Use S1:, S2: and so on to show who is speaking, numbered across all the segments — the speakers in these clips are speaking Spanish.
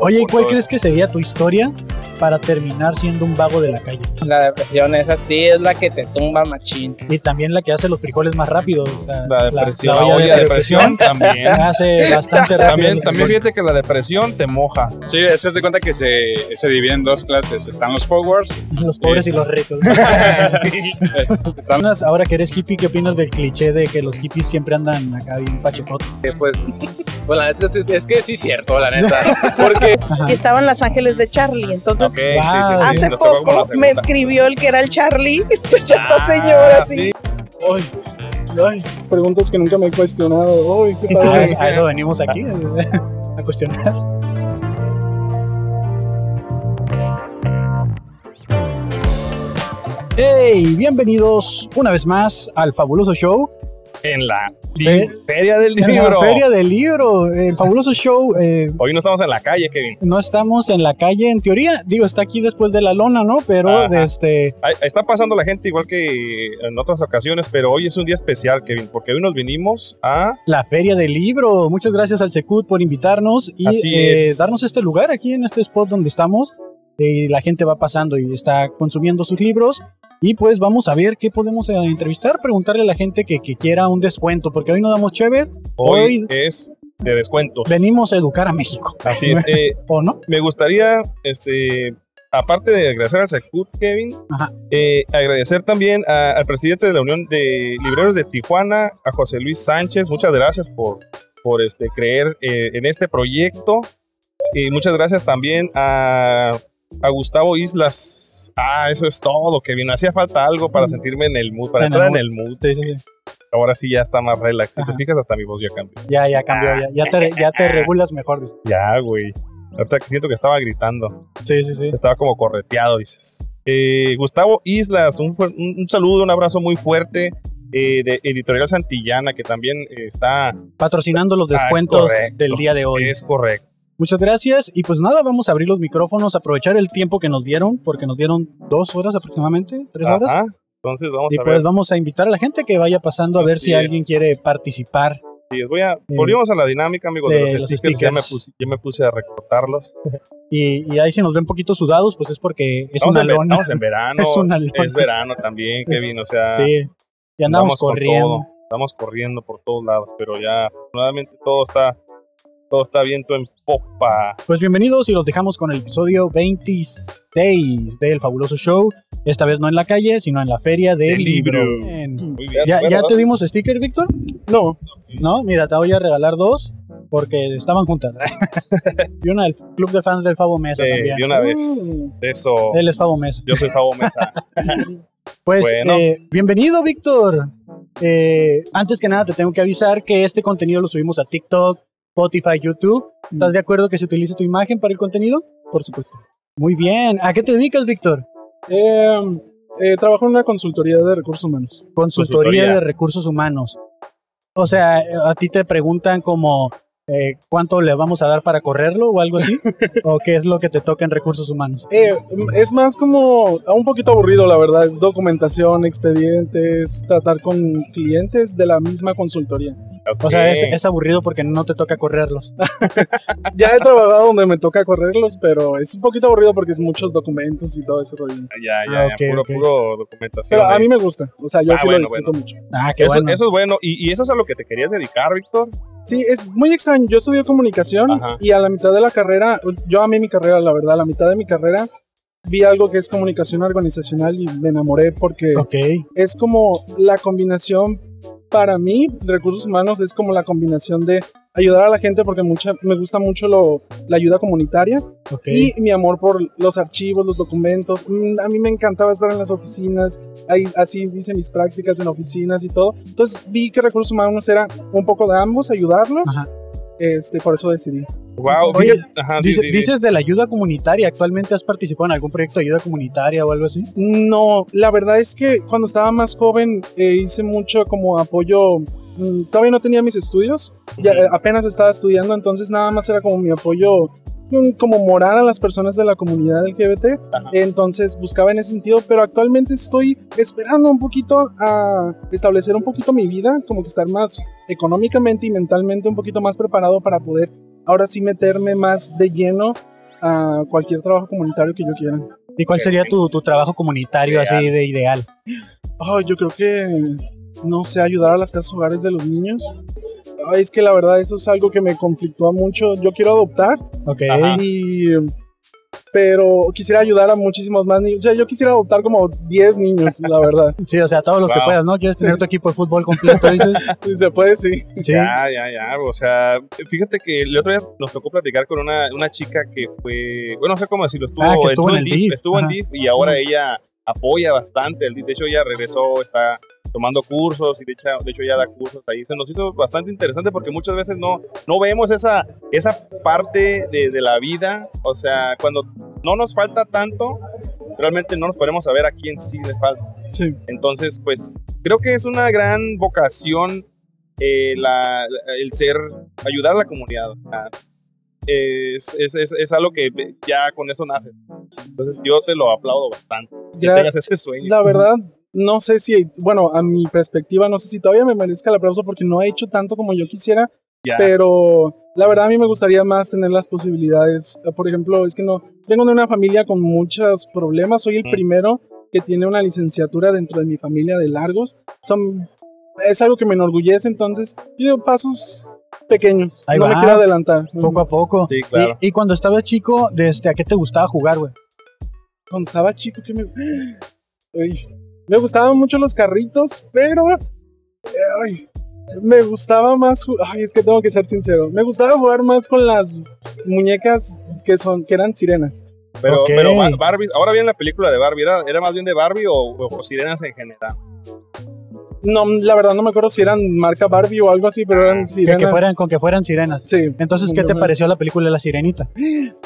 S1: Oye, ¿y
S2: por
S1: cuál
S2: los-
S1: crees que sería tu historia para terminar siendo un vago de la calle?
S3: La depresión es así, es la que te tumba machín.
S1: Y también la que hace los frijoles más rápido. o sea,
S2: La depresión,
S1: la
S2: la,
S1: olla de
S2: olla de
S1: depresión. Ah,
S2: depresión también.
S1: Hace bastante rápido.
S2: También,
S1: los
S2: también
S1: frijoles.
S2: fíjate que la depresión te moja.
S4: Sí, se hace cuenta que se, se divide en dos clases. Están los forwards.
S1: Los pobres y los ricos.
S4: Están,
S1: Ahora que eres hippie, ¿qué opinas del cliché de que los hippies siempre andan acá bien pachecotes?
S5: Eh, pues, pues la neta es, es- es que sí es cierto, la neta. Porque
S1: Ajá.
S6: Y estaban Los Ángeles de Charlie. Entonces,
S2: Ah, Ok, sí, sí, sí,
S6: hace
S2: nos tocó como la
S6: poco me
S2: segunda.
S6: escribió el que era el Charlie. Entonces, ya esta
S2: Ah,
S6: señora así.
S7: Preguntas que nunca me he cuestionado. Ay, qué
S1: A
S7: padre.
S1: eso, a eso venimos aquí, eh, a cuestionar. Hey, bienvenidos una vez más al fabuloso show.
S2: En la
S1: Fe-
S2: feria del
S1: En la
S2: libro.
S1: feria del libro, el fabuloso show. eh,
S2: Hoy no estamos en la calle, Kevin.
S1: no estamos en la calle, en teoría. Digo, está aquí después de la lona, ¿no? Pero este,
S2: Ajá.
S1: desde
S2: Ahí- ahí Está pasando la gente igual que en otras ocasiones, pero hoy es un día especial, Kevin, porque hoy nos vinimos a
S1: la feria del libro. Muchas gracias al Secut por invitarnos y
S2: Así
S1: eh,
S2: es.
S1: darnos este lugar aquí en este spot donde estamos. Eh, y la gente va pasando y está consumiendo sus libros. Y pues vamos a ver qué podemos eh, entrevistar, preguntarle a la gente que, que quiera un descuento, porque hoy no damos chéves,
S2: Hoy
S1: Hoy-
S2: es de descuentos.
S1: venimos a educar a México,
S2: Así es. eh,
S1: ¿o no?
S2: me gustaría, este, aparte de agradecer al Secut, Kevin,
S1: Ajá.
S2: eh, agradecer también a- al presidente de la Unión de Libreros de Tijuana, a José Luis Sánchez. Muchas gracias por, por este, creer eh, en este proyecto. Y muchas gracias también a, a Gustavo Islas. Ah, eso es todo, Kevin. Hacía falta algo para sentirme en el mood, para
S1: Mm. En el
S2: entrar
S1: mood.
S2: en el mood.
S1: Sí, sí, sí.
S2: Ahora sí ya está más relax. Si te
S1: Ajá.
S2: fijas, hasta mi voz ya cambió.
S1: Ya, ya cambió, ya, ya, te, ya te regulas mejor. dice.
S2: Ya, güey. Ahorita siento que estaba gritando.
S1: Sí, sí, sí.
S2: Estaba como correteado, dices. Eh, Gustavo Islas, un, fuer- un- un saludo, un abrazo muy fuerte eh, de Editorial Santillana, que también eh, está...
S1: Patrocinando los
S2: Ah, es
S1: descuentos
S2: correcto.
S1: del día de hoy.
S2: Es correcto.
S1: Muchas gracias. Y pues nada, vamos a abrir los micrófonos, aprovechar el tiempo que nos dieron, porque nos dieron dos horas aproximadamente, tres horas.
S2: Ajá. Entonces vamos
S1: Y
S2: a
S1: pues
S2: ver.
S1: vamos a invitar a la gente que vaya pasando a ver
S2: Así
S1: si alguien
S2: es.
S1: quiere participar.
S2: Sí, voy a, volvimos a la dinámica, amigos, de,
S1: pues, eh, de
S2: los
S1: los
S2: stickers. Ya, me
S1: stickers.
S2: puse, ya me puse a recortarlos.
S1: Y, y ahí si nos ven poquito sudados, pues es porque es
S2: Estamos
S1: una
S2: en ve-
S1: lona.
S2: estamos en verano.
S1: es una lona.
S2: Es verano también,
S1: Es-
S2: Kevin. O sea,
S1: Sí. Y andamos
S2: andamos con
S1: corriendo.
S2: todo. Estamos corriendo por todos lados, pero ya afortunadamente todo está, todo está viento en popa.
S1: Pues bienvenidos y los dejamos con el episodio 26 del fabuloso show. Esta vez no en la calle, sino en la feria del
S2: Del
S1: libro.
S2: libro.
S1: Bien.
S2: Muy bien,
S1: ¿Ya,
S2: bueno,
S1: ya
S2: ¿no?
S1: te dimos sticker, Víctor? No. No, mira, te voy a regalar dos porque estaban juntas. y una del club de fans del Fabo Mesa
S2: Sí, Eh,
S1: también. Uh.
S2: de una vez.
S6: Mm.
S2: Eso.
S1: Él es Fabo Mesa.
S2: Yo soy Javo Mesa. Ah,
S1: Pues
S2: Bueno.
S1: eh, bienvenido, Víctor. Eh, antes que nada, te tengo que avisar que este contenido lo subimos a TikTok, Spotify, YouTube. ¿Estás de acuerdo que se utilice tu imagen para el contenido?
S7: Por supuesto.
S1: Muy bien. ¿A qué te dedicas, Víctor?
S7: Eh, eh, trabajo en una consultoría de recursos humanos.
S1: Consultoría,
S2: Consultoría.
S1: de recursos humanos. O sea, a ti te preguntan como eh, cuánto le vamos a dar para correrlo o algo así, o qué es lo que te toca en recursos humanos.
S7: Eh, mm, es más como ah, un poquito aburrido, la verdad. Es documentación, expedientes, tratar con clientes de la misma consultoría.
S2: Ok.
S1: O sea, es, es aburrido porque no te toca correrlos.
S7: Ya he trabajado donde me toca correrlos, pero es un poquito aburrido porque es muchos documentos y todo ese rollo.
S2: Ya, ya,
S1: Ah,
S2: ya,
S1: ok,
S2: puro,
S1: ok.
S2: puro documentación.
S7: Pero a
S2: eh.
S7: mí me gusta, o sea, yo
S2: Ah,
S7: sí
S2: bueno,
S7: lo disfruto mucho.
S1: Ah, qué
S2: eso,
S1: bueno.
S2: eso es bueno. Y, y eso es a lo que te querías dedicar, Víctor.
S7: Sí, es muy extraño. Yo estudié comunicación
S2: Ajá.
S7: y a la mitad de la carrera, yo amé mi carrera, la verdad, a la mitad de mi carrera vi algo que es comunicación organizacional y me enamoré porque
S1: Ok.
S7: es como la combinación para mí, recursos humanos, es como la combinación de ayudar a la gente porque mucha, me gusta mucho lo, la ayuda comunitaria
S1: Ok.
S7: y mi amor por los archivos, los documentos. Mm, a mí me encantaba estar en las oficinas, ahí, así hice mis prácticas en oficinas y todo. Entonces vi que recursos humanos era un poco de ambos, ayudarlos.
S1: Ajá.
S7: Este, por eso decidí.
S2: Wow.
S1: Oye,
S2: Ajá,
S1: Dice-
S2: di- di- di.
S1: dices de la ayuda comunitaria. ¿Actualmente has participado en algún proyecto de ayuda comunitaria o algo así?
S7: No, la verdad es que cuando estaba más joven eh, hice mucho como apoyo. mm, Todavía no tenía mis estudios, ya, eh, apenas estaba estudiando, entonces nada más era como mi apoyo, mm, como moral a las personas de la comunidad LGBT. Entonces buscaba en ese sentido, pero actualmente estoy esperando un poquito a establecer un poquito mi vida, como que estar más económicamente y mentalmente un poquito más preparado para poder ahora sí meterme más de lleno a cualquier trabajo comunitario que yo quiera.
S1: ¿Y cuál sería tu, tu trabajo comunitario así de ideal?
S7: Ay, yo creo que, no sé, ayudar a las casas hogares de los niños. Ay, es que la verdad eso es algo que me conflictúa mucho. Yo quiero adoptar
S1: Ok.
S7: y... Pero quisiera ayudar a muchísimos más niños. O sea, yo quisiera adoptar como 10 niños, la verdad.
S1: Sí, o sea, todos los que
S2: Wow.
S1: puedas, ¿no? ¿Quieres tener tu equipo de fútbol completo? Dices?
S7: Si se puede, sí.
S1: Sí.
S2: Ya, ya, ya. O sea, fíjate que el otro día nos tocó platicar con una, una chica que fue, bueno, no sé cómo decirlo, estuvo,
S1: Ah, que estuvo en el DIF,
S2: estuvo en
S1: ajá.
S2: DIF y ahora ella apoya bastante el DIF. De hecho, ella regresó, está tomando cursos y de hecho, de hecho ya da cursos ahí. Se nos hizo bastante interesante porque muchas veces no, no vemos esa, esa parte de, de la vida. O sea, cuando no nos falta tanto, realmente no nos podemos saber a quién sí le falta.
S7: Sí.
S2: Entonces, pues creo que es una gran vocación eh, la- la- el ser, ayudar a la comunidad. o sea, es, es, es, es algo que ya con eso naces. Entonces, yo te lo aplaudo bastante. Que
S7: Gra-
S2: tengas ese sueño.
S7: La verdad, no sé si, bueno, a mi perspectiva, no sé si todavía me merezca el aplauso porque no he hecho tanto como yo quisiera,
S2: Ya.
S7: pero la verdad a mí me gustaría más tener las posibilidades. Eh, Por ejemplo, es que no, vengo de una familia con muchos problemas, soy el
S2: Mm.
S7: primero que tiene una licenciatura dentro de mi familia de largos. Son, es algo que me enorgullece, entonces yo digo pasos pequeños,
S1: Ahí
S7: no me
S1: va.
S7: quiero adelantar.
S1: Poco a poco.
S2: Sí, claro.
S1: Y, y cuando estabas chico, desde, ¿a qué te gustaba jugar, güey?
S7: Cuando estaba chico, que me. Ay, me gustaban mucho los carritos, pero. ay, me gustaba más. ju- Ay, es que tengo que ser sincero. Me gustaba jugar más con las muñecas que son que eran sirenas.
S2: Pero,
S1: Ok.
S2: pero Bar- Barbie, ahora viene la película de Barbie. ¿Era, era más bien de Barbie o, o sirenas en general?
S7: No, la verdad no me acuerdo si eran marca Barbie o algo así, pero eran
S1: Ah, Que,
S7: sirenas.
S1: que fueran, con que fueran sirenas.
S7: Sí.
S1: Entonces, ¿qué te pareció la película La Sirenita?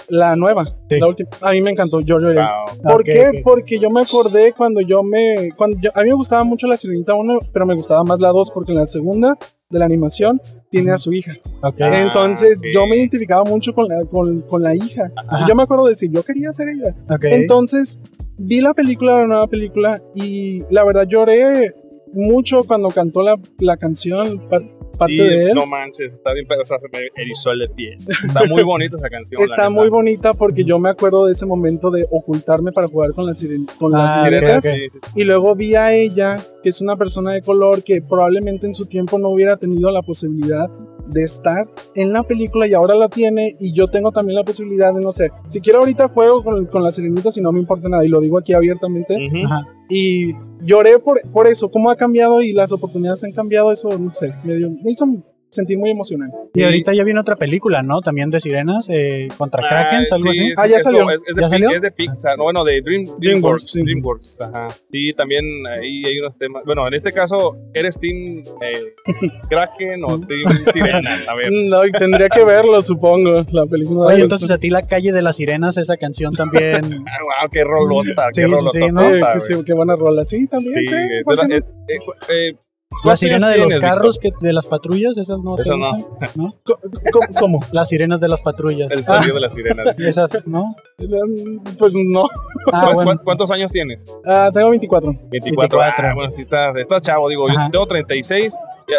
S7: La nueva,
S1: Sí.
S7: la última. A mí me encantó, yo lloré.
S2: Wow.
S1: Ah,
S7: ¿Por
S1: ok,
S7: qué?
S1: ok.
S7: Porque yo me acordé cuando yo me. Cuando yo- a mí me gustaba mucho la Sirenita 1, pero me gustaba más la 2 porque en la segunda de la animación tiene a su hija.
S1: Ok.
S7: Eh,
S2: Ah,
S7: Entonces
S2: ok.
S7: yo me identificaba mucho con la, con, con la hija.
S1: Ajá.
S7: Y Yo me acuerdo de decir, yo quería ser ella.
S1: ok.
S7: Entonces vi la película, la nueva película, y la verdad lloré mucho cuando cantó la, la canción, par- parte
S2: Y
S7: de él.
S2: no manches, está bien, pero hasta se me erizó el de piel. Está muy bonita esa canción. la
S7: Está
S2: neta.
S7: muy bonita porque yo me acuerdo de ese momento de ocultarme para jugar con, la siren- con las
S1: Ah, ok,
S7: sirenas.
S1: ok.
S2: Sí, sí, sí.
S7: Y luego vi a ella, que es una persona de color que probablemente en su tiempo no hubiera tenido la posibilidad de estar en la película y ahora la tiene y yo tengo también la posibilidad de, no sé, si quiero ahorita juego con, con la sirenita si no me importa nada y lo digo aquí abiertamente
S2: Ujú.
S1: Ajá.
S7: y lloré por, por eso, cómo ha cambiado y las oportunidades han cambiado, eso no sé, me, dio- me hizo sentir muy emocional.
S1: Y
S2: Sí.
S1: ahorita ya viene otra película, ¿no? También de sirenas, eh, contra
S2: Ah,
S1: Kraken, algo
S2: sí,
S1: así.
S2: sí,
S7: Ah, ya
S2: es-
S7: salió.
S2: Es, es de,
S1: ¿Ya
S2: Pi-
S1: salió?
S2: es de Pixar, no, bueno, de Dream-
S7: DreamWorks,
S2: DreamWorks.
S7: sí.
S2: DreamWorks, ajá. Sí, también ahí hay unos temas. Bueno, en este caso, ¿eres Team eh, Kraken o Team Sirena? A ver.
S7: Mm, No, y tendría que verlo, supongo, la película.
S1: Oye, entonces a ti la calle de las sirenas, esa canción también.
S2: Ah, wow, qué rolota,
S1: Sí,
S2: qué
S1: sí,
S2: rolota.
S1: sí, ¿no?
S7: Eh,
S2: tota,
S7: que,
S2: güey.
S7: sí, que van a rolar, sí, también.
S2: Sí,
S7: sí,
S2: es
S7: pues,
S2: de la-
S7: sí.
S2: eh, eh, eh,
S1: La
S2: ¿cuántos
S1: sirena
S2: años
S1: de los
S2: tienes, Víctor?
S1: carros, que, de las patrullas, esas no. te
S2: Esas no.
S1: gustan?
S7: Co- co- Pues, ¿Cómo?
S1: Las sirenas de las patrullas. Ah,
S2: El sonido de la sirena.
S1: Sí, Esas, ¿no?
S7: Mm, Pues no.
S1: Ah,
S2: ¿Cu-
S1: bueno.
S2: cu- ¿Cuántos años tienes?
S7: Ah, tengo 24.
S2: 24.
S1: 24.
S2: Ah, bueno, sí, estás, estás chavo, digo,
S1: Ajá.
S2: yo tengo 36.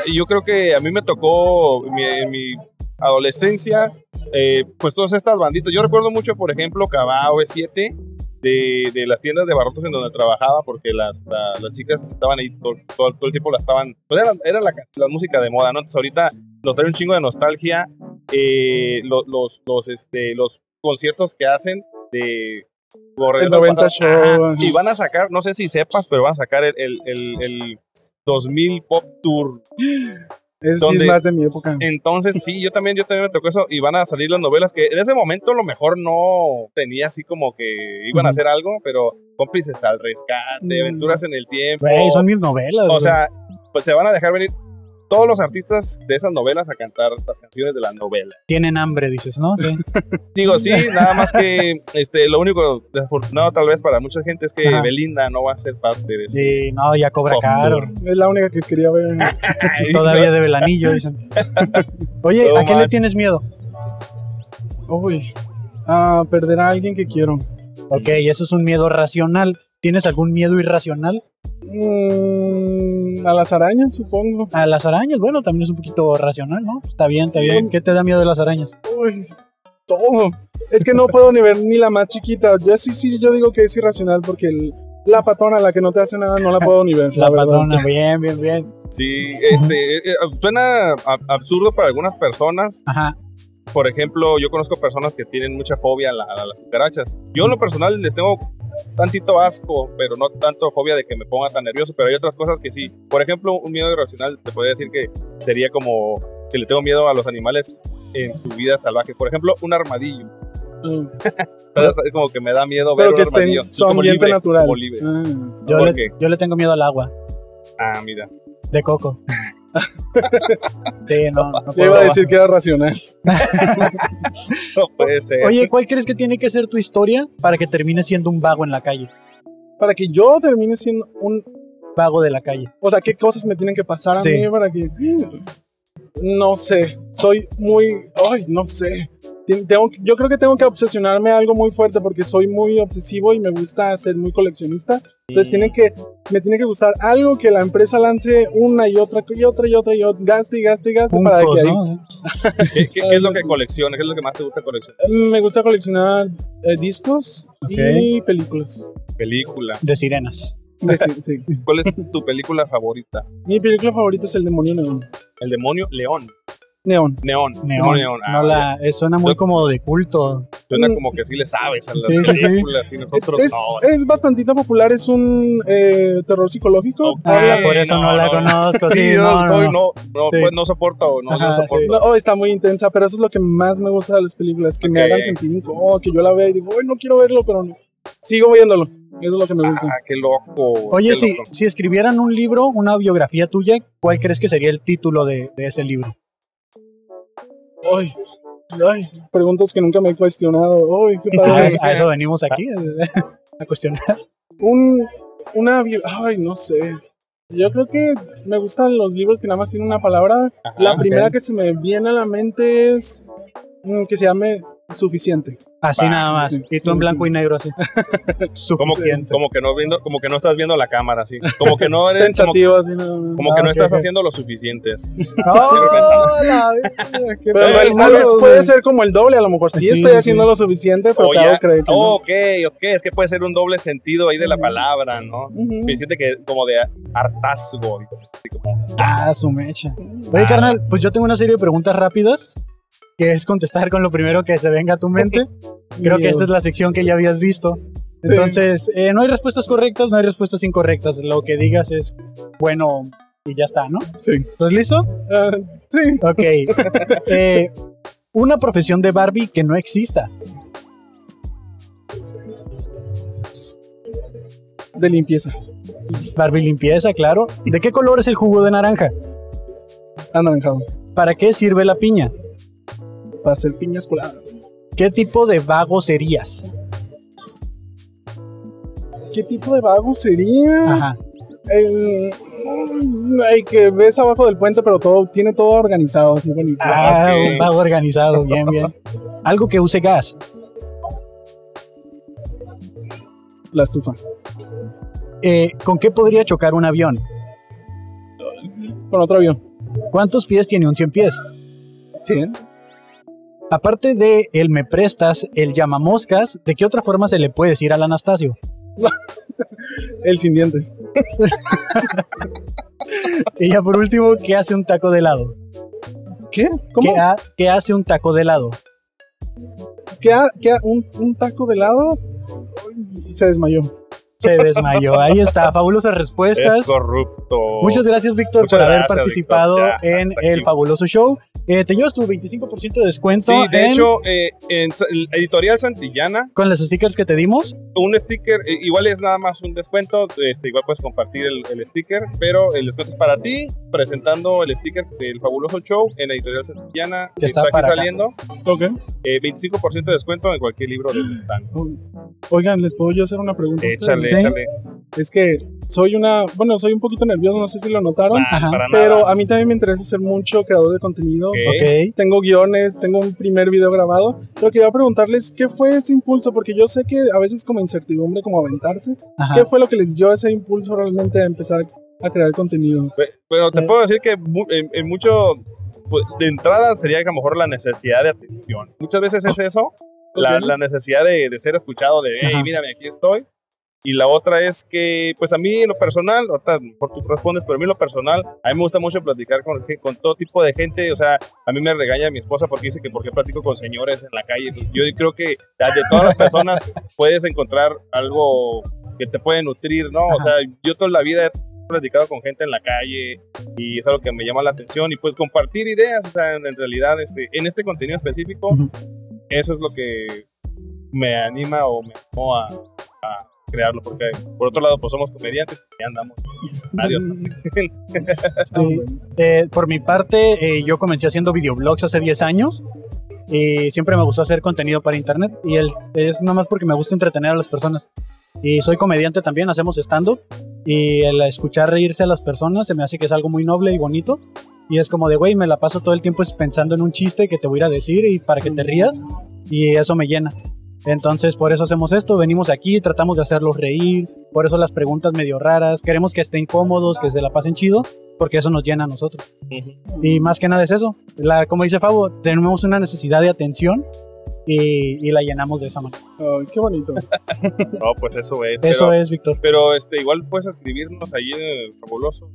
S2: y- Y yo creo que a mí me tocó mi, en mi adolescencia, eh, pues todas estas banditas. Yo recuerdo mucho, por ejemplo, Cabao E7, de, de las tiendas de barrotes en donde trabajaba, porque las, la- las chicas que estaban ahí todo, todo- todo el tiempo, la estaban. Pues era, era la, la música de moda, ¿no? Entonces ahorita nos trae un chingo de nostalgia eh, lo- los, los, este, los conciertos que hacen de.
S7: El
S2: corriendo
S7: 90
S2: pasado.
S7: show.
S2: Y van a sacar, no sé si sepas, pero van a sacar el, el, el- el 2000 Pop Tour.
S7: Eso sí es
S2: ¿Dónde?
S7: más de mi época.
S2: Entonces, sí, yo también, yo también me tocó eso. Y van a salir las novelas que en ese momento a lo mejor no tenía así como que iban a hacer algo, pero cómplices al rescate,
S7: Mm.
S2: aventuras en el tiempo.
S1: Güey, son mis novelas.
S2: o
S1: güey.
S2: sea, pues se van a dejar venir todos los artistas de esas novelas a cantar las canciones de la novela.
S1: Tienen hambre, dices, ¿no? Sí.
S2: Digo, sí, nada más que este, lo único desafortunado tal vez para mucha gente es que
S1: Ajá.
S2: Belinda no va a ser parte de eso.
S1: Sí, no, ya cobra
S2: Oh,
S1: caro.
S7: Es la única que quería ver.
S1: Todavía debe el anillo, dicen. Oye,
S2: No
S1: ¿a qué le
S2: manches.
S1: tienes miedo?
S7: Uy. Ah, perder a alguien que quiero.
S1: Ok, eso es un miedo racional. ¿Tienes algún miedo irracional?
S7: Mm, a las arañas, supongo.
S1: A las arañas, bueno, también es un poquito racional, ¿no? Está bien, está
S2: Sí.
S1: bien. ¿Qué te da miedo de las arañas?
S7: Uy. todo. Es que no puedo ni ver ni la más chiquita. Yo sí, sí, yo digo que es irracional porque el- la patona, la que no te hace nada, no la puedo ni ver. La,
S1: La
S7: verdad.
S1: patrona, bien, bien, bien.
S2: Sí, este, eh, eh, suena ab- absurdo para algunas personas.
S1: Ajá.
S2: Por ejemplo, yo conozco personas que tienen mucha fobia a, la- a las cucarachas. Yo en lo personal les tengo tantito asco, pero no tanto fobia de que me ponga tan nervioso, pero hay otras cosas que sí. Por ejemplo, un miedo irracional, te podría decir que sería como que le tengo miedo a los animales en su vida salvaje. Por ejemplo, un armadillo.
S7: Mm.
S2: Entonces, es como que me da miedo ver
S7: Pero
S2: un
S7: que esté
S2: armadillo.
S7: en su
S2: como
S7: ambiente
S2: libre,
S7: natural.
S2: como libre.
S7: Ah.
S1: Yo
S2: ¿Por
S1: le,
S2: qué?
S1: yo le tengo miedo al agua
S2: Ah, mira.
S1: de coco. Sí, no, no
S7: Yo
S1: puedo
S7: iba a
S1: aguas.
S7: decir que era racional.
S2: No puede ser.
S1: Oye, ¿cuál crees que tiene que ser tu historia para que termine siendo un vago en la calle?
S7: Para que yo termine siendo un.
S1: Vago de la calle.
S7: O sea, ¿qué cosas me tienen que pasar a
S1: Sí.
S7: mí para que.? No sé. Soy muy. Ay, no sé. Tien- Tengo, que- yo creo que tengo que obsesionarme a algo muy fuerte porque soy muy obsesivo y me gusta ser muy coleccionista. Entonces tiene que, me tiene que gustar algo que la empresa lance una y otra y otra y otra y otra, gaste y gaste y gaste para que
S1: Puncos,
S7: ahí-
S1: ¿no?
S2: ¿Qué, qué- qué es lo
S1: pues,
S2: que coleccionas? ¿Qué es lo que más te gusta coleccionar?
S7: Me gusta coleccionar eh, discos y películas.
S2: Película.
S1: De sirenas.
S7: De- sí, sí.
S2: ¿Cuál es tu película favorita?
S7: Mi película favorita es El Demonio Neón.
S2: El demonio león.
S7: Neón.
S2: Neón.
S1: Neón.
S2: Neón. Ah,
S1: No la, eh, suena muy como de culto.
S2: Suena como que sí le sabes a las
S1: Sí, sí, sí.
S2: películas y nosotros
S7: es,
S2: no.
S7: es bastante popular, es un eh, terror psicológico.
S2: Ok.
S1: Ah,
S2: Sí,
S1: por eso no,
S2: no,
S1: la
S2: no.
S1: conozco.
S2: Sí,
S1: Sí,
S2: yo
S1: no, no,
S2: soy,
S1: no.
S2: no, no,
S1: Sí.
S2: pues no soporto, no,
S1: Ajá,
S2: no
S1: sí.
S2: soporto.
S7: No, oh, está muy intensa, pero eso es lo que más me gusta de las películas, que me
S2: Ok.
S7: hagan sentir incómodo, que yo la vea y digo, "Ay, no quiero verlo, pero no". sigo viéndolo. Eso es lo que me gusta.
S2: Ah, qué loco.
S1: Oye,
S2: qué
S1: si,
S2: loco.
S1: si escribieran un libro, una biografía tuya, ¿cuál crees que sería el título de, de ese libro?
S7: Ay, ay, preguntas que nunca me he cuestionado. Ay, Ah. qué
S1: pues, A
S7: padre.
S1: eso, a eso venimos aquí, a cuestionar.
S7: un una bio- ay no sé yo creo que me gustan los libros que nada más tienen una palabra la primera que se me viene a la mente es mm, que se llame suficiente
S1: Así
S2: Va,
S1: nada más.
S7: Ah, sí,
S1: y tú
S7: sí,
S1: en
S7: sí.
S1: blanco y negro así.
S2: Como que,
S1: Suficiente.
S2: como que no viendo, como que no estás viendo la cámara, así. Como que no eres, como,
S7: pensativo así nada más.
S2: como que
S1: Ah,
S2: no
S1: ok,
S2: estás
S1: ok.
S2: haciendo lo suficientes.
S1: ¡Oh, la vida! ¡Qué
S7: pero en
S2: Eh,
S7: realidad
S2: tal
S1: mal,
S2: vez
S1: güey!
S7: puede ser como el doble a lo mejor sí,
S1: Sí,
S7: estoy
S1: sí.
S7: haciendo lo suficiente pero
S2: O
S7: te hago
S2: ya-
S7: creer que no.
S1: Oh,
S2: ok, ok, es que puede ser un doble sentido ahí de la palabra, ¿no?
S7: Ujú.
S1: pues,
S2: Suficiente que como de hartazgo. así como-
S1: Ah, su mecha. Oye,
S2: Ah.
S1: carnal, pues yo tengo una serie de preguntas rápidas que es contestar con lo primero que se venga a tu mente. Creo que
S7: Miedo.
S1: esta es la sección que ya habías visto.
S7: Sí.
S1: Entonces, eh, no hay respuestas correctas, no hay respuestas incorrectas. Lo que digas es bueno y ya está, ¿no?
S7: Sí.
S1: ¿Estás listo?
S7: Ah, sí
S1: Ok. Eh, una profesión de Barbie que no exista.
S7: de limpieza
S1: Barbie limpieza, claro. ¿De qué color es el jugo de naranja?
S7: anaranjado
S1: ¿Para qué sirve la piña?
S7: para hacer piñas coladas
S1: ¿Qué tipo de vago serías?
S7: qué tipo de vago sería
S1: Ajá.
S7: el, el que ves abajo del puente, pero todo tiene todo organizado, así bonito.
S1: Ah,
S2: ok.
S1: un vago organizado, bien, bien. Algo que use gas.
S7: La estufa.
S1: Eh, ¿Con qué podría chocar un avión?
S7: Con otro avión.
S1: ¿Cuántos pies tiene un 100 pies?
S7: ¿100?
S1: Aparte de el me prestas, el llamamoscas, ¿de qué otra forma se le puede decir al Anastasio?
S7: El sin dientes.
S1: Y ya por último, ¿qué hace un taco de helado?
S7: ¿Qué? ¿Cómo?
S1: ¿Qué, ha- qué hace un taco de helado?
S7: ¿Qué ha- qué ha- un, un taco de helado? Se desmayó.
S1: Se desmayó. Ahí está, fabulosas
S2: Es
S1: respuestas.
S2: corrupto.
S1: Muchas gracias, Víctor,
S2: Muchas
S1: por haber
S2: gracias,
S1: participado
S2: Víctor. Ya,
S1: en
S2: hasta
S1: el
S2: aquí.
S1: fabuloso show. Eh, te llevas tu 25% de descuento.
S2: Sí, de
S1: en-
S2: hecho, eh, en Sa- Editorial Santillana,
S1: Con los stickers que te dimos.
S2: un sticker, eh, igual es nada más un descuento, este, igual puedes compartir el, el sticker, pero el descuento es para ti, presentando el sticker del fabuloso show en Editorial Santillana,
S1: Que está para
S2: aquí
S1: acá.
S2: saliendo,
S7: Ok.
S2: eh, 25% de descuento en cualquier libro del stand.
S7: Oigan, ¿les puedo yo hacer una pregunta? a ustedes?
S2: Échale,
S1: ¿Sí?
S2: échale.
S7: Es que soy una. Bueno, soy un poquito nervioso, no sé si lo notaron.
S2: Nah,
S1: Ajá.
S2: para nada.
S7: Pero a mí también me interesa ser mucho creador de contenido.
S2: Ok.
S1: Ok.
S7: tengo guiones, tengo un primer video grabado. Lo que iba a preguntarles, ¿qué fue ese impulso? Porque yo sé que a veces como incertidumbre, como aventarse,
S1: Ajá.
S7: ¿qué fue lo que les dio ese impulso realmente a empezar a crear contenido?
S2: Pe- Pero te
S1: Eh.
S2: puedo decir que mu- en, en mucho pues, de entrada sería a lo mejor la necesidad de atención. Muchas veces es eso, la,
S7: Ok.
S2: la necesidad de, de ser escuchado, de, hey,
S1: Ajá.
S2: mírame, aquí estoy. Y la otra es que, pues a mí en lo personal, ahorita por tú respondes, pero a mí en lo personal, a mí me gusta mucho platicar con, gen- con todo tipo de gente. O sea, a mí me regaña mi esposa porque dice que por qué platico con señores en la calle. Pues, yo creo que de de todas las personas puedes encontrar algo que te puede nutrir, ¿no? O
S1: Ajá.
S2: sea, yo toda la vida he platicado con gente en la calle y es algo que me llama la atención y pues compartir ideas, o sea, en, en realidad, este, en este contenido específico,
S1: Ujú.
S2: eso es lo que me anima o me animó a, a crearlo, porque por otro lado, pues somos comediantes y andamos. Adiós.
S1: Sí. Eh, por mi parte, eh, yo comencé haciendo videoblogs hace 10 años. Y siempre me gustó hacer contenido para internet. Y el, es nada más porque me gusta entretener a las personas. Y soy comediante también, hacemos stand-up. Y el escuchar reírse a las personas se me hace que es algo muy noble y bonito. Y es como de, güey, me la paso todo el tiempo pensando en un chiste que te voy a ir a decir y para que te rías. Y eso me llena. Entonces, por eso hacemos esto. Venimos aquí, tratamos de hacerlos reír. Por eso las preguntas medio raras. Queremos que estén cómodos, que se la pasen chido porque eso nos llena a nosotros. Y más que nada es eso. La, como dice Fabo, tenemos una necesidad de atención y, y la llenamos de esa manera.
S7: Ay, qué bonito.
S2: No, pues eso es.
S1: Eso
S2: pero,
S1: es, Víctor.
S2: pero, este, igual puedes escribirnos ahí en el fabuloso,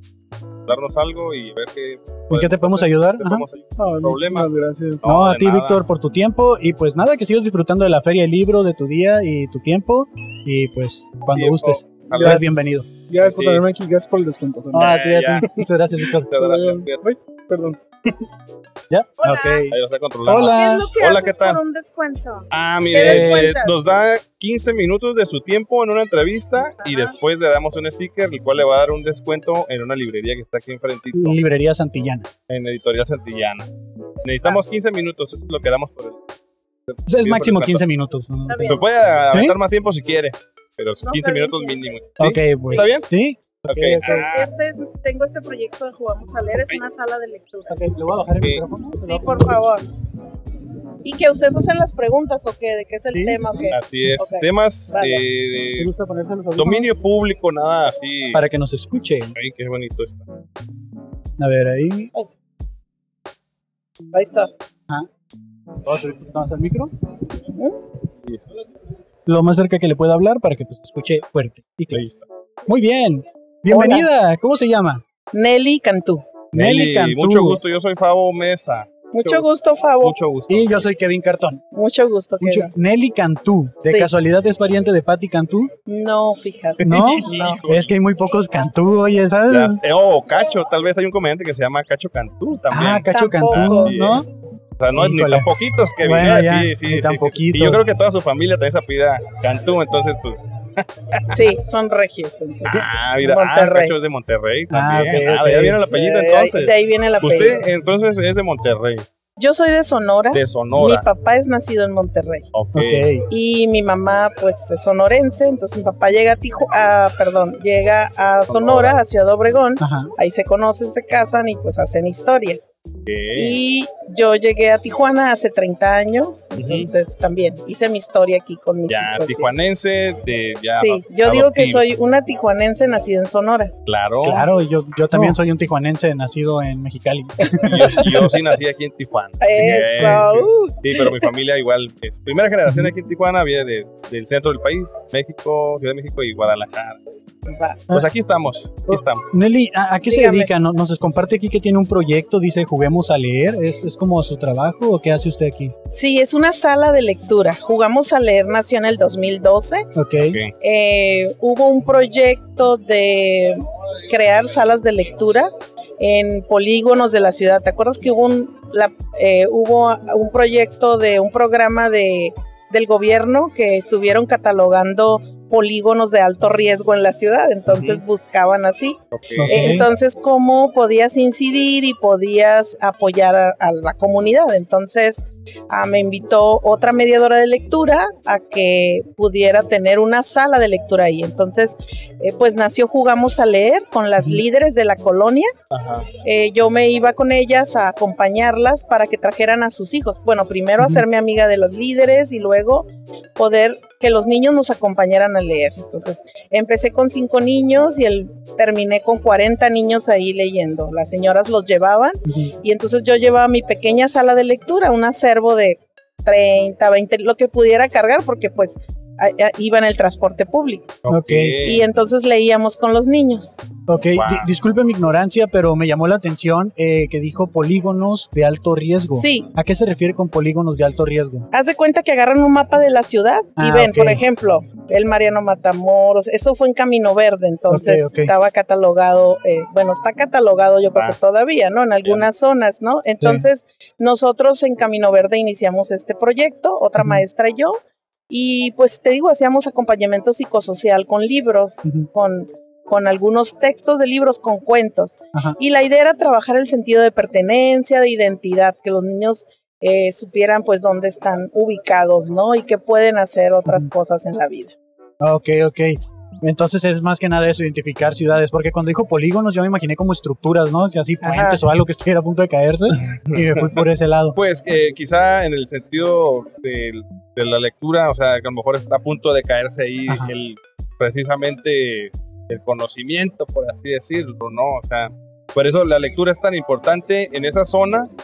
S2: darnos algo y ver qué.
S1: ¿En qué te podemos ayudar?
S2: pues, te
S1: Ajá.
S2: podemos ayudar.
S7: Ay,
S2: Problema.
S7: muchísimas gracias.
S1: No,
S2: No,
S1: a
S2: de
S1: ti,
S2: nada.
S1: Víctor, por tu tiempo. Y pues nada, que sigas disfrutando de la feria del libro, de tu día y tu tiempo. Y pues cuando
S2: Tiempo.
S1: gustes,
S2: Al
S1: eres
S2: rato.
S1: bienvenido.
S7: Gracias
S2: Sí.
S7: por tenerme aquí. Gracias por el descuento también.
S1: No, a ti, a ti.
S2: Ah, ya.
S1: Muchas gracias, Víctor.
S2: Muchas gracias.
S7: Ay,
S2: Fíjate,
S1: Ah.
S7: Perdón.
S1: ¿Ya?
S6: Hola.
S1: Ok.
S2: Ahí lo está controlando.
S6: ¿Qué
S1: Hola.
S6: es lo que
S2: Hola,
S6: haces
S2: ¿qué tal?
S6: por un descuento?
S2: Ah,
S6: des
S2: mire,
S6: cuentas.
S2: nos da 15 minutos de su tiempo en una entrevista y
S6: Ajá.
S2: después le damos un sticker, el cual le va a dar un descuento en una librería que está aquí enfrentito,
S1: Librería Santillana.
S2: en Editorial Santillana. Necesitamos 15 minutos, eso es lo que damos por él.
S1: O sea, es
S2: Sí,
S1: máximo
S2: por
S1: 15 minutos. ¿no?
S6: Está
S2: Se
S6: bien.
S2: puede aventar más tiempo si quiere, pero
S6: No,
S2: 15
S6: está bien,
S2: minutos
S6: 15.
S2: mínimos. ¿sí?
S1: Ok, pues.
S2: ¿Está bien?
S1: Sí.
S2: Ok,
S6: Este-
S2: ah,
S6: este es- tengo este proyecto de Jugamos a Leer, es una sala de lectura.
S1: Ok, le voy a bajar el
S2: Ah. Sí.
S1: micrófono.
S6: Sí, por favor. Y que ustedes hacen las preguntas o qué, de qué es el
S1: Sí,
S6: tema o qué.
S2: así es.
S6: Ok.
S2: Temas
S6: Vale.
S2: eh,
S1: ¿Te
S2: de
S1: gusta ponerse los audífonos?
S2: dominio público, nada así.
S1: Para que nos escuche.
S2: Ay, qué bonito está.
S1: A ver, ahí.
S6: Ahí está.
S1: Vamos a subir un poquito más al micro.
S2: Ahí está.
S1: ¿Eh? Lo más cerca que le pueda hablar para que pues, escuche fuerte y claro.
S2: Ahí está.
S1: Muy bien. Bienvenida. ¿Cómo se llama?
S6: Nelly Cantú.
S1: Nelly Cantú.
S2: mucho gusto, yo soy Fabo Mesa.
S6: Mucho gusto, Fabo.
S2: Mucho gusto.
S1: Y yo soy Kevin Cartón.
S6: Mucho gusto,
S1: Mucho-
S6: Kevin.
S1: Nelly Cantú. ¿De
S6: Sí.
S1: casualidad es variante de Patty Cantú?
S6: No, fíjate.
S1: No.
S6: No.
S1: es que hay muy pocos Cantú, oye, ¿sabes?
S2: Las- eh, oh, Cacho, tal vez hay un comediante que se llama Cacho Cantú también.
S1: Ah, Cacho
S6: Tampoco.
S1: Cantú,
S2: Así
S1: ¿no?
S2: o sea, no es ni
S1: híjole.
S2: tan poquitos que
S1: Bueno,
S2: viene,
S1: ya,
S2: sí, sí,
S1: ni
S2: sí,
S1: tan
S2: sí.
S1: poquitos.
S2: Y yo creo que toda su familia también se apida Cantú, entonces pues
S6: Sí, son regios. entonces.
S2: ah, mira, ah,
S6: Monterrey.
S2: Cacho es de Monterrey
S1: Ah,
S2: también.
S1: ok,
S2: Ah,
S1: ok.
S2: ya viene el apellido
S6: De Eh, ahí-
S2: entonces.
S6: De ahí viene la apellido.
S2: Usted entonces es de Monterrey,
S6: Yo soy de Sonora.
S2: de
S6: Ah, Mi
S2: Sonora.
S6: papá es nacido en Monterrey.
S2: Ok.
S1: Ok.
S6: Y mi mamá, pues, es sonorense. Entonces, mi papá llega a Tijuana, ah, perdón, llega a Sonora, a Ciudad Obregón.
S1: Ajá.
S6: Ahí se conocen, se casan y pues hacen historia.
S2: ok.
S6: Y yo llegué a Tijuana hace 30 años, entonces también hice mi historia aquí con mis
S2: Ya,
S6: hijos. y
S2: tijuanense, de ya.
S6: eso. Sí, yo digo que
S2: adoptivo.
S6: soy una tijuanense nacida en Sonora.
S2: Claro.
S1: Claro, yo, yo también soy un tijuanense nacido en Mexicali.
S2: y Yo, y yo sí nací aquí en Tijuana.
S6: Eso,
S2: Sí.
S6: uh,
S2: Sí, pero mi familia igual es primera generación aquí en Tijuana, viene de- del centro del país, México, Ciudad de México y Guadalajara.
S6: va.
S2: Pues aquí estamos, aquí estamos.
S1: Nelly, ¿a, a qué se
S6: Dígame.
S1: dedica? No- Nos, comparte aquí que tiene un proyecto, dice Juguemos a leer. ¿Es, es como su trabajo o qué hace usted aquí?
S6: Sí, es una sala de lectura. Jugamos a leer, nació en el 2012.
S1: Ok.
S6: Eh, hubo un proyecto de crear salas de lectura en polígonos de la ciudad. ¿Te acuerdas que hubo un, la- eh, hubo un proyecto de un programa de, del gobierno que estuvieron catalogando polígonos de alto riesgo en la ciudad? Entonces buscaban así.
S2: Ok.
S1: Ok.
S6: Eh, Entonces, ¿cómo podías incidir y podías apoyar a, a la comunidad? Entonces, ah, me invitó otra mediadora de lectura a que pudiera tener una sala de lectura ahí. Entonces, eh, pues nació Jugamos a Leer con las
S1: Ujú.
S6: líderes de la colonia.
S2: Ajá.
S6: Eh, yo me iba con ellas a acompañarlas para que trajeran a sus hijos. Bueno, primero
S1: Ujú.
S6: hacerme amiga de las líderes y luego poder que los niños nos acompañaran a leer. Entonces, empecé con cinco niños y el, terminé con 40 niños ahí leyendo. Las señoras los llevaban
S1: Ujú.
S6: y entonces yo llevaba mi pequeña sala de lectura, un acervo de 30, 20, lo que pudiera cargar porque pues a- a- iba en el transporte público.
S1: Ok.
S6: Y entonces leíamos con los niños.
S1: Ok, di-
S2: Wow.
S1: disculpe mi ignorancia, pero me llamó la atención eh, que dijo polígonos de alto riesgo.
S6: Sí,
S1: ¿A qué se refiere con polígonos de alto riesgo?
S6: Haz de cuenta que agarran un mapa de la ciudad y
S1: Ah,
S6: ven,
S1: ok.
S6: por ejemplo, el Mariano Matamoros. Eso fue en Camino Verde, entonces
S1: Ok, ok.
S6: estaba catalogado, eh, bueno, está catalogado yo creo que todavía, ¿no? En algunas zonas, ¿no? Entonces, nosotros en Camino Verde iniciamos este proyecto, otra
S1: Ujú.
S6: maestra y yo, y pues te digo, hacíamos acompañamiento psicosocial con libros,
S1: Ujú.
S6: con con algunos textos de libros, con cuentos.
S1: Ajá.
S6: Y la idea era trabajar el sentido de pertenencia, de identidad, que los niños eh, supieran pues dónde están ubicados, ¿no? Y que pueden hacer otras
S1: Ujú.
S6: cosas en la vida.
S1: Ah, Ok, ok. Entonces es más que nada eso, identificar ciudades, porque cuando dijo polígonos yo me imaginé como estructuras, ¿no? Que así
S6: Ajá.
S1: puentes o algo que estuviera a punto de caerse y me fui por ese lado.
S2: Pues eh, quizá en el sentido del- de, la lectura, o sea, que a lo mejor está a punto de caerse ahí
S1: Ajá.
S2: el, precisamente el conocimiento, por así decirlo, ¿no? O sea, por eso la lectura es tan importante en esas zonas.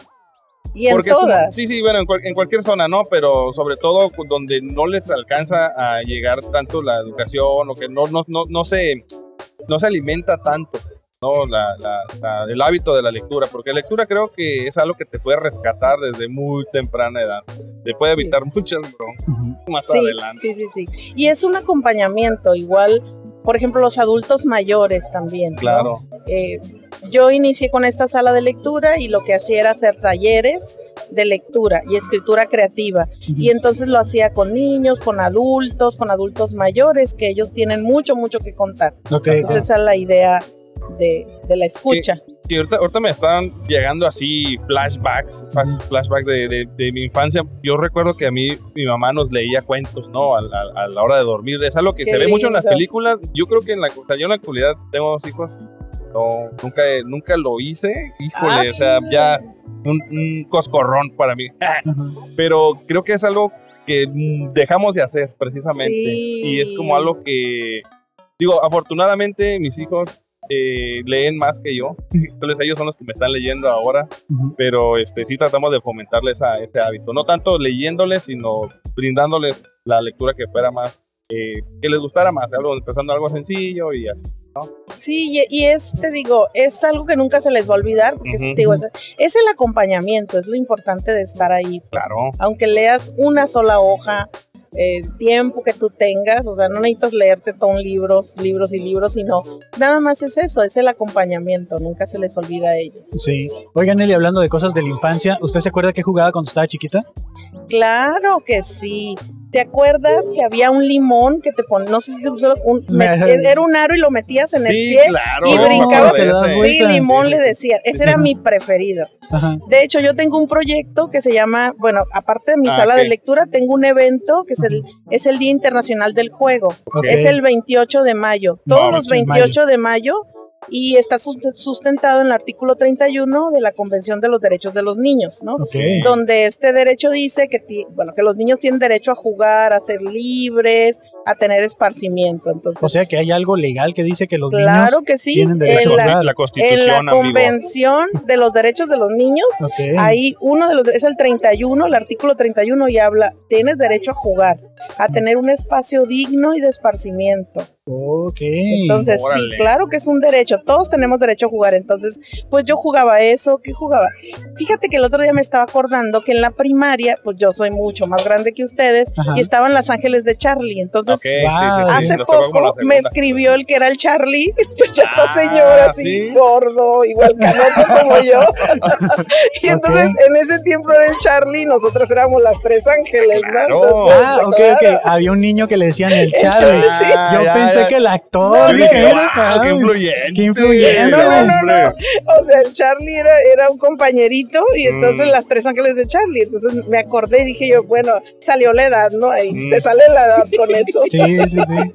S6: Y en
S2: porque es como-
S6: todas.
S2: sí, sí, bueno, en, cual- en cualquier zona, ¿no? Pero sobre todo cu- donde no les alcanza a llegar tanto la educación o que no, no, no, no, se, no se alimenta tanto. ¿no? La- la- la- el hábito de la lectura, porque la lectura creo que es algo que te puede rescatar desde muy temprana edad, te puede evitar muchas broncas
S1: Ujú.
S2: más
S6: sí,
S2: adelante.
S6: sí, sí, sí. Y es un acompañamiento, igual, por ejemplo, los adultos mayores también. ¿no?
S2: Claro,
S6: Eh, yo inicié con esta sala de lectura y lo que hacía era hacer talleres de lectura y escritura creativa. Y entonces lo hacía con niños, con adultos, con adultos mayores, que ellos tienen mucho, mucho que contar.
S1: Ok,
S6: Entonces esa es la idea de, de la escucha.
S2: que ahorita, ahorita me están llegando así flashbacks, flash- flashbacks de, de- de mi infancia. Yo recuerdo que a mí mi mamá nos leía cuentos, ¿no? A, la- a la hora de dormir. Es algo que
S6: Qué
S2: se ve mucho en las
S6: lindo.
S2: películas. Yo creo que en la, o sea, yo en la actualidad tengo dos hijos. y No, nunca, nunca lo hice. Híjole,
S6: Ah,
S2: o sea,
S6: sí.
S2: ya un, un coscorrón para mí.
S1: Ujú.
S2: Pero creo que es algo que mm, dejamos de hacer precisamente.
S6: Sí.
S2: Y es como algo que, digo, afortunadamente mis hijos eh, leen más que yo. Entonces ellos son los que me están leyendo ahora.
S1: Ujú.
S2: Pero este, sí tratamos de fomentarles a ese hábito. No tanto leyéndoles, sino brindándoles la lectura que fuera más, eh, que les gustara más. Algo, empezando algo sencillo y así.
S6: Sí, y, y es, te digo, es algo que nunca se les va a olvidar, porque es,
S2: Ujú.
S6: te digo, es, es el acompañamiento, es lo importante de estar ahí. pues.
S2: Claro.
S6: Aunque leas una sola hoja, eh, el tiempo que tú tengas, o sea, no necesitas leerte todos libros, libros y libros, sino nada más es eso, es el acompañamiento, nunca se les olvida a ellos.
S1: Sí. Oigan, Eli, hablando de cosas de la infancia, ¿usted se acuerda que jugaba cuando estaba chiquita?
S6: Claro que sí. ¿Te acuerdas que había un limón que te ponías, no sé si te pusieron un-
S1: Me-
S6: met- era un aro y lo metías en el
S2: Sí,
S6: pie?
S2: claro. me
S6: y
S2: acuerdo
S6: brincabas-
S2: de
S1: Te das
S2: ese.
S6: Sí,
S1: vuelta.
S2: Sí,
S6: limón
S2: sí,
S6: le
S2: sí.
S6: decían. Ese era
S1: Ajá.
S6: mi preferido.
S1: Ajá.
S6: De hecho, yo tengo un proyecto que se llama, bueno, aparte de mi
S2: Ah,
S6: sala
S2: ok.
S6: de lectura, tengo un evento que es el, es el Día Internacional del Juego.
S1: Ok.
S6: Es el 28 de mayo. Todos
S2: No,
S6: los
S1: 28 de
S6: 28 de mayo y está sust- sustentado en el artículo 31 de la Convención de los Derechos de los Niños, ¿no?
S1: Ok.
S6: donde este derecho dice que, ti- bueno, que los niños tienen derecho a jugar, a ser libres, a tener esparcimiento. Entonces,
S1: O sea que hay algo legal que dice que los
S6: claro que sí,
S1: tienen derecho
S6: en
S1: a
S6: la,
S1: jugar.
S2: La
S6: en la
S2: constitución, amigo.
S6: Convención de los Derechos de los Niños,
S1: niños. Ok.
S6: ahí uno de los, es el 31, el artículo 31 y habla, tienes derecho a jugar,
S1: Mm.
S6: a tener un espacio digno y de esparcimiento.
S1: Ok.
S6: Entonces, sí,
S2: Órale.
S6: claro que es un derecho. Todos tenemos derecho a jugar. Entonces, pues yo jugaba eso. ¿Qué jugaba? Fíjate que el otro día me estaba acordando que en la primaria, pues yo soy mucho más grande que ustedes,
S1: Ajá.
S6: y estaban Las Ángeles de Charlie. Entonces,
S2: Ok, sí, sí, sí,
S6: hace
S2: nos tocó como la
S6: poco me
S2: segunda.
S6: escribió el que era el Charlie. Entonces, ya esta
S2: Ah,
S6: señora así,
S2: ¿sí?
S6: gordo, igual canoso como yo. y
S1: Ok.
S6: entonces, en ese tiempo era el Charlie, y nosotros éramos las tres ángeles, ¿no?
S2: Claro.
S6: Entonces,
S1: Ah, ok,
S6: claro.
S1: ok. Había un niño que le decían el Charlie.
S6: Charlie,
S1: Yo
S6: sí.
S2: Ah, ya,
S1: pensé
S2: ya.
S1: que el
S2: Yo
S1: actor.
S2: dije,
S1: que era,
S2: "Wow, qué
S1: ay".
S2: influyente.
S1: qué influyente.
S6: "Ah, No, no, no,
S2: hombre.
S6: no. O sea, el Charlie era, era un compañerito y entonces
S2: Mm.
S6: las tres ángeles de Charlie. Entonces me acordé y dije yo, bueno, salió la edad, ¿no? Ahí
S2: Mm.
S6: te sale la edad con eso.
S1: Sí, sí, sí.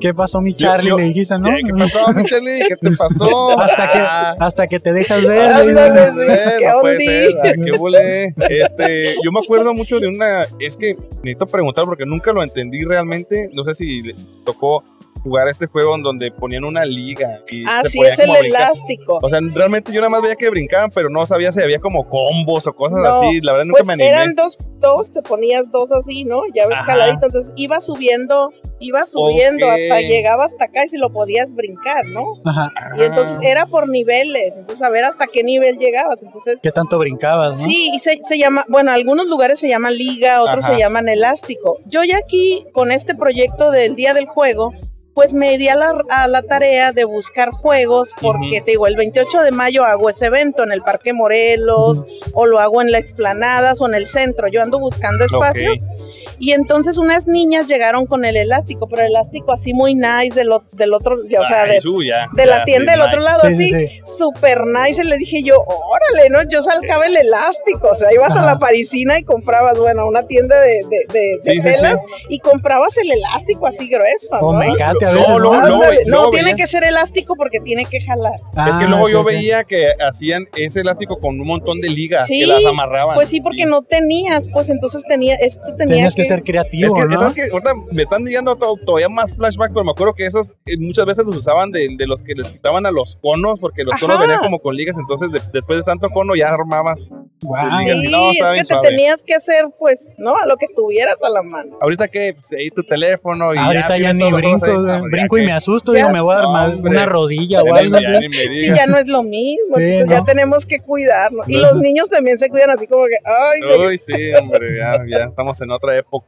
S1: ¿Qué pasó, mi Charlie?
S2: yo-
S1: le dijiste, ¿no?
S2: ¿Qué pasó, mi Charlie? ¿Qué te pasó?
S1: hasta, que,
S2: Ah.
S1: hasta que te dejas ver.
S6: Ah,
S1: le dices,
S6: ándale.
S2: Pues, eh,
S6: ¿Qué
S2: no puede
S6: ondi?
S2: ser, ah, qué volé. Este, yo me acuerdo mucho de una. Es que necesito preguntar porque nunca lo entendí realmente. No sé si le tocó jugar este juego en donde ponían una liga. Y te
S6: Así
S2: ponían
S6: Ah, es el
S2: como a brincar.
S6: elástico.
S2: O sea, realmente yo nada más veía que brincaban, pero no sabía si había como combos o cosas
S6: No,
S2: así. La verdad, nunca
S6: Pues
S2: me animé.
S6: eran dos, dos, te ponías dos así, ¿no? Ya ves
S2: Ajá.
S6: jaladito, entonces iba subiendo, iba subiendo
S2: Ok.
S6: hasta llegaba hasta acá y si lo podías brincar, ¿no?
S1: Ajá,
S6: Y entonces era por niveles, entonces a ver hasta qué nivel llegabas, entonces
S1: ¿Qué tanto brincabas, no?
S6: Sí, y se, se llama, bueno, algunos lugares se llaman liga, otros
S2: Ajá.
S6: se llaman elástico. Yo ya aquí, con este proyecto del Día del Juego, pues me di a la, a la tarea de buscar juegos, porque te digo, el 28 de mayo hago ese evento en el Parque Morelos, o lo hago en la Explanadas o en el centro. Yo ando buscando espacios. Y entonces unas niñas llegaron con el elástico, pero el elástico así muy nice del, o- del otro, o sea,
S2: Ah, Ay,
S6: de,
S2: su, ya,
S6: de la
S2: ya,
S6: tienda
S2: sí,
S6: del otro
S2: nice.
S6: lado,
S1: Sí,
S6: así
S1: sí, sí.
S6: super nice. Y le dije yo, órale, ¿no? Yo salcaba el elástico. O sea, ibas a
S1: Ajá.
S6: la parisina y comprabas, bueno, una tienda de, de, de- de
S2: Sí, sí, sí.
S6: telas y comprabas el elástico así grueso,
S1: O
S6: ¿no?
S1: mecate a
S2: No,
S1: veces.
S2: no,
S1: ¿no?
S6: Ándale,
S2: luego-
S6: no,
S2: luego
S6: tiene
S2: veía-
S6: que ser elástico porque tiene que jalar.
S2: Es que
S1: Ah,
S2: luego yo
S1: ok, ok.
S2: veía que hacían ese elástico con un montón de ligas
S6: Sí,
S2: que las amarraban.
S6: Pues sí, porque no tenías, pues entonces tenía, esto tenía
S1: Tenías que ser creativo,
S2: Es que,
S1: ¿no?
S2: ¿sabes qué? Ahorita me están llegando to- todavía más flashbacks, pero me acuerdo que esos eh, muchas veces los usaban de, de los que les quitaban a los conos, porque los conos
S6: Ajá.
S2: venían como con ligas, entonces de- después de tanto cono ya armabas.
S1: Guau.
S2: Sí,
S6: Sí,
S2: No,
S6: es
S2: estaba
S6: que
S2: bien
S6: te
S2: suave.
S6: tenías que hacer, pues, ¿no? A lo que tuvieras a la mano.
S2: Ahorita que pues, ahí tu teléfono y
S1: Ahorita ya,
S2: tienes
S1: ni
S2: todos los
S1: brinco,
S2: juegos ahí.
S1: güey.
S2: Ah,
S1: brinco y
S2: ya
S1: me asusto,
S6: Ya
S1: digo, me voy a dar
S2: sé,
S1: mal
S2: hombre.
S1: una rodilla
S2: que-
S1: o
S2: ya
S1: algo
S2: ni- ya
S1: así.
S2: ni me
S6: Sí,
S2: digas.
S6: ya no es lo mismo,
S1: Sí,
S6: entonces
S1: ¿no?
S6: ya tenemos que cuidarnos. Y los niños también se cuidan así como que, ay, de-
S2: Uy, sí, hombre, ya, ya estamos en otra época.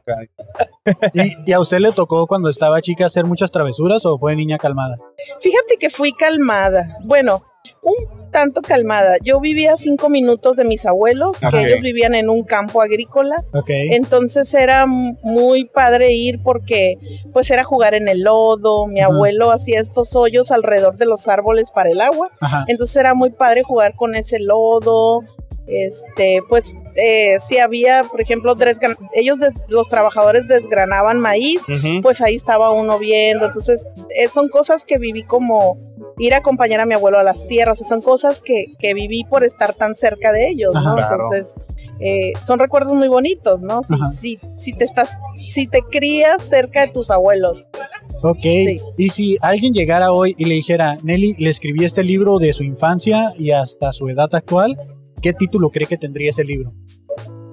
S1: ¿Y, y a usted le tocó cuando estaba chica hacer muchas travesuras o fue niña calmada?
S6: Fíjate que fui calmada. Bueno, un tanto calmada. Yo vivía a cinco minutos de mis abuelos,
S2: Ajá.
S6: que ellos vivían en un campo agrícola.
S1: Ok.
S6: Entonces era m- muy padre ir porque pues era jugar en el lodo. Mi
S1: Ajá.
S6: abuelo hacía estos hoyos alrededor de los árboles para el agua.
S1: Ajá.
S6: Entonces era muy padre jugar con ese lodo. Este, pues eh, si había, por ejemplo, desgra- ellos, des- los trabajadores desgranaban maíz pues ahí estaba uno viendo. Entonces, eh, son cosas que viví como ir a acompañar a mi abuelo a las tierras. O sea, son cosas que, que viví por estar tan cerca de ellos, ¿no?
S1: Ajá.
S2: Claro.
S6: Entonces, eh, son recuerdos muy bonitos, ¿no? Si,
S1: Ajá.
S6: si, si te estás, si te crías cerca de tus abuelos.
S1: Ok. Y si alguien llegara hoy y le dijera, Nelly, le escribí este libro de su infancia y hasta su edad actual, ¿qué título cree que tendría ese libro?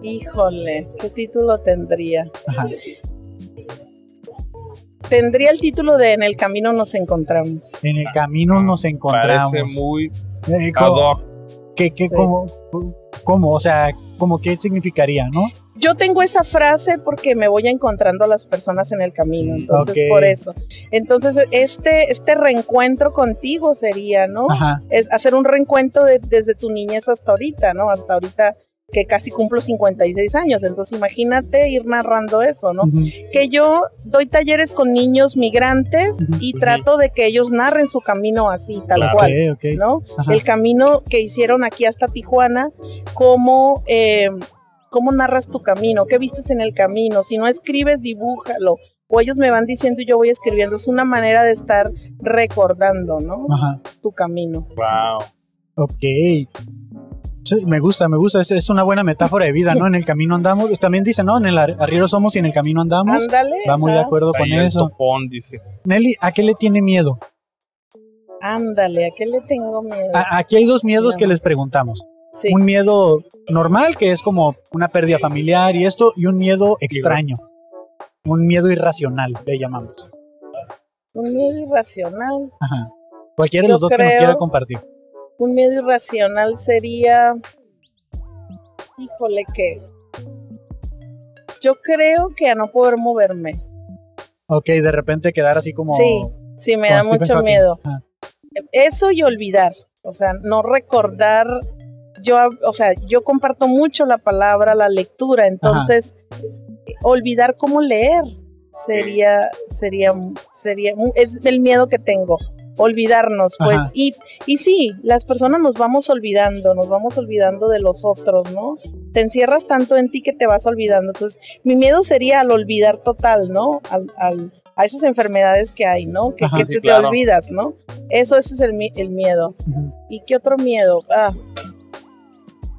S6: Híjole, ¿qué título tendría?
S1: Ajá.
S6: Tendría el título de En el camino nos encontramos.
S1: En el camino nos encontramos.
S2: Ah, Parece muy
S1: Eh,
S2: ad
S1: co-
S2: hoc.
S1: ¿qué- qué-
S6: Sí.
S1: cómo, cómo? O sea, ¿cómo qué significaría, no?
S6: Yo tengo esa frase porque me voy encontrando a las personas en el camino, entonces
S1: Mm, ok.
S6: por eso. Entonces este, este reencuentro contigo sería, ¿no?
S1: Ajá.
S6: Es hacer un reencuentro de- desde tu niñez hasta ahorita, ¿no? Hasta ahorita que casi cumplo 56 años, entonces imagínate ir narrando eso, ¿no?
S1: Ujú.
S6: Que yo doy talleres con niños migrantes
S1: Ujú.
S6: y trato de que ellos narren su camino así, tal
S2: Claro.
S6: cual,
S1: Ok, ok.
S6: ¿no?
S1: Ajá.
S6: el camino que hicieron aquí hasta Tijuana, cómo, eh, cómo narras tu camino, qué vistes en el camino, si no escribes, dibújalo. O ellos me van diciendo y yo voy escribiendo. Es una manera de estar recordando, ¿no?
S1: Ajá.
S6: Tu camino.
S2: Wow.
S1: Ok. Sí, me gusta, me gusta. Es, es una buena metáfora de vida, ¿no? En el camino andamos. También dice, ¿no? En el ar- arriero somos y en el camino andamos.
S6: Ándale.
S1: Va muy de
S6: ajá.
S1: acuerdo con
S2: Ahí el
S1: eso.
S2: topón, dice.
S1: Nelly, ¿a qué le tiene miedo?
S6: Ándale, ¿a qué le tengo miedo?
S1: A- aquí hay dos miedos
S6: Miedo.
S1: que les preguntamos.
S6: Sí.
S1: Ah, Un miedo normal, que es como una pérdida familiar y esto, y un miedo extraño. Un miedo irracional, le llamamos.
S6: Un miedo irracional.
S1: Ajá. Cualquiera de
S6: Yo
S1: los dos que nos
S6: creo-
S1: quiera compartir.
S6: Un miedo irracional sería. Híjole, ¿qué? Yo creo que a no poder moverme.
S1: Ok, de repente quedar así como...
S6: Sí, sí, me
S1: como
S6: da
S1: Stephen
S6: mucho
S1: Hawking.
S6: miedo.
S1: Ajá.
S6: Eso y olvidar, o sea, no recordar. Yo, hab- o sea, yo comparto mucho la palabra, la lectura, entonces olvidar cómo leer sería, sería, sería, es el miedo que tengo, olvidarnos, pues.
S1: Ajá.
S6: Y, y sí, las personas nos vamos olvidando, nos vamos olvidando de los otros, ¿no? Te encierras tanto en ti que te vas olvidando. Entonces, mi miedo sería al olvidar total, ¿no? Al, al a esas enfermedades que hay, ¿no? Que,
S1: Ajá,
S6: que
S5: sí,
S6: te, te
S5: claro.
S6: olvidas, ¿no? Eso, ese es el, mi- el miedo.
S1: Ujú.
S6: ¿Y qué otro miedo? Ah,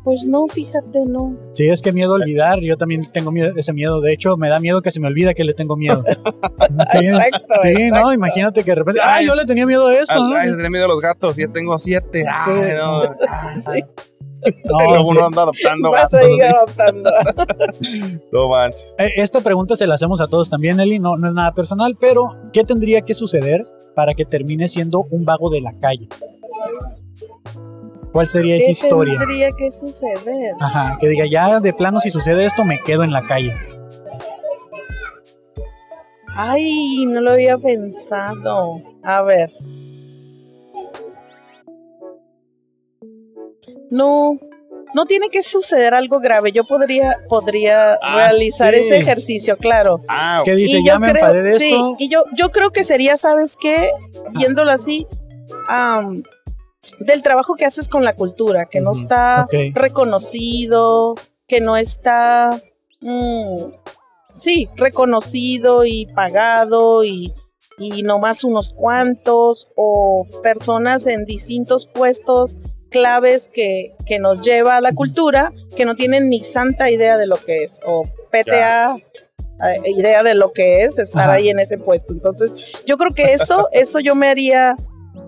S6: pues no, fíjate, no.
S1: Sí, es que miedo a olvidar. Yo también tengo miedo, ese miedo. De hecho, me da miedo que se me olvida que le tengo miedo. Sí,
S6: Exacto,
S1: sí,
S6: exacto.
S1: no, imagínate que de repente.
S2: Sí,
S1: ¡Ay,
S2: ay,
S1: yo le tenía miedo a eso!
S2: Ay,
S1: ¿no?
S2: ay, le tenía miedo a los gatos, ya tengo siete. Ay, no.
S1: No,
S2: Luego
S1: Ah, sí.
S2: uno anda adoptando
S6: Vas
S2: gatos.
S6: a ir
S2: así.
S6: adoptando.
S2: No manches.
S1: Eh, Esta pregunta se la hacemos a todos también, Eli. No, no es nada personal, pero ¿qué tendría que suceder para que termine siendo un vago de la calle? ¿Cuál sería esa
S6: ¿Qué
S1: historia?
S6: tendría que suceder?
S1: Ajá, que diga, ya de plano, si sucede esto, me quedo en la calle.
S6: Ay, no lo había pensado. A ver. No, no tiene que suceder algo grave. Yo podría, podría
S2: Ah,
S6: realizar
S2: sí.
S6: ese ejercicio, claro.
S2: Ah,
S1: Que dice,
S6: Y
S1: ya
S6: yo
S1: me
S6: creo-
S1: enfadé de
S6: sí,
S1: esto. Ah.
S6: y yo, yo creo que sería, ¿sabes qué? Viéndolo así, am, del trabajo que haces con la cultura, que no
S1: Ujú,
S6: está
S1: ok.
S6: reconocido, que no está, mm, sí, reconocido y pagado y, y nomás unos cuantos o personas en distintos puestos claves que, que nos lleva a la cultura que no tienen ni santa idea de lo que es o PTA eh, idea de lo que es estar
S1: Ajá.
S6: ahí en ese puesto. Entonces, yo creo que eso, eso yo me haría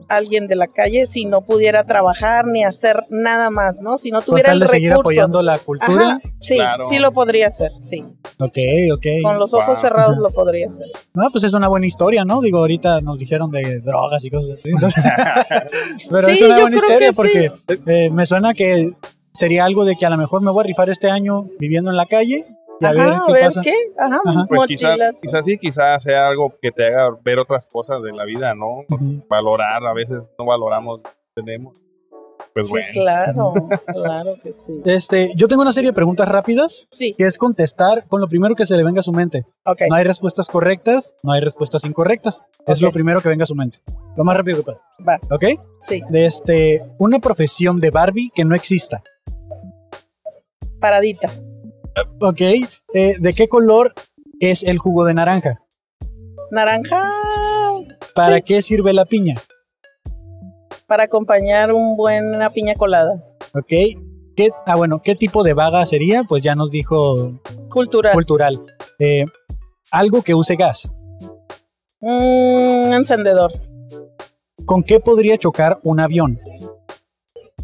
S6: alguien de la calle si no pudiera trabajar ni hacer nada más, ¿no? Si no
S1: Con
S6: tuviera
S1: tal de
S6: el
S1: seguir
S6: recurso.
S1: apoyando la cultura.
S6: Ajá, sí,
S4: Claro.
S6: sí lo podría hacer, sí.
S1: Ok, ok.
S6: Con los ojos
S4: Wow.
S6: cerrados
S1: Ajá.
S6: lo podría hacer.
S1: No, pues es una buena historia, ¿no? Digo, ahorita nos dijeron de drogas y cosas así. entonces- Pero es
S6: Sí,
S1: una
S6: yo
S1: buena historia
S6: creo que
S1: porque eh, me suena que sería algo de que a lo mejor me voy a rifar este año viviendo en la calle y a
S6: Ajá,
S1: ver qué pasa.
S6: Ajá,
S1: Ajá.
S2: pues quizás
S6: mochilas.
S2: quizá sí, quizás sea algo que te haga ver otras cosas de la vida, ¿no? O sea,
S1: Ujú.
S2: Valorar, a veces no valoramos, tenemos. Pues
S6: sí,
S2: bueno.
S6: claro, claro que sí.
S1: Este, yo tengo una serie de preguntas rápidas
S6: Sí,
S1: que es contestar con lo primero que se le venga a su mente.
S6: ok.
S1: No hay respuestas correctas, no hay respuestas incorrectas. Es
S6: Ok.
S1: lo primero que venga a su mente. Lo más rápido que pueda.
S6: Va.
S1: ¿Ok?
S6: Sí,
S1: De este, una profesión de Barbie que no exista.
S6: paradita.
S1: ¿Ok? Eh, ¿De qué color es el jugo de naranja?
S6: Naranja
S1: ¿Para qué sirve la piña?
S6: para acompañar un buen, una piña colada.
S1: ¿Ok? ¿Qué, ah, bueno, ¿qué tipo de vaga sería? Pues ya nos dijo
S6: Cultural.
S1: cultural. Eh, algo que use gas.
S6: Un encendedor.
S1: ¿Con qué podría chocar un avión?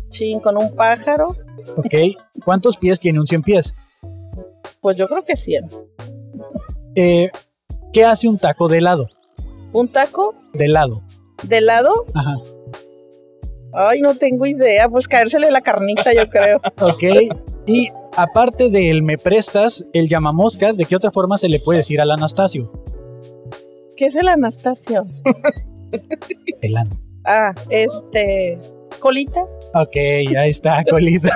S6: Chin, con un pájaro.
S1: ¿Ok? ¿Cuántos pies tiene un 100 pies?
S6: Pues yo creo que 100.
S1: Eh, ¿Qué hace un taco de helado?
S6: Un taco
S1: De helado.
S6: de lado.
S1: Ajá.
S6: Ay, no tengo idea. Pues caérsele la carnita, yo creo.
S1: Ok. Y aparte del me prestas, el llamamoscas, ¿de qué otra forma se le puede decir al Anastasio?
S6: ¿Qué es el Anastasio?
S1: El ano.
S6: Ah, este. Colita.
S1: Ok, ahí está, colita.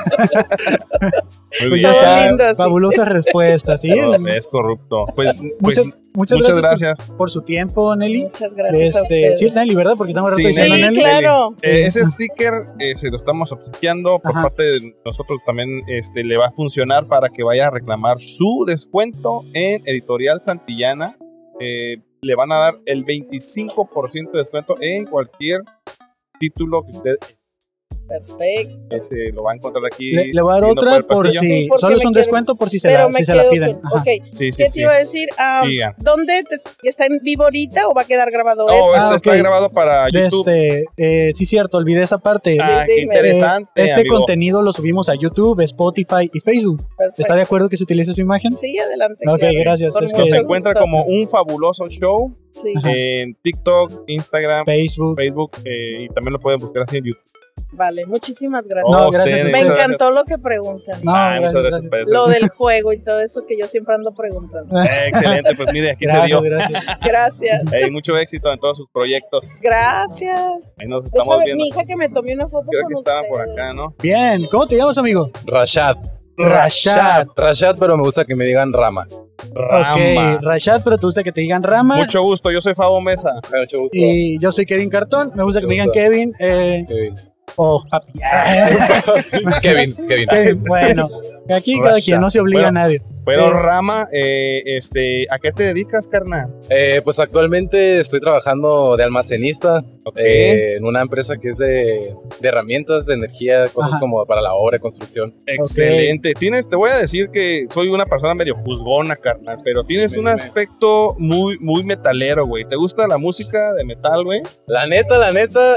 S2: Muy
S1: Pues
S2: bien.
S1: ya está.
S6: lindo, sí.
S1: Fabulosas respuestas, ¿sí?
S2: Todos es corrupto. Pues, pues
S1: Muchas, muchas gracias,
S2: gracias.
S1: Por, por su tiempo, Nelly.
S6: Muchas gracias a
S1: Este,
S6: ustedes.
S1: sí, es Nelly, ¿verdad? Porque tengo rato
S2: Sí,
S1: diciendo
S6: Sí,
S1: Nelly.
S6: claro.
S2: Eh, ese sticker eh, se lo estamos obsequiando por
S1: Ajá.
S2: parte de nosotros también este, le va a funcionar para que vaya a reclamar su descuento en Editorial Santillana. Eh, le van a dar el 25% de descuento en cualquier título que usted
S6: Perfecto.
S2: ese, lo va a encontrar aquí.
S1: Le, le voy a dar
S2: yendo
S1: otra
S2: el
S1: por
S2: pasillo.
S1: si.
S6: Sí, porque
S1: solo es
S6: me
S1: un
S6: quiero-
S1: descuento por si se
S6: Pero
S1: la,
S6: me
S1: si se
S6: quedo
S1: la piden.
S6: con-
S1: Ajá.
S6: Ok.
S2: Sí, sí,
S6: ¿Qué te
S2: sí.
S6: iba a decir? Ah,
S2: Diga.
S6: ¿Dónde te- está en vivo ahorita o va a quedar grabado
S2: No,
S6: eso?
S2: este
S1: Ah,
S2: está
S1: ok.
S2: grabado para
S1: De
S2: YouTube.
S1: Este, eh, sí, cierto, olvidé esa parte.
S2: Ah,
S6: Sí,
S2: qué
S6: dime.
S2: interesante.
S1: Eh, este
S2: amigo.
S1: contenido lo subimos a YouTube, Spotify y Facebook.
S6: Perfecto.
S1: ¿Está de acuerdo que se utilice su imagen?
S6: Sí, adelante.
S1: Ok,
S6: claro.
S1: gracias.
S6: Con
S1: Es que
S2: Nos
S6: mucho
S2: encuentra
S6: gusto.
S2: como un fabuloso show
S6: Sí.
S1: Ajá.
S2: en TikTok, Instagram,
S1: Facebook.
S2: Facebook eh, y también lo pueden buscar así en YouTube.
S6: Vale, muchísimas gracias.
S1: No,
S2: Oh,
S1: gracias a
S2: ustedes.
S6: Me
S1: muchas
S6: encantó lo que preguntan.
S1: No,
S2: Ah, muchas
S1: gracias,
S2: gracias.
S1: gracias.
S2: Pedro.
S6: Lo del juego y todo eso que yo siempre ando preguntando.
S2: Eh, excelente, pues mire, aquí se
S1: Gracias,
S2: dio.
S1: gracias.
S6: Gracias.
S2: Ey, mucho éxito en todos sus proyectos.
S6: Gracias.
S2: Ahí nos estamos
S6: Déjame, mi
S2: viendo.
S6: hija que me tomé una foto
S2: Creo
S6: con
S2: que
S6: ustedes.
S2: estaban por acá, ¿no?
S1: Bien, ¿cómo te llamas, amigo?
S5: Rashad.
S1: Rashad.
S5: Rashad, pero me gusta que me digan Rama.
S2: Rama.
S1: Ok, Rashad, pero te gusta que te digan Rama.
S2: Mucho gusto, yo soy Fabo Mesa.
S5: Me da mucho gusto.
S1: Y yo soy Kevin Cartón. Me gusta que me digan
S5: Mucho
S1: Kevin eh,
S5: Kevin.
S1: o papi.
S5: Kevin, Kevin.
S1: Kevin, Bueno, aquí cada
S2: Rashad.
S1: quien, no se obliga
S2: Bueno,
S1: a nadie.
S2: Pero
S1: Eh.
S2: Rama, eh, este, ¿a qué te dedicas, carnal?
S5: Eh, pues actualmente estoy trabajando de almacenista
S2: Ok.
S5: eh, en una empresa que es de, de herramientas, de energía, cosas
S1: Ajá.
S5: como para la obra, construcción.
S2: Excelente. Tienes, te voy a decir que soy una persona medio juzgona, carnal, pero tienes
S4: Dime,
S2: un
S4: dime.
S2: aspecto muy, muy metalero, güey. ¿Te gusta la música de metal, güey?
S5: La neta, la neta,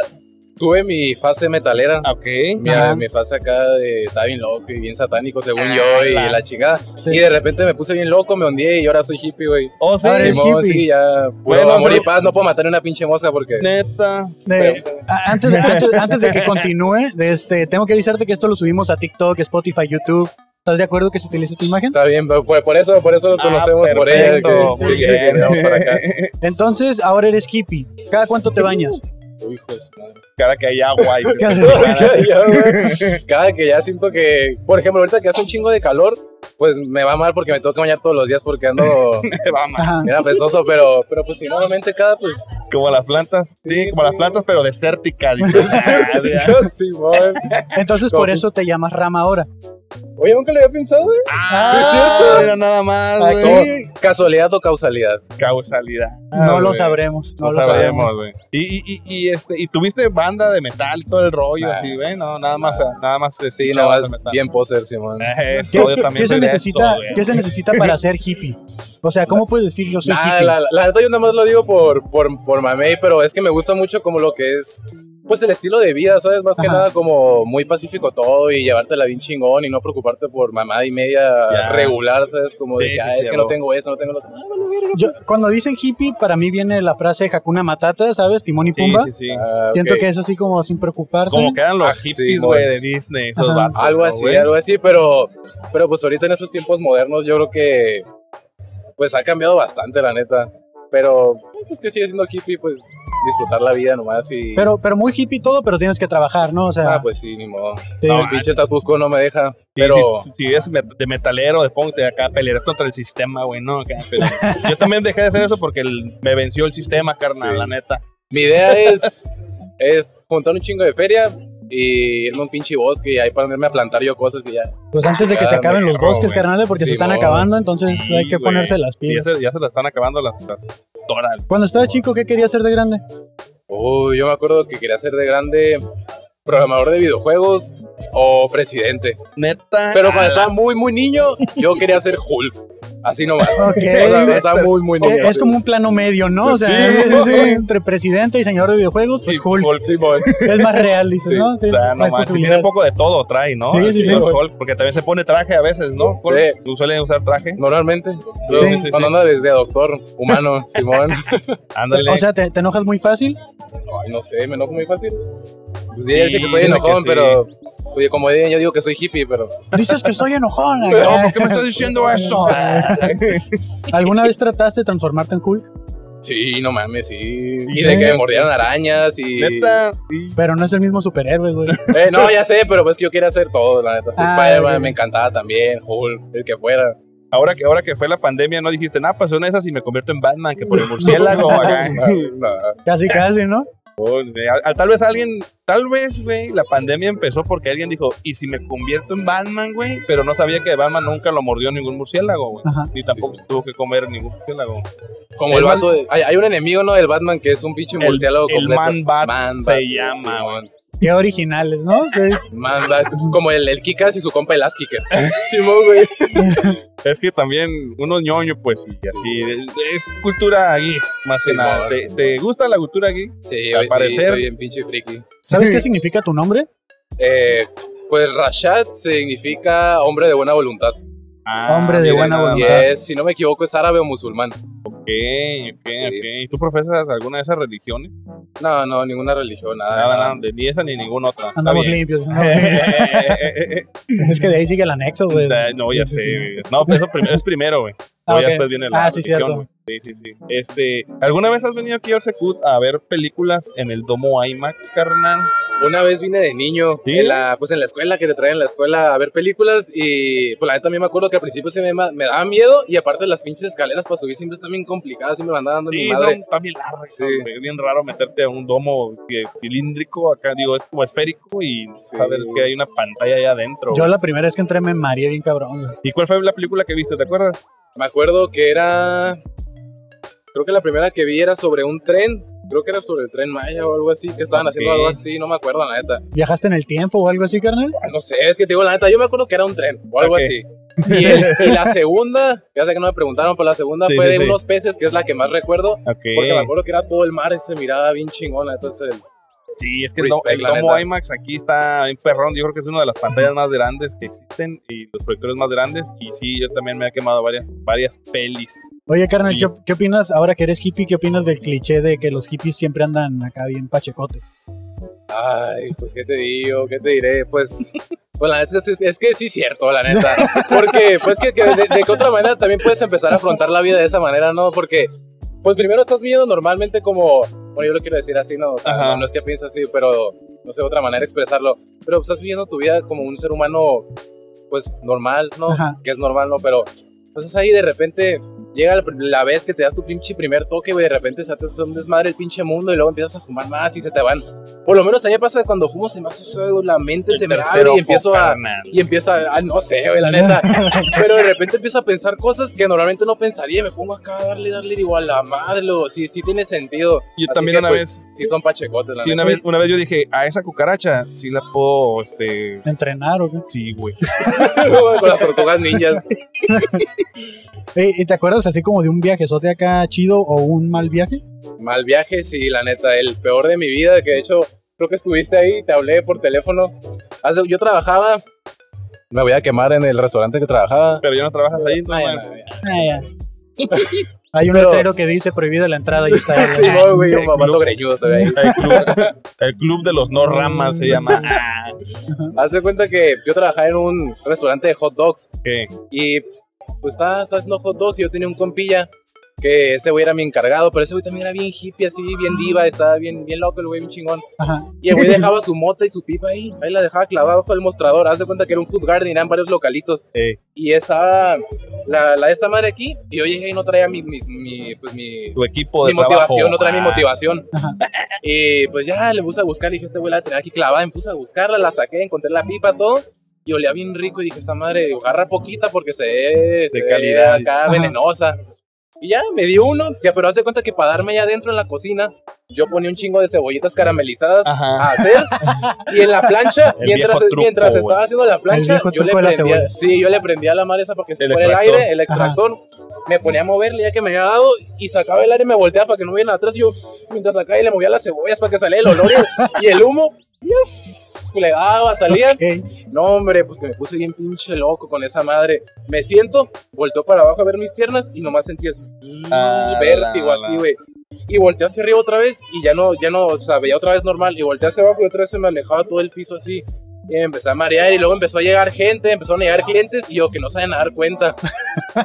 S5: tuve mi fase metalera.
S2: Ah, Ok.
S5: Mi,
S1: Ajá.
S5: mi fase acá de estaba bien loco y bien satánico según
S2: Ah,
S5: yo y
S2: la-
S5: la chingada. Y de repente me puse bien loco, me hundí y ahora soy hippie, güey.
S2: Oh, sí.
S1: Ahora eres
S5: Simón,
S1: hippie.
S5: sí, ya.
S2: Bueno,
S5: Bueno, amor
S2: soy-
S5: y paz, no puedo matar ni una pinche mosca porque.
S2: Neta.
S1: Eh, a- antes, de, antes, antes de que continúe, de este, tengo que avisarte que esto lo subimos a TikTok, Spotify, YouTube. ¿Estás de acuerdo que se utilice tu imagen?
S5: Está bien, pero por, por eso, por eso los
S2: Ah,
S5: conocemos, por ella.
S2: perfecto,
S5: que-
S2: muy
S5: que-
S2: bien.
S5: que vamos para acá.
S1: Entonces, ahora eres hippie. ¿Cada cuánto te bañas?
S5: Uy, hijo de su madre.
S2: Cada que hay agua. y se-
S5: Cada, ya, güey. Cada que ya siento que, por ejemplo, ahorita que hace un chingo de calor, pues me va mal porque me tengo que bañar todos los días porque ando,
S2: Vamos,
S1: Ajá.
S5: mira, pesoso, pero, pero pues normalmente cada, pues,
S2: como las plantas. Sí, como las plantas, pero desértica. dices. Ah, de-
S5: sí, güey.
S1: Entonces, por eso te llamas Rama ahora.
S5: Oye, nunca le había pensado, güey.
S2: Ah, Era nada más,
S5: Ah,
S2: güey.
S5: ¿cómo? ¿Casualidad o causalidad?
S2: Causalidad.
S1: No lo
S2: Ah, güey.
S1: sabremos. Ah, No,
S2: No
S1: lo sabremos.
S2: sabemos, güey. Y, y, y, y, este, y tuviste banda de metal y todo el rollo,
S5: Nah.
S2: así, güey. No, nada más, nada más. este,
S5: Sí, nada
S2: chavas de
S5: más
S2: metal.
S5: bien poser, Simón.
S2: Eh, esto,
S1: ¿Qué,
S2: yo también
S1: qué se
S2: soy de
S1: necesita,
S2: eso, güey.
S1: ¿Qué se necesita para ser hippie? O sea, ¿cómo puedes decir yo soy
S5: Nah,
S1: hippie?
S5: la, la- la neta yo nada más lo digo por, por, por mamey, pero es que me gusta mucho como lo que es, pues el estilo de vida, ¿sabes? Más que
S1: Ajá.
S5: nada como muy pacífico todo y llevártela bien chingón y no preocuparte por mamada y media
S2: Ya.
S5: regular, ¿sabes? Como de
S2: Sí,
S5: que,
S2: sí,
S5: "Ah,
S2: sí,
S5: es
S2: a
S5: que no
S2: huevo.
S5: tengo eso, no tengo lo otro.
S1: Yo- cuando dicen hippie, para mí viene la frase Hakuna Matata, ¿sabes? Timón y
S2: Sí,
S1: Pumba.
S2: sí, sí.
S5: Ah,
S1: Siento
S5: ok.
S1: que es así como sin preocuparse.
S2: Como que eran los
S5: Ah, sí,
S2: hippies,
S5: güey.
S2: güey, de Disney, esos
S1: Ajá.
S2: vatos,
S5: Algo
S2: ¿no,
S5: así,
S2: Ah, güey?
S5: algo así, pero, pero pues ahorita en esos tiempos modernos yo creo que pues ha cambiado bastante la neta, pero pues que sigue siendo hippie, pues disfrutar la vida nomás y...
S1: Pero, pero muy hippie todo, pero tienes que trabajar, ¿no? O sea,
S5: ah, pues sí, ni modo.
S1: te-
S5: No, el pinche status quo no me deja.
S2: Sí,
S5: Pero
S2: si, si eres met- de metalero, de punk, de acá pelearás contra el sistema, güey, no, acá, pero yo también dejé de hacer eso porque el- me venció el sistema, carnal,
S5: Sí.
S2: la neta.
S5: mi idea es, es juntar un chingo de feria y irme a un pinche bosque y ahí ponerme a plantar yo cosas y ya.
S1: pues antes de que se
S5: Ah,
S1: acaben los
S2: perro,
S1: bosques,
S2: güey.
S1: carnales, porque se
S5: Sí,
S1: están
S5: no.
S1: acabando, entonces
S2: Sí,
S1: hay que
S2: güey.
S1: ponerse las
S2: Y ya
S1: pilas.
S2: se, ya se la están acabando las, las toras.
S1: Cuando estabas chico, ¿qué querías ser de grande?
S5: Uy, yo me acuerdo que quería ser de grande programador de videojuegos o presidente.
S2: Neta.
S5: Pero cuando estaba muy, muy niño, yo quería ser Hulk. Así nomás.
S1: Ok.
S5: O sea, cuando estaba muy, muy niño.
S1: Eh, Es como un plano medio, ¿no? O sea,
S5: Sí,
S1: es-
S5: sí.
S1: entre presidente y señor de videojuegos, pues Hulk. Es más real, dices,
S5: Sí,
S1: ¿no? Sí,
S2: O sea, no
S1: más
S2: manches, tiene
S1: posibilidades.
S2: un poco de todo, trae, ¿no?
S1: Sí, sí,
S2: Así,
S1: sí.
S2: Hulk, porque también se pone traje a veces, ¿no? Hulk,
S5: Sí.
S2: ¿Tú suelen usar traje?
S5: Normalmente.
S2: Sí,
S5: Pero
S2: sí,
S5: cuando
S2: sí.
S5: anda desde doctor humano, Simón.
S2: Ándale.
S1: O sea, te, te enojas muy fácil.
S5: Ay, no sé, me enojo muy fácil. Pues
S2: Sí,
S5: sí, dice que
S2: dice
S5: soy
S2: que
S5: enojón,
S2: sí.
S5: pero. Oye, como dicen, yo digo que soy hippie, pero.
S1: Dices que soy enojón.
S2: No,
S1: acá.
S2: ¿por qué me estás diciendo eso?
S1: ¿Alguna vez trataste de transformarte en Hulk?
S5: Sí, no mames, sí. Y
S2: Sí,
S5: de que me
S2: sí.
S5: mordieran arañas y.
S2: Neta. y-
S1: Pero no es el mismo superhéroe, güey.
S5: Eh, no, ya sé, pero pues que yo quería hacer todo, la neta. Sí,
S1: Ah,
S5: Spider-Man
S1: ok.
S5: me encantaba también, Hulk, el que fuera.
S2: Ahora que, ahora que fue la pandemia, no dijiste, nada, pues una de esas y me convierto en Batman, que por el murciélago acá.
S5: Ah, No,
S1: Casi, casi, ¿no?
S2: Oh, de- al- al- tal vez alguien, tal vez, güey, la pandemia empezó porque alguien dijo, ¿y si me convierto en Batman, güey? Pero no sabía que Batman nunca lo mordió ningún murciélago, güey.
S1: Ajá.
S2: Ni tampoco se tuvo que comer ningún murciélago.
S5: Como el, vato. de- hay, hay un enemigo, ¿no? Del Batman que es un pinche
S2: El-
S5: murciélago
S2: el
S5: completo.
S2: Man Bat se
S5: Bat,
S2: llama,
S5: Simón.
S1: Qué originales, ¿no? Sí.
S5: Man Bat. Como el, el Kikas y su compa el Askicker. Simón, güey.
S2: Es que también uno ñoño, pues, y así. Es cultura geek, más que
S5: Sí,
S2: nada.
S5: no,
S2: ¿Te,
S5: sí, no.
S2: te gusta la cultura geek?
S5: Sí,
S2: Al
S5: hoy sí,
S2: parecer-
S5: soy bien pinche friki.
S1: ¿Sabes qué significa tu nombre?
S5: Eh, pues Rashad significa hombre de buena voluntad.
S2: Ah,
S1: Hombre de
S5: Sí,
S1: buena
S5: nada
S1: voluntad.
S5: más.
S1: voluntad.
S5: Y es, si no me equivoco, es árabe o musulmán.
S2: Ok, ok,
S5: Sí.
S2: ok. ¿Y ¿Tú profesas alguna de esas religiones?
S5: No, no, ninguna religión, nada.
S2: nada,
S5: nada.
S2: nada, de- ni esa ni ninguna otra. Está
S1: Ah, Andamos
S2: bien.
S1: limpios. ¿no? es que de ahí sigue el anexo, güey.
S2: Eh, no, ya
S1: Sí,
S2: sé.
S1: sí, sí.
S2: güey. No, pues eso primero es primero, güey.
S1: Ah,
S2: Luego ya
S1: ok.
S2: después viene la
S1: Ah, sí,
S2: religión,
S1: cierto.
S2: güey. Sí, sí, sí. Este, ¿Alguna vez has venido aquí al Secut a ver películas en el domo IMAX, carnal?
S5: Una vez vine de niño,
S2: ¿Sí?
S5: en la, pues en la escuela, que te traen en la escuela a ver películas y pues la neta a mí me acuerdo que al principio se me, ma- me daba miedo y aparte las pinches escaleras para subir siempre están bien complicadas y me mandaban dando mi
S2: Sí,
S5: madre.
S2: son también largas.
S5: Sí.
S2: güey. Es bien raro meterte a un domo que es cilíndrico, acá digo, es como esférico y
S5: Sí.
S2: saber que hay una pantalla allá adentro.
S1: Yo
S2: güey.
S1: la primera vez que entré me mareé bien cabrón. güey.
S2: ¿Y cuál fue la película que viste, te acuerdas?
S5: Me acuerdo que era, creo que la primera que vi era sobre un tren, creo que era sobre el tren Maya o algo así, que estaban haciendo
S2: Ok.
S5: algo así, no me acuerdo la neta.
S1: ¿Viajaste en el tiempo o algo así, carnal?
S5: Ah, No sé, es que te digo la neta, yo me acuerdo que era un tren o algo
S2: Ok.
S5: así. Y, el- y la segunda, ya sé que no me preguntaron, pero la segunda
S2: Sí,
S5: fue
S2: sí,
S5: de
S2: sí.
S5: unos peces, que es la que más recuerdo. Porque me
S2: Ok.
S5: acuerdo que era todo el mar y se miraba bien chingona. Entonces, el-
S2: Sí, es que el, do-
S5: Respect,
S2: el
S5: la
S2: domo
S5: neta.
S2: IMAX aquí está bien perrón. Yo creo que es una de las pantallas más grandes que existen y los proyectores más grandes. Y sí, yo también me he quemado varias, varias pelis.
S1: Oye, carnal,
S2: Sí.
S1: ¿qué, qué opinas, ahora que eres hippie, qué opinas del cliché de que los hippies siempre andan acá bien pachecote?
S5: ay, pues qué te digo, qué te diré. Pues, pues la neta es que, sí- es que sí es cierto, la neta. Porque, pues que, que de, de qué otra manera también puedes empezar a afrontar la vida de esa manera, ¿no? Porque, pues primero estás viendo normalmente como, bueno, yo lo quiero decir así, ¿no? O sea,
S2: Ajá.
S5: no, no es que piense así, pero no sé otra manera de expresarlo. Pero pues, estás viviendo tu vida como un ser humano, pues normal, ¿no?
S1: Ajá.
S5: Que es normal, ¿no? Pero entonces ahí de repente llega la, la vez que te das tu pinche primer toque, güey, de repente se te hace un desmadre el pinche mundo y luego empiezas a fumar más y se te van. Por lo menos a mí me pasa que cuando fumo se me hace, eso, la mente Este se me
S2: tercer
S5: abre
S2: ojo,
S5: y empiezo a...
S2: carnal.
S5: Y empiezo a, ah, no sé, güey, la neta. Pero de repente empiezo a pensar cosas que normalmente no pensaría. y Me pongo acá a darle, darle, digo, a la madre, lo, sí, sí tiene sentido.
S2: Yo
S5: Así
S2: también
S5: que,
S2: una
S5: pues,
S2: vez...
S5: Sí, son pachecotes, la
S2: Sí,
S5: neta.
S2: una vez, una vez yo dije, a esa cucaracha sí la puedo, este...
S1: ¿Entrenar o qué?
S2: Sí, güey.
S5: Con las tortugas ninjas.
S1: Ey, ¿Y te acuerdas así como de un viajezote acá chido o un mal viaje?
S5: Mal viaje, sí, la neta, el peor de mi vida, que de hecho creo que estuviste ahí, te hablé por teléfono. Hace- yo trabajaba, me voy a quemar en el restaurante que trabajaba.
S2: Pero ya no trabajas ahí, entonces,
S5: Ay,
S2: bueno.
S5: no,
S1: Hay un
S5: Pero-
S1: letrero que dice prohibida la entrada y está ahí.
S5: Sí, no, güey,
S2: Ay,
S5: un
S2: club.
S5: papato greñudo se ve ahí.
S2: El club, el club de los no ramas se llama. Ah,
S5: Haz de cuenta que yo trabajaba en un restaurante de hot dogs.
S2: ok.
S5: Y pues estaba, estaba haciendo hot dogs y yo tenía un compilla que ese güey era mi encargado, pero ese güey también era bien hippie, así, bien diva, estaba bien, bien loco el güey, bien chingón.
S1: Ajá.
S5: Y el güey dejaba su mota y su pipa ahí, ahí la dejaba clavada bajo el mostrador. Haz de cuenta que era un food garden, eran varios localitos.
S2: Ey.
S5: Y estaba la, la de esta madre aquí, y yo llegué y no traía mi, mis- mi, pues mi,
S2: Tu equipo de
S5: mi motivación,
S2: trabajo.
S5: no trae mi
S2: Ah,
S5: motivación.
S1: Ajá.
S5: Y pues ya le puse a buscar, dije, este güey la va a tener aquí clavada, me puse a buscarla, la saqué, encontré la pipa, todo. Y olía bien rico y dije, esta madre, agarra poquita porque se ve, se ve
S2: calidad,
S5: acá
S1: dices.
S5: venenosa. Y ya me dio uno, ya, pero haz de cuenta que para darme allá adentro en la cocina, yo ponía un chingo de cebollitas caramelizadas
S2: Ajá.
S5: a hacer. y en la plancha,
S2: El
S5: mientras,
S2: viejo truco,
S5: mientras
S2: güey.
S5: estaba haciendo la plancha,
S1: viejo
S5: yo le,
S1: truco de la
S5: prendía,
S1: cebolla.
S5: sí, yo le prendía la madre esa para que se
S2: El
S5: fuera el
S2: extractor.
S5: aire, el extractor. Me ponía a moverle ya que me había dado y sacaba el aire y me volteaba para que no viera atrás. Y yo, mientras sacaba y le movía las cebollas para que saliera el olor y, y el humo. y yo, le daba, salía.
S1: Ey,
S5: No, hombre, pues que me puse bien pinche loco con esa madre. Me siento, volteo para abajo a ver mis piernas y nomás sentí eso.
S2: Ah,
S5: vértigo
S2: la,
S5: así,
S2: la.
S5: güey. Y volteé hacia arriba otra vez y ya no, ya no, o sea, veía otra vez normal. Y volteé hacia abajo y otra vez se me alejaba todo el piso así. Y me empecé a marear y luego empezó a llegar gente, empezaron a llegar clientes y yo que no saben a dar cuenta.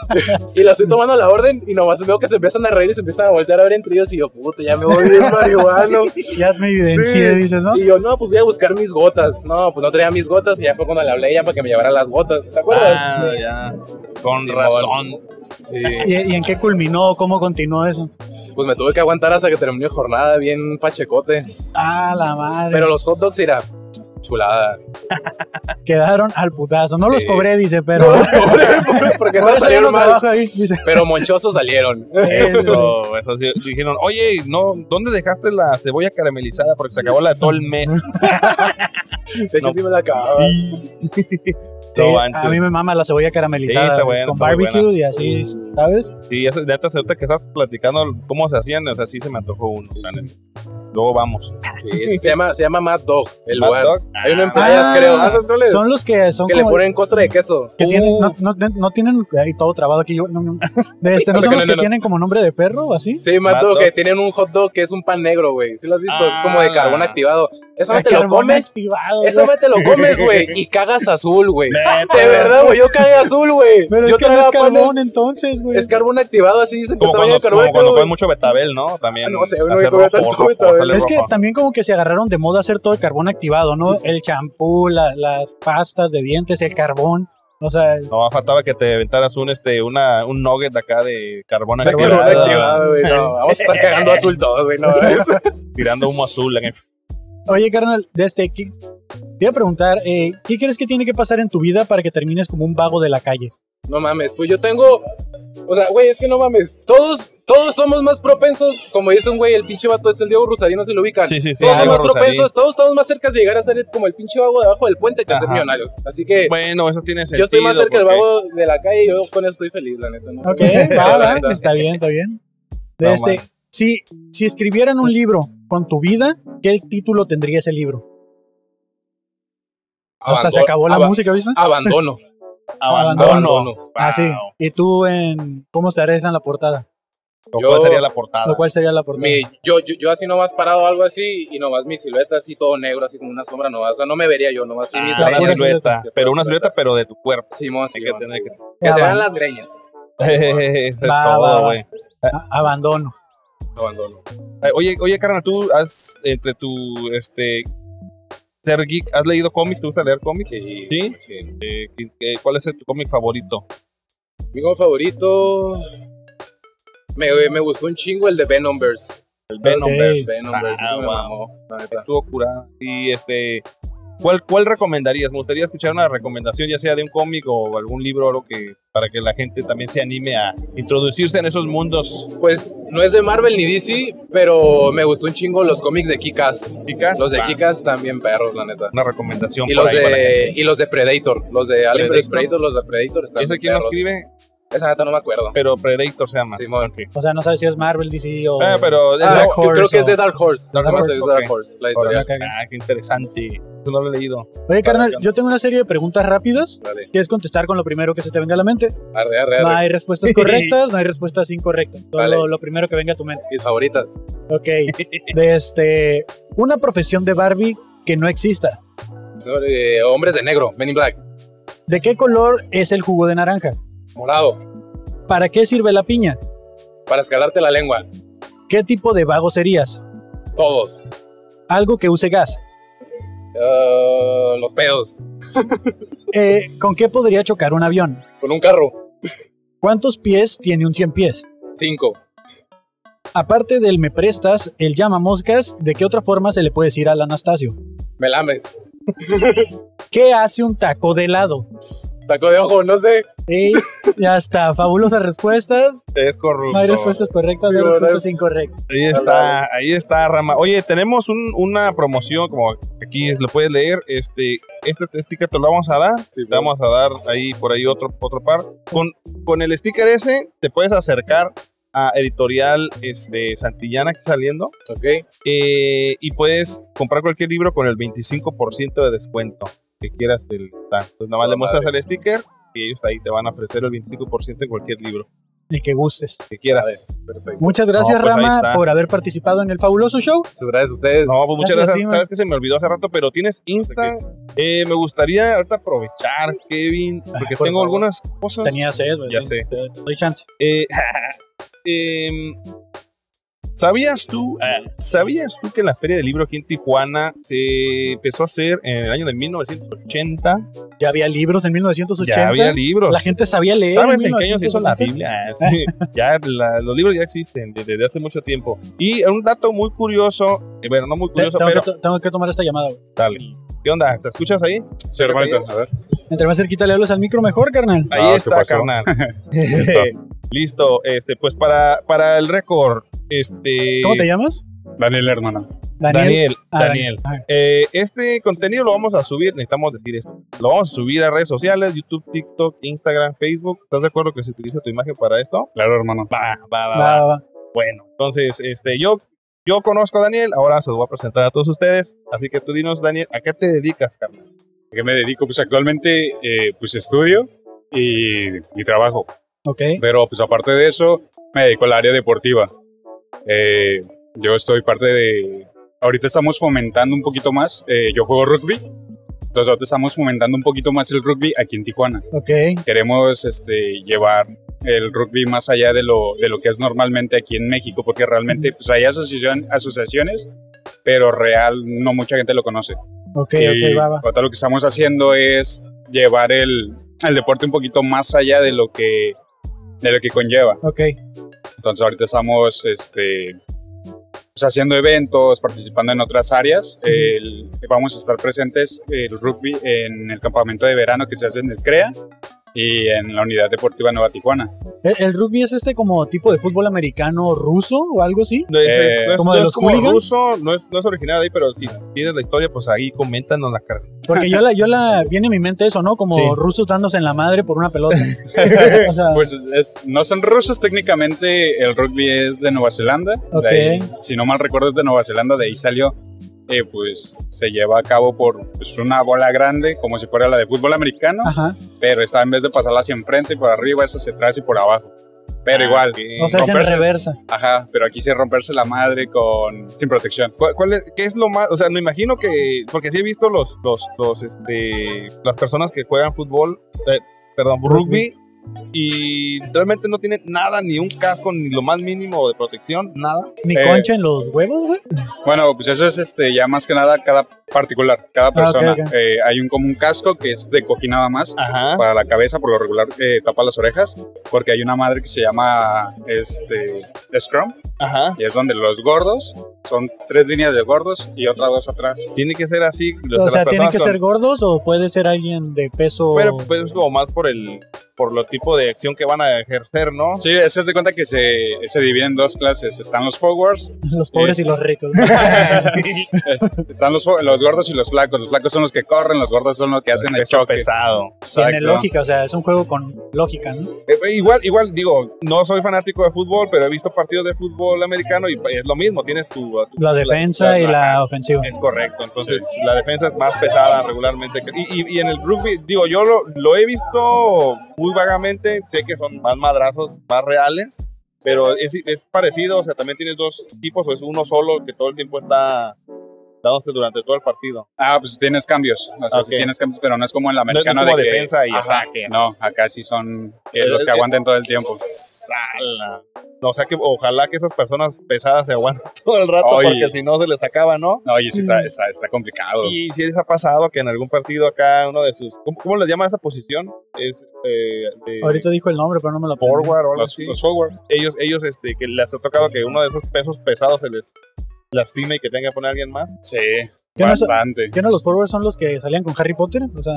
S5: y la estoy tomando la orden y nomás veo que se empiezan a reír y se empiezan a voltear a ver entre ellos y yo, puta, ya me voy bien marihuano.
S1: ya me evidencié,
S5: Sí.
S1: dices, ¿no?
S5: Y yo, no, pues voy a buscar mis gotas. No, pues no traía mis gotas y ya fue cuando le hablé a ella para que me llevara las gotas. ¿Te acuerdas?
S2: Ah, ya. Con
S5: Sí,
S2: razón.
S5: Sí.
S1: ¿Y, y en qué culminó? ¿Cómo continuó eso?
S5: Pues me tuve que aguantar hasta que terminé jornada bien pachecote.
S1: Ah, la madre.
S5: Pero los hot dogs era chulada.
S1: Quedaron al putazo. No los
S5: Sí.
S1: cobré, dice, pero.
S5: Pobre, pobre, Porque
S1: Por eso
S5: no
S1: yo no
S5: salieron mal.
S1: trabajo ahí, dice.
S5: Pero monchosos salieron.
S2: Eso, eso sí. Dijeron, oye, no, ¿dónde dejaste la cebolla caramelizada? Porque se acabó la de todo el mes.
S5: De hecho,
S2: No.
S5: sí me la acababa.
S1: Sí,
S2: No
S1: a
S2: manches.
S1: mí me mama la cebolla
S2: Sí,
S1: caramelizada
S2: está
S1: güey,
S2: buena,
S1: con
S2: está muy
S1: barbecue y así,
S5: Mm.
S1: ¿sabes?
S2: Sí, eso, neta, ahorita que estás platicando cómo se hacían, o sea, sí se me antojó uno. la neta. Luego vamos.
S5: Sí, se, llama, se llama Mad Dog, el
S2: Hot
S5: lugar.
S2: dog.
S5: Hay uno en playas,
S1: Ah,
S5: creo. Ah, ¿sabes cuál es?
S1: Son los que son
S5: que le
S1: como-
S5: ponen costra de queso.
S1: que tienen,
S5: Uh,
S1: no, no- no tienen ahí todo trabado aquí. yo- no, no. De este, ¿no son
S5: No, no,
S1: los que
S5: no, no.
S1: tienen como nombre de perro o así?
S5: Sí, Mad
S2: Mad
S5: Dog,
S2: Dog.
S5: que tienen un hot dog que es un pan negro, güey. ¿Sí lo has visto? es como
S2: Ah.
S5: de carbón activado. Eso
S1: Ah,
S5: te lo
S1: carbón
S5: comes.
S1: activado,
S5: Eso
S1: güey.
S5: te lo comes, güey. Y cagas azul, güey.
S2: Neta,
S5: De verdad, güey. Yo cagué azul, güey.
S1: Pero
S5: yo
S1: es que no es
S5: tragaba pan-
S1: carbón entonces, güey.
S5: Es carbón activado, así dicen que
S2: Como
S5: está
S2: cuando,
S5: bañado
S2: como
S5: de carbón
S2: cuando
S5: activado.
S2: comen mucho betabel, ¿no? También.
S5: Ah, No sé, uno
S2: hacer
S5: come
S2: rojo,
S5: tanto
S2: rojo,
S5: betabel.
S2: sale
S1: Es que
S2: rojo.
S1: también como que se agarraron de moda hacer todo el carbón activado, ¿no? El champú, la- las pastas de dientes, el carbón. O sea,
S2: No, faltaba que te aventaras un, este, una, un nugget acá de carbón
S5: De
S2: activado,
S5: carbón activado, güey. No, vamos a estar cagando azul todos, güey. No,
S2: tirando humo azul. en el-
S1: oye, carnal, desde aquí te iba a preguntar, eh, ¿qué crees que tiene que pasar en tu vida para que termines como un vago de la calle?
S5: No mames, pues yo tengo. O sea, güey, es que no mames. Todos, todos somos más propensos. Como dice un güey, el pinche vato es el Diego Rusarino, se lo ubican.
S2: Sí, sí, sí.
S5: todos
S2: algo
S5: somos
S2: rosadito.
S5: propensos, todos estamos más cerca de llegar a ser el- como el pinche vago debajo del puente que a ser
S2: Ajá.
S5: millonarios. Así que
S2: Bueno, eso tiene sentido.
S5: Eh, yo estoy más cerca del
S2: porque-
S5: vago de la calle y yo con eso estoy feliz, la neta. ¿no?
S1: Ok,
S5: La
S1: va, va,
S5: neta.
S1: está bien, está bien. De
S2: No,
S1: este,
S2: man.
S1: si, si escribieran un libro con tu vida, ¿qué título tendría ese libro? Hasta se
S5: Abandon-
S1: acabó la
S5: aba-
S1: música, ¿viste?
S5: Abandono.
S1: Abandono. Ah,
S5: Abandono.
S1: Así.
S2: Wow.
S1: Y tú en cómo estarías en la portada,
S2: Lo
S5: Yo-
S2: cual sería la portada.
S1: lo cual sería la portada.
S5: Mi- yo, yo, yo así nomás parado algo así y nomás mi silueta así todo negro, así como una sombra nomás. O sea, no me vería yo nomás así
S2: Ah,
S5: mis
S2: una
S1: pura
S5: greñas.
S2: silueta. Pero una silueta, pero de tu cuerpo.
S5: Simón,
S2: Hay que
S5: Simón,
S2: tener
S5: Simón.
S2: que- Ah,
S5: Que se
S1: Aban-
S5: vean las greñas.
S2: Eso es
S1: Va, va,
S2: todo,
S1: va.
S2: güey.
S1: a- Ah, abandono.
S5: Abandono.
S2: Ay, Oye, oye, carnal, tú has, entre tu, este, ser geek, ¿has leído cómics? ¿Te gusta leer cómics?
S5: Sí.
S2: ¿Sí?
S5: machín.
S2: ¿Qué- qué- ¿Cuál es tu cómic favorito?
S5: Mi cómic favorito. Me, me gustó un chingo el de Venomverse.
S2: El Venom.
S1: Ok.
S5: Venomverse, Venomverse,
S2: Ah,
S5: eso me
S2: wow.
S5: mamó. la neta.
S2: Estuvo curado. Y, este, ¿cuál, ¿cuál recomendarías? Me gustaría escuchar una recomendación, ya sea de un cómic o algún libro o algo que, para que la gente también se anime a introducirse en esos mundos.
S5: Pues no es de Marvel ni DC, pero me gustó un chingo los cómics de Kikas.
S2: Chicas,
S5: Los de
S2: va,
S5: Kikas también perros, la neta.
S2: Una recomendación
S5: Y
S2: por
S5: los,
S2: ahí para que-
S5: de, y los de Predator, los de Alien vs
S2: Predator.
S5: Predator, los de Predator están
S2: ¿Ese
S5: bien
S2: quién lo
S5: perros.
S2: escribe?
S5: Esa neta no me acuerdo.
S2: Pero Predator se llama.
S5: Simón.
S2: Ok.
S1: O sea, no sabes si es Marvel, DC o...
S2: Ah, pero... es
S5: Ah,
S2: la-
S1: Dark
S5: yo creo
S1: Horse
S5: que es
S1: o-
S5: de Dark Horse.
S2: Dark
S5: Se me
S2: Horse,
S5: hace que es
S2: ok.
S5: Dark Horse, la editorial.
S2: Ah, qué interesante. Eso no lo he leído.
S1: Oye, carnal, yo tengo una serie de preguntas rápidas.
S5: Dale,
S1: que es contestar con lo primero que se te venga a la mente.
S5: arre, arre,
S1: No
S5: arre.
S1: hay respuestas correctas, no hay respuestas incorrectas. Todo
S5: Vale.
S1: lo, lo primero que venga a tu mente.
S5: Mis favoritas.
S1: Ok. De este, una profesión de Barbie que no exista.
S5: Eh, hombres de negro, Men in Black.
S1: ¿De qué color es el jugo de naranja?
S5: Morado.
S1: ¿Para qué sirve la piña?
S5: Para escalarte la lengua.
S1: ¿Qué tipo de vago serías?
S5: Todos.
S1: Algo que use gas.
S5: Ah, los pedos.
S1: Eh, ¿Con qué podría chocar un avión?
S5: Con un carro.
S1: ¿Cuántos pies tiene un 100 pies?
S5: Cinco.
S1: Aparte del me prestas, el llama moscas, ¿de qué otra forma se le puede decir al Anastasio?
S5: Me lames.
S1: ¿Qué hace un taco de helado?
S5: Taco de ojo, no sé.
S1: Y ya está, fabulosas respuestas.
S2: Es corrupto.
S1: No hay respuestas correctas,
S5: Sí,
S1: no hay
S5: ¿verdad?
S1: respuestas incorrectas.
S2: Ahí está, ahí está, Rama. Oye, tenemos un- una promoción, como aquí lo puedes leer. Este, este sticker te lo vamos a dar. te vamos a dar ahí por ahí otro, otro par. Con, con el sticker ese te puedes acercar a Editorial este, Santillana que está saliendo.
S5: Ok.
S2: eh, y puedes comprar cualquier libro con el 25% de descuento que quieras del stand. Entonces nada más
S1: Oh,
S5: Toda
S2: le muestras
S5: madre.
S2: el sticker y ellos ahí te van a ofrecer el 25% en cualquier libro
S1: El que gustes.
S2: que
S5: A ver,
S2: quieras.
S5: perfecto.
S1: Muchas gracias,
S2: No, pues ahí
S1: Rama,
S2: está.
S1: por haber participado en el fabuloso show.
S5: Muchas gracias a ustedes.
S2: No, pues muchas
S1: Gracias a
S2: gracias.
S1: ti, man.
S2: Sabes que se me olvidó hace rato, pero tienes Insta. Eh, me gustaría ahorita aprovechar, Kevin, porque
S1: por
S2: tengo
S1: favor.
S2: algunas cosas.
S1: Tenía sed, güey.
S2: Pues Ya
S1: sí,
S2: sé.
S1: Te, te doy chance.
S2: Eh, em, ¿Sabías tú, eh, sabías tú que la Feria del Libro aquí en Tijuana se empezó a hacer en el año de 1980?
S1: Ya había libros en 1980.
S2: Ya había libros.
S1: La gente sabía leer.
S2: ¿Sabes en qué año se hizo la
S1: 1980?
S2: Biblia? Ah, sí. ya la- los libros ya existen desde, desde hace mucho tiempo. Y un dato muy curioso, eh, bueno, no muy
S1: Te-
S2: curioso,
S1: tengo,
S2: pero
S1: que, to- tengo que tomar esta llamada, güey.
S2: dale. ¿Qué onda? ¿Te escuchas ahí?
S4: Sí, hermanito, a ver.
S1: Entre más cerquita le hablas al micro, mejor, carnal.
S2: Ahí
S4: Ah, ¿qué
S2: está,
S4: pasó?
S2: carnal.
S4: Listo.
S2: Listo, este, pues para, para el récord, este.
S1: ¿Cómo te llamas?
S4: Daniel Hermana.
S1: Daniel.
S2: Daniel.
S1: Ah,
S2: Daniel.
S1: Daniel.
S2: Eh, este contenido lo vamos a subir, necesitamos decir esto. Lo vamos a subir a redes sociales, YouTube, TikTok, Instagram, Facebook. ¿Estás de acuerdo que se utiliza tu imagen para esto?
S4: Claro, hermano.
S2: Va, va, va.
S1: Ah, va,
S2: va.
S1: va, va.
S2: Bueno, entonces, este, yo Yo conozco a Daniel, ahora se los voy a presentar a todos ustedes. Así que tú dinos, Daniel, ¿a qué te dedicas, carnal?
S4: ¿A qué me dedico? Pues actualmente eh, pues estudio y, y trabajo.
S1: Ok.
S4: Pero pues aparte de eso, me dedico al área deportiva. Eh, yo estoy parte de... Ahorita estamos fomentando un poquito más. eh, yo juego rugby. Entonces ahorita estamos fomentando un poquito más el rugby aquí en Tijuana.
S1: Ok.
S4: queremos este, llevar el rugby más allá de lo, de lo que es normalmente aquí en México, porque realmente pues, hay asociación, asociaciones, pero real no mucha gente lo conoce.
S1: Ok,
S4: Y
S1: ok, va, va.
S4: ahorita lo que estamos haciendo es llevar el, el deporte un poquito más allá de lo que, de lo que conlleva.
S1: Ok. ¿E,
S4: Entonces ahorita estamos este, pues, haciendo eventos, participando en otras áreas. El- vamos a estar presentes el rugby en el campamento de verano que se hace en el CREA y en la Unidad Deportiva Nueva Tijuana.
S1: ¿El, el rugby es este como tipo de fútbol americano ruso o algo así?
S2: No es,
S4: Eh,
S2: es- no es-
S1: ¿como
S2: no
S1: de
S2: es
S1: los
S2: como
S1: hooligans?
S2: ruso, no es, no es original de ahí, pero si tienes la historia, pues ahí coméntanos la carne.
S1: Porque yo la, yo la, viene a mi mente eso, ¿no? Como
S2: Sí.
S1: rusos dándose en la madre por una pelota. o sea,
S4: Pues es- es- no son rusos técnicamente, el rugby es de Nueva Zelanda. de
S1: Ok.
S4: ahí, si no mal recuerdo es de Nueva Zelanda, de ahí salió. eh, pues se lleva a cabo por pues, una bola grande, como si fuera la de fútbol americano,
S1: ajá.
S4: pero esta en vez de pasarla hacia enfrente y por arriba, eso se trae hacia por abajo. Pero igual,
S1: Ah, O sea, es en
S4: romperse-
S1: reversa.
S4: Ajá, pero aquí sí romperse la madre con sin protección.
S2: ¿Cuál, cuál es, ¿Qué es lo más? O sea, me imagino que. Porque sí he visto los, los, los, este, las personas que juegan fútbol, eh, perdón, rugby, y realmente no tienen nada, ni un casco, ni lo más mínimo de protección, nada.
S1: Ni
S4: Eh,
S1: concha en los huevos, güey.
S4: Bueno, pues eso es este ya más que nada cada particular, cada persona.
S1: Ah, ok, ok.
S4: Eh, hay un como un casco que es de cojín nada más
S2: Ajá.
S4: para la cabeza, por lo regular eh, tapa las orejas, porque hay una madre que se llama este scrum
S2: Ajá.
S4: y es donde los gordos son tres líneas de gordos y otra dos atrás.
S2: Tiene que ser así.
S1: O sea,
S2: las
S1: ¿tienen
S2: personas
S1: que
S2: con-
S1: ser gordos o puede ser alguien de peso?
S2: Pero pues, es como más por el por lo tipo de acción que van a ejercer, ¿no?
S4: Sí, eso es de cuenta que se, se dividen en dos clases. Están los forwards
S1: Los pobres y los ricos.
S4: Están los, los gordos y los flacos. Los flacos son los que corren, los gordos son los que hacen el
S2: Peso
S4: choque.
S2: pesado.
S4: Exacto.
S1: Tiene lógica, o sea, es un juego con lógica, ¿no?
S2: Eh, eh, igual, igual, digo, no soy fanático de fútbol, pero he visto partidos de fútbol americano y pues, es lo mismo, tienes tu... tu-
S1: La defensa y la
S2: ajá,
S1: ofensiva.
S2: Es correcto, entonces la defensa es más pesada regularmente. que- Y, y- y en el rugby, digo, yo lo, lo he visto muy vagamente, sé que son más madrazos, más reales, pero es, es parecido, o sea, también tienes dos tipos o es uno solo que todo el tiempo está dándose durante todo el partido.
S4: Ah, pues tienes cambios. O sea, sí
S2: Ok.
S4: tienes cambios, pero no es como en la
S2: No es- no es
S4: americana
S2: como
S4: de que-
S2: defensa y
S4: Ajá,
S2: ataque, así.
S4: No, acá sí son eh, los que aguanten todo el tiempo.
S2: ¡Sala! O sea que ojalá que esas personas pesadas se aguanten todo el rato
S4: Oye.
S2: porque si no se les acaba, ¿no?
S4: No, y sí está, está, está complicado.
S2: mm. Y si les ha pasado que en algún partido acá uno de sus... ¿Cómo, cómo les llaman a esa posición? Es eh, de
S1: Ahorita dijo el nombre, pero no me lo pongo.
S2: forward o algo
S4: Los,
S2: así.
S4: los forward.
S2: Ellos, ellos este, que les ha tocado que uno de esos pesos pesados se les lastime y que tenga que poner a alguien más.
S4: Sí,
S1: ¿Qué no, es-
S4: bastante.
S1: qué no los forwards son los que salían con Harry Potter? O sea,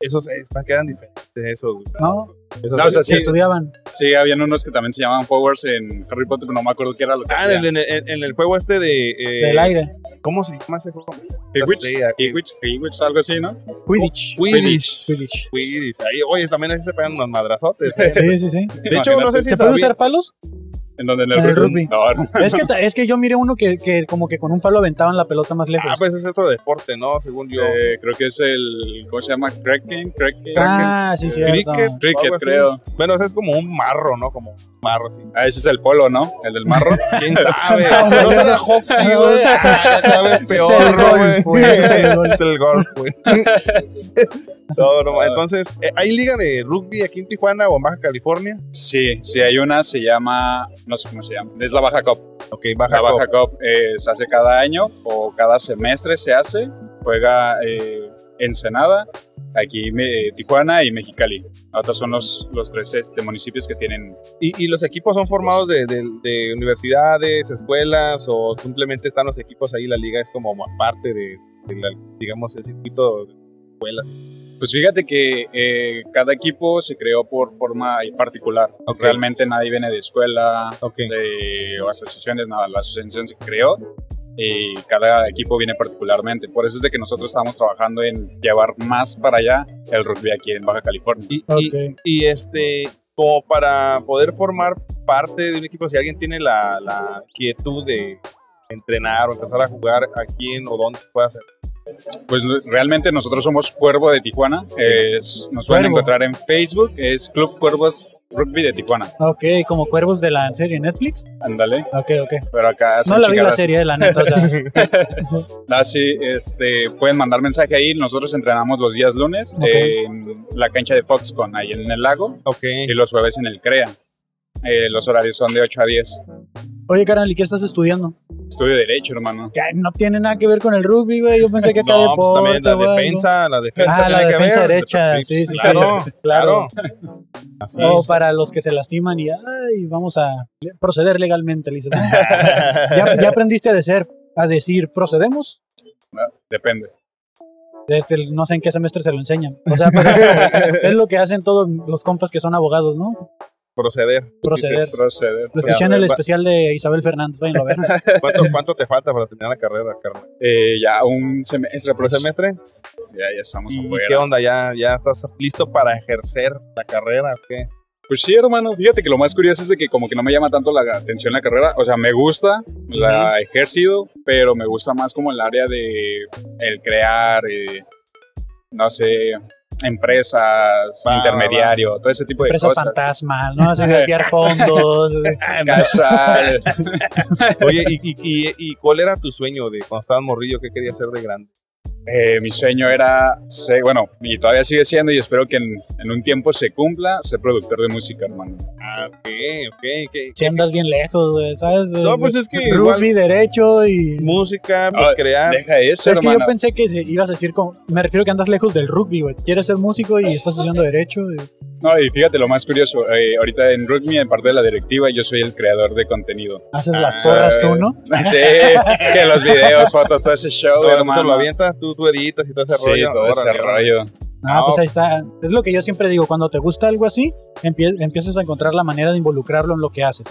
S2: Esos es, quedan diferentes. Esos,
S1: ¿no?
S2: esos-
S4: No, o sea,
S1: Que
S4: sí.
S1: estudiaban.
S4: Sí, habían unos que también se llamaban forwards en Harry Potter, pero no me acuerdo qué era lo que
S2: Ah, en,
S4: hacían.
S2: el- en el- en el juego este de... eh,
S1: Del aire.
S2: ¿Cómo se llama ese juego? Pues
S4: Quidditch,
S2: ah, Sí, aquí.
S4: Quidditch, Quidditch, algo así, ¿no?
S1: Quidditch.
S2: Quidditch.
S1: Quidditch.
S2: Quidditch. Ahí, oye, también así se pegan unos madrazotes. ¿eh?
S1: Sí, sí, sí.
S2: De hecho, no sé si
S1: ¿Se puede
S2: sabía-
S1: usar palos?
S4: En donde en
S1: En el
S4: el
S1: rugby.
S4: No, no.
S1: Es que, ta- es que yo miré uno que, que como que con un palo aventaban la pelota más lejos.
S2: Ah, pues es otro deporte, ¿no? Según yo.
S4: Eh, creo que es el. ¿Cómo se llama? Cracking, cracking.
S1: Ah, sí, cierto.
S2: cricket.
S4: Cricket,
S2: algo así.
S4: creo.
S2: Bueno, ese es como un marro, ¿no? Como un marro, sí.
S4: Ah, ese es el polo, ¿no? El del marro.
S2: ¿Quién sabe? no será hockey, güey. Ah, Cada vez
S1: el golf,
S2: peor,
S1: güey,
S2: güey.
S1: ese es el golf.
S2: Es el golf, güey. No, no, entonces, ¿eh, ¿hay liga de rugby aquí en Tijuana o en Baja California?
S4: Sí, sí, hay una, se llama. No sé cómo se llama. Es la Baja Cup.
S2: Ok, Baja,
S4: La Baja
S2: Cup.
S4: Cup eh, se hace cada año o cada semestre se hace. Juega eh, Ensenada, aquí eh, Tijuana y Mexicali. Otros son los, los tres este, municipios que tienen.
S2: ¿Y, y los equipos son formados de, de- de universidades, escuelas o simplemente están los equipos ahí? La liga es como parte de, de la- digamos, el circuito de escuelas.
S4: Pues fíjate que eh, cada equipo se creó por forma particular.
S2: Ok.
S4: Realmente nadie viene de escuela,
S2: Ok.
S4: de o asociaciones, nada, la asociación se creó y cada equipo viene particularmente. Por eso es de que nosotros estamos trabajando en llevar más para allá el rugby aquí en Baja California.
S2: Y- y-
S1: Ok.
S2: y este como para poder formar parte de un equipo si alguien tiene la, la quietud de entrenar o empezar a jugar aquí en o dónde se puede hacer?
S4: Pues realmente nosotros somos Cuervo de Tijuana. es- nos pueden
S1: Cuervo.
S4: encontrar en Facebook, es Club Cuervos Rugby de Tijuana.
S1: Ok, como cuervos de la serie Netflix.
S4: Ándale,
S1: Ok, ok.
S2: Ah,
S4: pero acá son
S1: No la vi la
S4: chingadas.
S1: serie, la neta. O sea,
S4: Ah, sí, este, pueden mandar mensaje ahí. Nosotros entrenamos los días lunes
S1: Ok.
S4: eh, en la cancha de Foxconn, ahí en el lago,
S2: Ok.
S4: y los jueves en el CREA. Eh, los horarios son de 8 a 10.
S1: oye, carnal, ¿y qué estás estudiando?
S4: Estudio Derecho, hermano.
S1: Ya, No tiene nada que ver con el rugby, güey. Yo pensé que acá
S2: No, pues
S1: deporte,
S2: también la
S1: o algo.
S2: defensa, la defensa
S1: Ah,
S2: tiene
S1: la
S2: que
S1: defensa
S2: haber.
S1: derecha, sí, sí,
S2: claro,
S1: sí.
S2: claro. Así
S1: O
S2: es.
S1: para los que se lastiman y ay, vamos a proceder legalmente, le dices, "Ah, ¿Ya, ya aprendiste a decir, a decir procedemos.
S4: Ah, Depende.
S1: Desde el- no sé en qué semestre se lo enseñan. O sea, pero es, es lo que hacen todos los compas que son abogados, ¿no?
S2: Proceder.
S1: Proceder.
S2: Dices,
S4: Proceder.
S1: Lo
S2: ya,
S1: escuché en el
S2: va-
S1: especial de Isabel Fernández. vayan a ver.
S2: ¿Cuánto, cuánto te falta para terminar la carrera, carnal?
S4: Eh, ya un semestre,
S2: ¿Por
S4: por semestre.
S2: semestre?
S4: Ya, ya estamos
S1: Mm,
S2: ¿Y
S4: afuera.
S2: qué onda? ¿Ya, ¿Ya estás listo para ejercer la carrera o qué?
S4: Pues sí, hermano. Fíjate que lo más curioso es de que como que no me llama tanto la atención la carrera. O sea, me gusta, la he ejercido, pero me gusta más como el área de el crear, eh, no sé, empresas,
S2: Va,
S4: intermediario, todo ese tipo de
S1: Empresas
S4: cosas.
S1: fantasma, ¿no? Hacen desviar fondos.
S4: Casas.
S2: Oye, ¿y, y, y, y cuál era tu sueño de cuando estabas morrillo? ¿Qué querías ser de grande?
S4: Eh, mi sueño era, ser- bueno, y todavía sigue siendo y espero que en, en un tiempo se cumpla, ser productor de música, hermano.
S2: Ah, ok, ok. ¿qué-
S1: Si andas bien lejos, güey, ¿sabes?
S2: No, pues es que
S1: Rugby,
S2: igual-
S1: derecho y.
S2: Música, pues
S4: Ah,
S2: crear.
S4: Deja eso,
S1: es que
S4: hermano.
S1: yo pensé que se- ibas a decir, como- me refiero que andas lejos del rugby, güey. Quieres ser músico y estás estudiando derecho. y-
S4: No, y fíjate lo más curioso, eh, ahorita en Rugby, en parte de la directiva, yo soy el creador de contenido.
S1: Haces las
S4: Ah,
S1: porras tú, ¿no?
S4: Sí, que los videos, fotos, todo ese show,
S2: Todo, tú te
S4: hermano.
S2: lo avientas, tú, tú editas y todo ese
S4: Sí,
S2: rollo.
S4: todo ese
S2: Órale, órale.
S4: rollo.
S1: Ah,
S2: Ah,
S1: pues
S2: ok.
S1: ahí está. Es lo que yo siempre digo, cuando te gusta algo así, empie- empiezas a encontrar la manera de involucrarlo en lo que haces.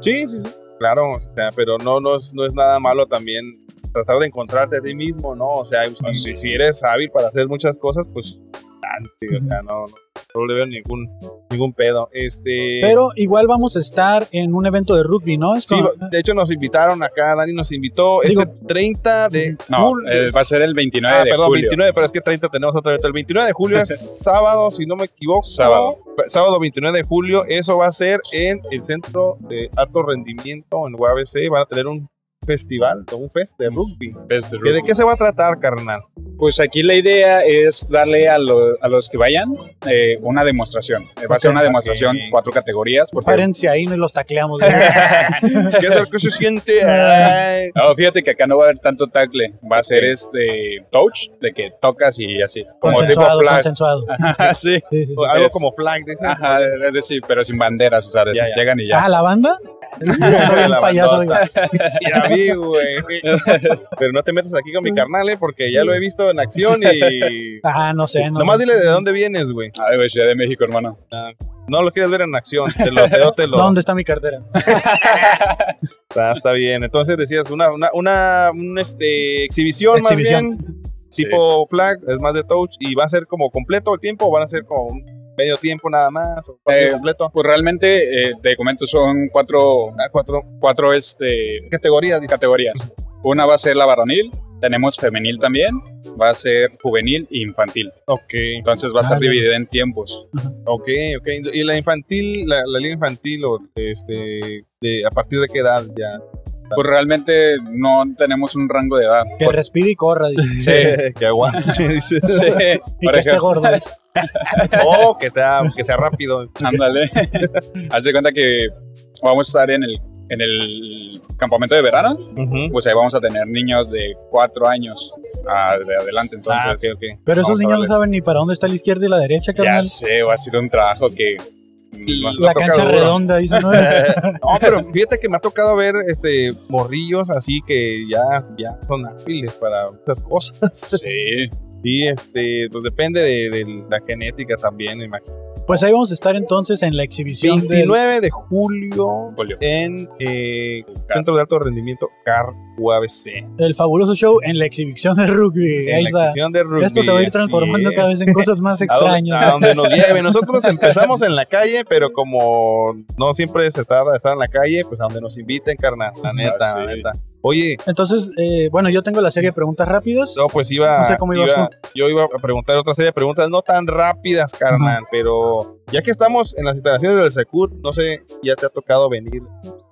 S2: Sí, sí, sí. Claro, o sea, pero no, no, es, no es nada malo también tratar de encontrarte a ti mismo, ¿no? O
S4: Ah,
S2: sea, si- si, si eres hábil para hacer muchas cosas, pues adelante, o sea, no, no, no le veo ningún, ningún pedo. Este,
S1: Pero igual vamos a estar en un evento de rugby, ¿no? Es
S2: sí,
S1: como-
S2: de hecho nos invitaron acá, Dani nos invitó
S1: Digo-
S2: este 30 de
S4: No,
S2: julio.
S4: eh, va a ser el 29
S2: Ah,
S4: de
S2: perdón,
S4: julio.
S2: 29, pero es que 30 tenemos otro evento. El 29 de julio es sábado, si no me equivoco.
S4: Sábado.
S2: Sábado 29 de julio. Eso va a ser en el Centro de Alto Rendimiento, en UABC. Van a tener un festival, o un fest de rugby.
S4: Best
S2: ¿Que ¿De
S4: Rugby.
S2: qué se va a tratar, carnal?
S4: Pues aquí la idea es darle a, lo- a los que vayan eh, una demostración. Eh, Va a ser
S1: Ok.
S4: una demostración, cuatro categorías. Porque,
S1: Párense ahí, no los tacleamos.
S2: ¿Qué es el que se siente? Ay.
S4: No, fíjate que acá no va a haber tanto tackle. Va a ser este touch, de que tocas y así. Como tipo
S1: consensuado,
S4: flag.
S1: consensuado.
S4: sí.
S1: Sí, sí, sí.
S2: Algo
S4: Es- Ah.
S2: como flag, dicen.
S4: Ajá, es decir, pero sin banderas. O sea,
S2: Ya, ya.
S4: llegan y ya.
S1: Ah, la banda. Un payaso, oiga.
S2: Ya vi, güey. Pero no te metas aquí con mi carnal, ¿eh? Porque ya lo he visto en acción y...
S1: Ah, no sé. No,
S2: Nomás dile de dónde vienes, güey.
S4: Ay, güey, Ciudad de México, hermano.
S2: No lo quieres ver en acción. Te lo, te lo, te lo-
S1: ¿Dónde está mi cartera?
S2: Está, está bien. Entonces decías una, una, una un, este, exhibición,
S1: Exhibición.
S2: más bien. Tipo flag, es más de touch. Y va a ser como completo el tiempo, o van a ser como un medio tiempo nada más, o un partido
S4: Eh,
S2: completo.
S4: Pues realmente, eh, te comento, son cuatro,
S2: Ah, cuatro
S4: cuatro este,
S2: categorías. dice.
S4: categorías. Una va a ser la varonil, tenemos femenil también, va a ser juvenil e infantil.
S2: Ok,
S4: Entonces va a
S1: Ah,
S4: estar
S1: ya.
S4: dividida en tiempos.
S2: ok, ok. Y la infantil, la, la liga infantil, o este, de, ¿a partir de qué edad ya?
S4: Pues realmente no tenemos un rango de edad.
S1: Que
S4: Por-
S1: respire y corra, dice.
S4: Sí,
S2: que aguante, dices.
S4: sí.
S1: Y
S4: Por
S1: que esté
S4: ejemplo,
S1: gordo. dice.
S2: Oh, que, te, que sea rápido.
S4: ándale. Haz de cuenta que vamos a estar en el, en el campamento de verano,
S2: Ujú.
S4: pues ahí vamos a tener niños de cuatro años a- de adelante. Entonces,
S2: Ah, ok, ok.
S1: Pero esos
S4: Vamos a
S1: niños no
S4: darles.
S1: saben ni para dónde está la izquierda y la derecha,
S4: ya
S1: carnal.
S4: sé, va a ser un trabajo que...
S2: Y-
S1: La
S2: toca
S1: cancha
S2: duro.
S1: redonda, dice. ¿no?
S2: No, pero fíjate que me ha tocado ver este morrillos así que ya, ya son hábiles para muchas cosas.
S4: Sí.
S2: Sí, este, pues depende de, de la genética también, me imagino.
S1: Pues ahí vamos a estar entonces en la exhibición del-
S2: 29 de julio
S4: Julio.
S2: en eh, Centro de Alto Rendimiento CAR UABC.
S1: del fabuloso show en la exhibición de rugby. Ahí
S2: En la
S1: está.
S2: sección de rugby.
S1: Esto se va a ir
S2: así
S1: transformando
S2: es.
S1: cada vez en cosas más
S2: A donde, a
S1: extrañas.
S2: donde nos lleve. Nosotros empezamos en la calle, pero como no siempre se tarda de estar en la calle, pues a donde nos inviten, carnal. La neta,
S4: Ah, sí.
S2: la neta. Oye,
S1: Entonces, eh, bueno, yo tengo la serie de preguntas rápidas.
S2: no, pues iba.
S1: No sé cómo ibas
S2: iba- Yo iba a preguntar otra serie de preguntas, no tan rápidas, carnal, pero ya que estamos en las instalaciones del Secur, no sé si ya te ha tocado venir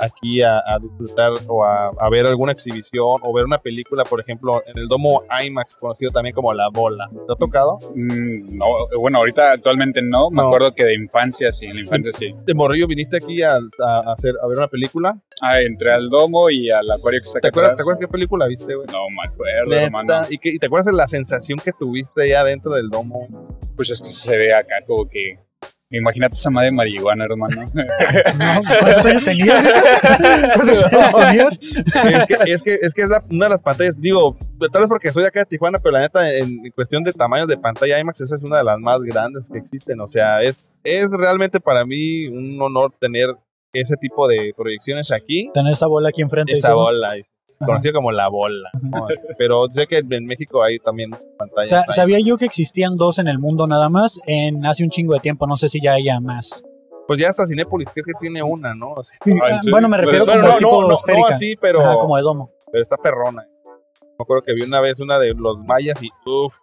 S2: aquí a, a disfrutar o a, a ver alguna exhibición o ver una película, por ejemplo, en el domo IMAX, conocido también como La Bola. ¿Te ha tocado?
S4: Mm, no, bueno, ahorita actualmente no. Me
S2: No.
S4: acuerdo que de infancia sí, en la infancia sí.
S2: De morrillo viniste aquí a, a- a hacer, a ver una película.
S4: Ah, entré al domo y al acuario que está
S2: ¿Te
S4: acá
S2: acuerdas,
S4: atrás.
S2: ¿te acuerdas qué película viste, güey?
S4: No me acuerdo,
S2: Neta,
S4: hermano.
S2: ¿Y, qué- y te acuerdas de la sensación que tuviste ya dentro del domo?
S4: Pues es que se ve acá como que. Imagínate esa madre marihuana, hermano.
S1: No, ¿Cuántos años tenías? dices? ¿Cuántos años tenías?
S2: es que es, que, es, que es la- una de las pantallas, digo, tal vez porque soy de acá de Tijuana, pero la neta, en cuestión de tamaños de pantalla IMAX, esa es una de las más grandes que existen. O sea, es, es realmente para mí un honor tener ese tipo de proyecciones aquí.
S1: Tener esa bola aquí enfrente.
S2: Esa
S1: dices, ¿no?
S2: bola, es
S1: Ajá.
S2: conocida como la bola. ¿no? Pero sé que en México hay también
S1: O sea,
S2: pantallas. ahí.
S1: sabía yo que existían dos en el mundo nada más en hace un chingo de tiempo, no sé si ya haya más.
S2: Pues ya hasta Cinépolis creo que tiene una, ¿no? O sea,
S4: Ay, sí.
S1: ah, bueno, me refiero
S2: bueno,
S1: como
S2: no,
S1: tipo
S2: no, no, no
S1: esférica.
S2: así, pero...
S1: Ajá, como de domo.
S2: pero está perrona. eh. Me acuerdo que vi una vez una de los mayas y uff.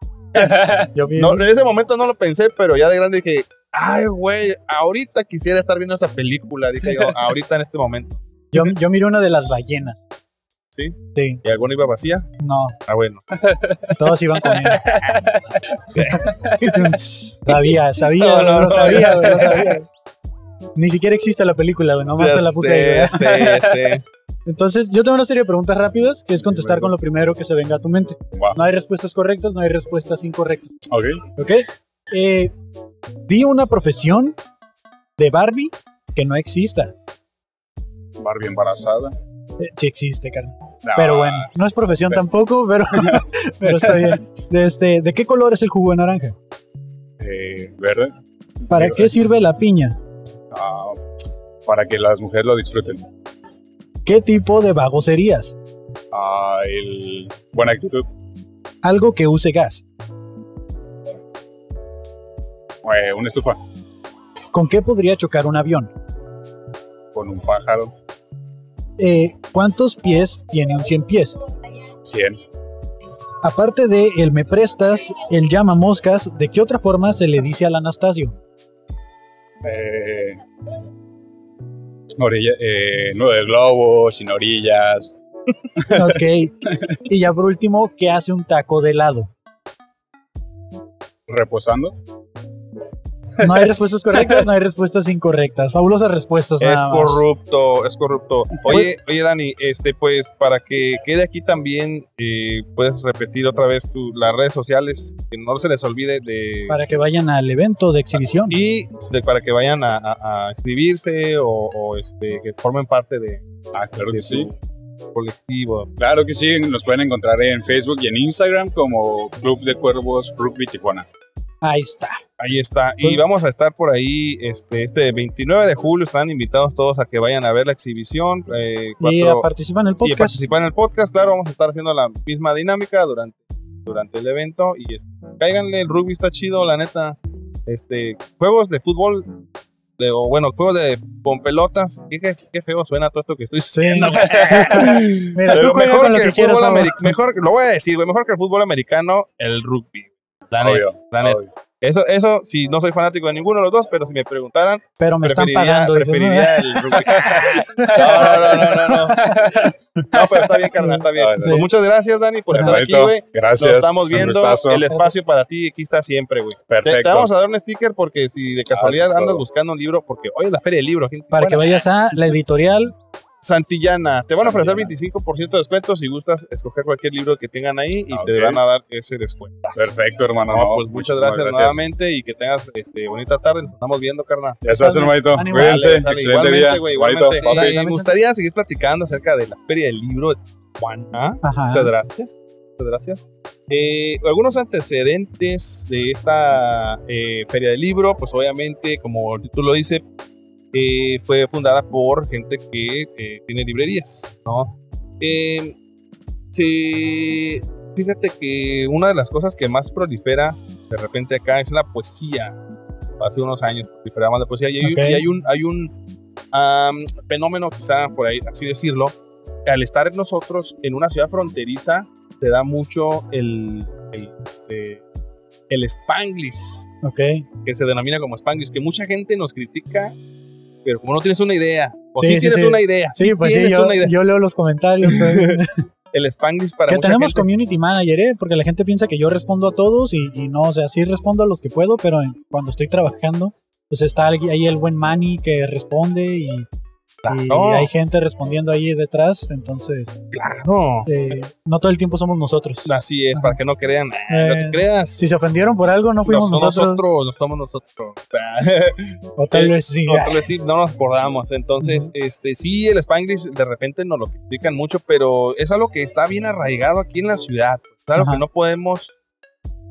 S1: Yo vi
S2: No, en ese momento no lo pensé, pero ya de grande dije, ay, güey, ahorita quisiera estar viendo esa película. Dije yo, ahorita en este momento.
S1: Yo, yo miré una de las ballenas.
S2: ¿Sí?
S1: Sí,
S2: ¿Y alguna iba vacía?
S1: no,
S2: Ah, bueno.
S1: todos iban con él. sabía, sabía,
S2: No, no,
S1: lo
S2: no,
S1: sabía, güey, lo sabía. Ni siquiera existe la película, güey, nomás te la puse ahí, güey.
S2: Sí, sí, sí.
S1: Entonces, yo tengo una serie de preguntas rápidas que es contestar
S2: bueno.
S1: con lo primero que se venga a tu mente.
S4: Va.
S1: No hay respuestas correctas, no hay respuestas incorrectas.
S4: Ok.
S1: ¿Ok? Eh, di una profesión de Barbie que no exista.
S4: Barbie embarazada. Ah,
S1: Eh, sí existe, carnal.
S4: No,
S1: Pero bueno, no es profesión
S4: Pero-
S1: tampoco, pero, pero está bien. De, este, ¿De qué color es el jugo de naranja?
S4: eh, verde.
S1: ¿Para
S4: Pero-
S1: qué sirve la piña?
S4: Ah, para que las mujeres lo disfruten.
S1: ¿Qué tipo de vago serías?
S4: Ah, el buena actitud.
S1: Algo que use gas.
S4: Eh, una estufa
S1: ¿Con qué podría chocar un avión?
S4: con un pájaro.
S1: Eh, ¿Cuántos pies tiene un 100 pies?
S4: 100.
S1: Aparte de el me prestas, el llama moscas, ¿de qué otra forma se le dice al Anastasio?
S4: Eh, orilla, eh, nueve globos, sin orillas.
S1: Ok. y ya por último, ¿qué hace un taco de helado?
S4: Reposando.
S1: No hay respuestas correctas, no hay respuestas incorrectas. Fabulosas respuestas.
S2: Es
S1: Pues nada más. Pues,
S2: corrupto, es corrupto. Oye, oye, Dani, este, pues, para que quede aquí también, eh, puedes repetir otra vez tu, las redes sociales, que no se les olvide de
S1: Para que vayan al evento de exhibición.
S2: y de- para que vayan a, a- a inscribirse o, o, este, que formen parte de,
S4: Ah, claro
S2: de
S4: que sí.
S2: su colectivo.
S4: Claro que sí. Nos pueden encontrar en Facebook y en Instagram como Club de Cuervos Rugby Tijuana.
S1: Ahí está.
S2: Ahí está.
S1: Pues
S2: Y vamos a estar por ahí este, este 29 de julio. Están invitados todos a que vayan a ver la exhibición. eh,
S1: Y
S2: cuatro-
S1: a participar en el
S2: y a
S1: podcast.
S2: participar en el podcast. Claro, vamos a estar haciendo la misma dinámica durante, durante el evento. Y este, cáiganle, el rugby está chido, la neta. Este, juegos de fútbol, de- o bueno, juegos de con pelotas. Qué, qué- qué feo suena todo esto que estoy
S1: Sí.
S2: diciendo.
S1: Mira, tú
S2: Pero
S1: juega
S2: mejor
S1: con
S2: que,
S1: lo que
S2: el
S1: quieras.
S2: fútbol
S1: Pablo.
S2: americano, mejor, lo voy a decir, güey, mejor que el fútbol americano, el rugby. La neta,
S4: Obvio.
S2: la neta.
S4: obvio.
S2: Eso, eso, si no soy fanático de ninguno de los dos, pero si me preguntaran,
S1: Pero me están
S2: preferiría,
S1: pagando. dices, ¿no?
S2: preferiría el rugby. no, no, no, no, no, no. No, pero está bien, carnal, está bien.
S4: Ah,
S1: sí.
S2: Pues muchas gracias, Dani, por estar aquí,
S4: Perfecto.
S2: güey.
S4: Gracias.
S2: Nos estamos
S4: un
S2: viendo.
S4: gustazo.
S2: El espacio para ti aquí está siempre, güey. Te, te
S4: Perfecto.
S2: vamos a dar un sticker porque si de casualidad
S4: eso es
S2: andas
S4: todo.
S2: buscando un libro, porque hoy es la feria del libro, gente.
S1: Para que vayas a la editorial.
S2: Santillana, te van a ofrecer
S4: Santillana.
S2: 25% de descuento si gustas escoger cualquier libro que tengan ahí y
S4: Ah,
S2: te
S4: ok.
S2: van a dar ese descuento.
S4: Perfecto, hermano.
S2: No,
S4: No,
S2: pues muchas
S4: muchísimas
S2: gracias, nuevamente y que tengas este, bonita tarde. Nos estamos viendo, carnal.
S4: Ya estás, hermanito.
S1: Ánimo.
S4: Cuídense.
S2: Dale, dale.
S4: Excelente día.
S2: güey,
S4: Hermanito,
S2: igualmente.
S4: papi.
S2: Y me gustaría seguir platicando acerca de la feria del libro de Tijuana.
S1: Ajá.
S2: Muchas gracias. Muchas gracias. Eh, algunos antecedentes de esta eh, feria del libro, pues obviamente, como el título dice, eh, fue fundada por gente que eh, tiene librerías, ¿no? Eh, se- fíjate que una de las cosas que más prolifera de repente acá es la poesía. Hace unos años proliferaba más la poesía y hay,
S1: Ok.
S2: y hay un, hay un am, fenómeno, quizá por ahí así decirlo, al estar nosotros en una ciudad fronteriza, te da mucho el, el, este, el spanglish,
S1: Ok.
S2: que se denomina como spanglish, que mucha gente nos critica, pero como no tienes una idea, o
S1: Sí,
S2: si
S1: sí,
S2: tienes
S1: sí.
S2: una idea,
S1: Sí,
S2: sí
S1: pues sí,
S2: tienes
S1: yo,
S2: una idea.
S1: yo leo los comentarios. eh.
S2: El spanglish para
S1: que
S2: mucha
S1: tenemos
S2: gente-
S1: community manager, ¿eh? Porque la gente piensa que yo respondo a todos y, y no, o sea, sí respondo a los que puedo, pero en- cuando estoy trabajando, pues está alguien- ahí el buen Manny que responde y, y
S2: no.
S1: hay gente respondiendo ahí detrás, entonces
S2: Claro,
S1: eh, no todo el tiempo somos nosotros.
S2: así es, para que no crean, ah, no
S1: Eh,
S2: te creas.
S1: Si se ofendieron por algo, no fuimos
S2: Nos- no
S1: nosotros,
S2: nosotros, nos somos nosotros.
S1: o tal
S2: eh,
S1: vez sí.
S2: Nosotros sí, no nos acordamos. Entonces, este, sí, el Spanglish de repente nos lo critican mucho, pero es algo que está bien arraigado aquí en la ciudad. Es algo
S1: Ajá.
S2: que no podemos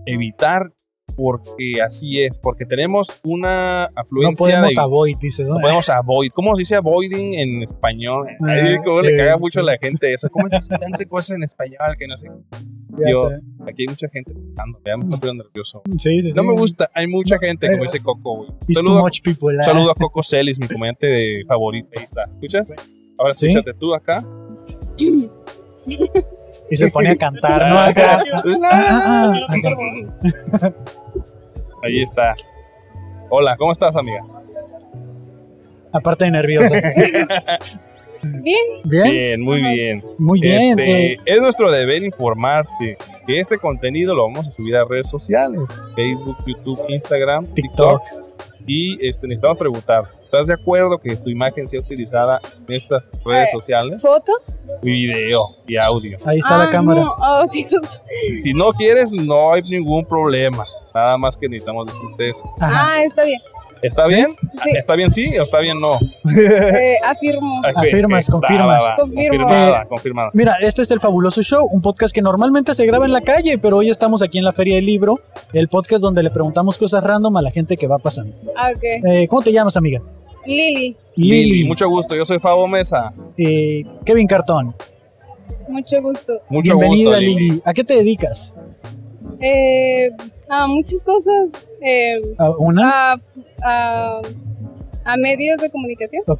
S2: evitar porque así es, porque tenemos una
S1: No
S2: afluencia
S1: podemos
S2: de...
S1: avoid, dice. ¿no?
S2: no podemos avoid. ¿Cómo se dice avoiding en español? Ay,
S1: Ah,
S2: cómo le
S1: eh,
S2: caga mucho a la gente eso. ¿Cómo se dice tanta cosa en español que no sé?
S1: Ya
S2: yo-
S1: sé.
S2: Aquí hay mucha gente pensando, ya me estoy poniendo nervioso.
S1: Sí, sí,
S2: No
S1: sí.
S2: me gusta, hay mucha gente, como
S1: eh,
S2: dice Coco. güey.
S1: It's
S2: Saludo
S1: too
S2: a
S1: much people.
S2: un
S1: ah.
S2: saludo a Coco Celis, mi comediante de favorito. Ahí está. ¿Escuchas? Ahora
S1: Sí.
S2: escúchate tú acá.
S1: Y se pone a cantar, ¿no? Acá. Ah, ah, ah, acá.
S2: Ahí está. Hola, ¿cómo estás, amiga?
S1: Aparte de nerviosa.
S8: Bien.
S1: Bien,
S2: Bien, muy
S8: Ajá.
S2: bien.
S1: muy bien.
S2: Este,
S1: eh,
S2: es nuestro deber informarte que este contenido lo vamos a subir a redes sociales: Facebook, YouTube, Instagram, TikTok.
S1: TikTok.
S2: Y este, necesitamos preguntar: ¿estás de acuerdo que tu imagen sea utilizada en estas redes
S8: Eh.
S2: sociales?
S8: ¿Foto?
S2: Video y audio.
S1: Ahí está
S8: Ah,
S1: la cámara.
S8: No. Oh, Dios.
S2: Si no quieres, no hay ningún problema. Nada más que necesitamos decirte eso.
S1: Ajá.
S8: Ah, está bien.
S2: ¿Está bien?
S8: Sí,
S2: ¿Está bien sí o está bien no?
S8: eh, afirmo.
S1: Afirmas,
S2: Está,
S1: confirmas.
S2: va, va.
S8: Confirmo.
S2: Confirmada, confirmada.
S1: Mira, este es el Fabuloso Show, un podcast que normalmente se graba en la calle, pero hoy estamos aquí en la Feria del Libro, el podcast donde le preguntamos cosas random a la gente que va pasando.
S8: Ah, ok.
S1: Eh, ¿Cómo te llamas, amiga?
S8: Lili,
S2: Lili, mucho gusto. Yo soy Fabo Mesa.
S1: Eh, Kevin Cartón.
S8: mucho gusto.
S2: Mucho
S1: Bienvenida,
S2: gusto, Lili.
S1: ¿A qué te dedicas?
S8: Eh, a muchas cosas. Eh,
S1: ¿A una?
S8: a, a, a medios de comunicación.
S1: ok,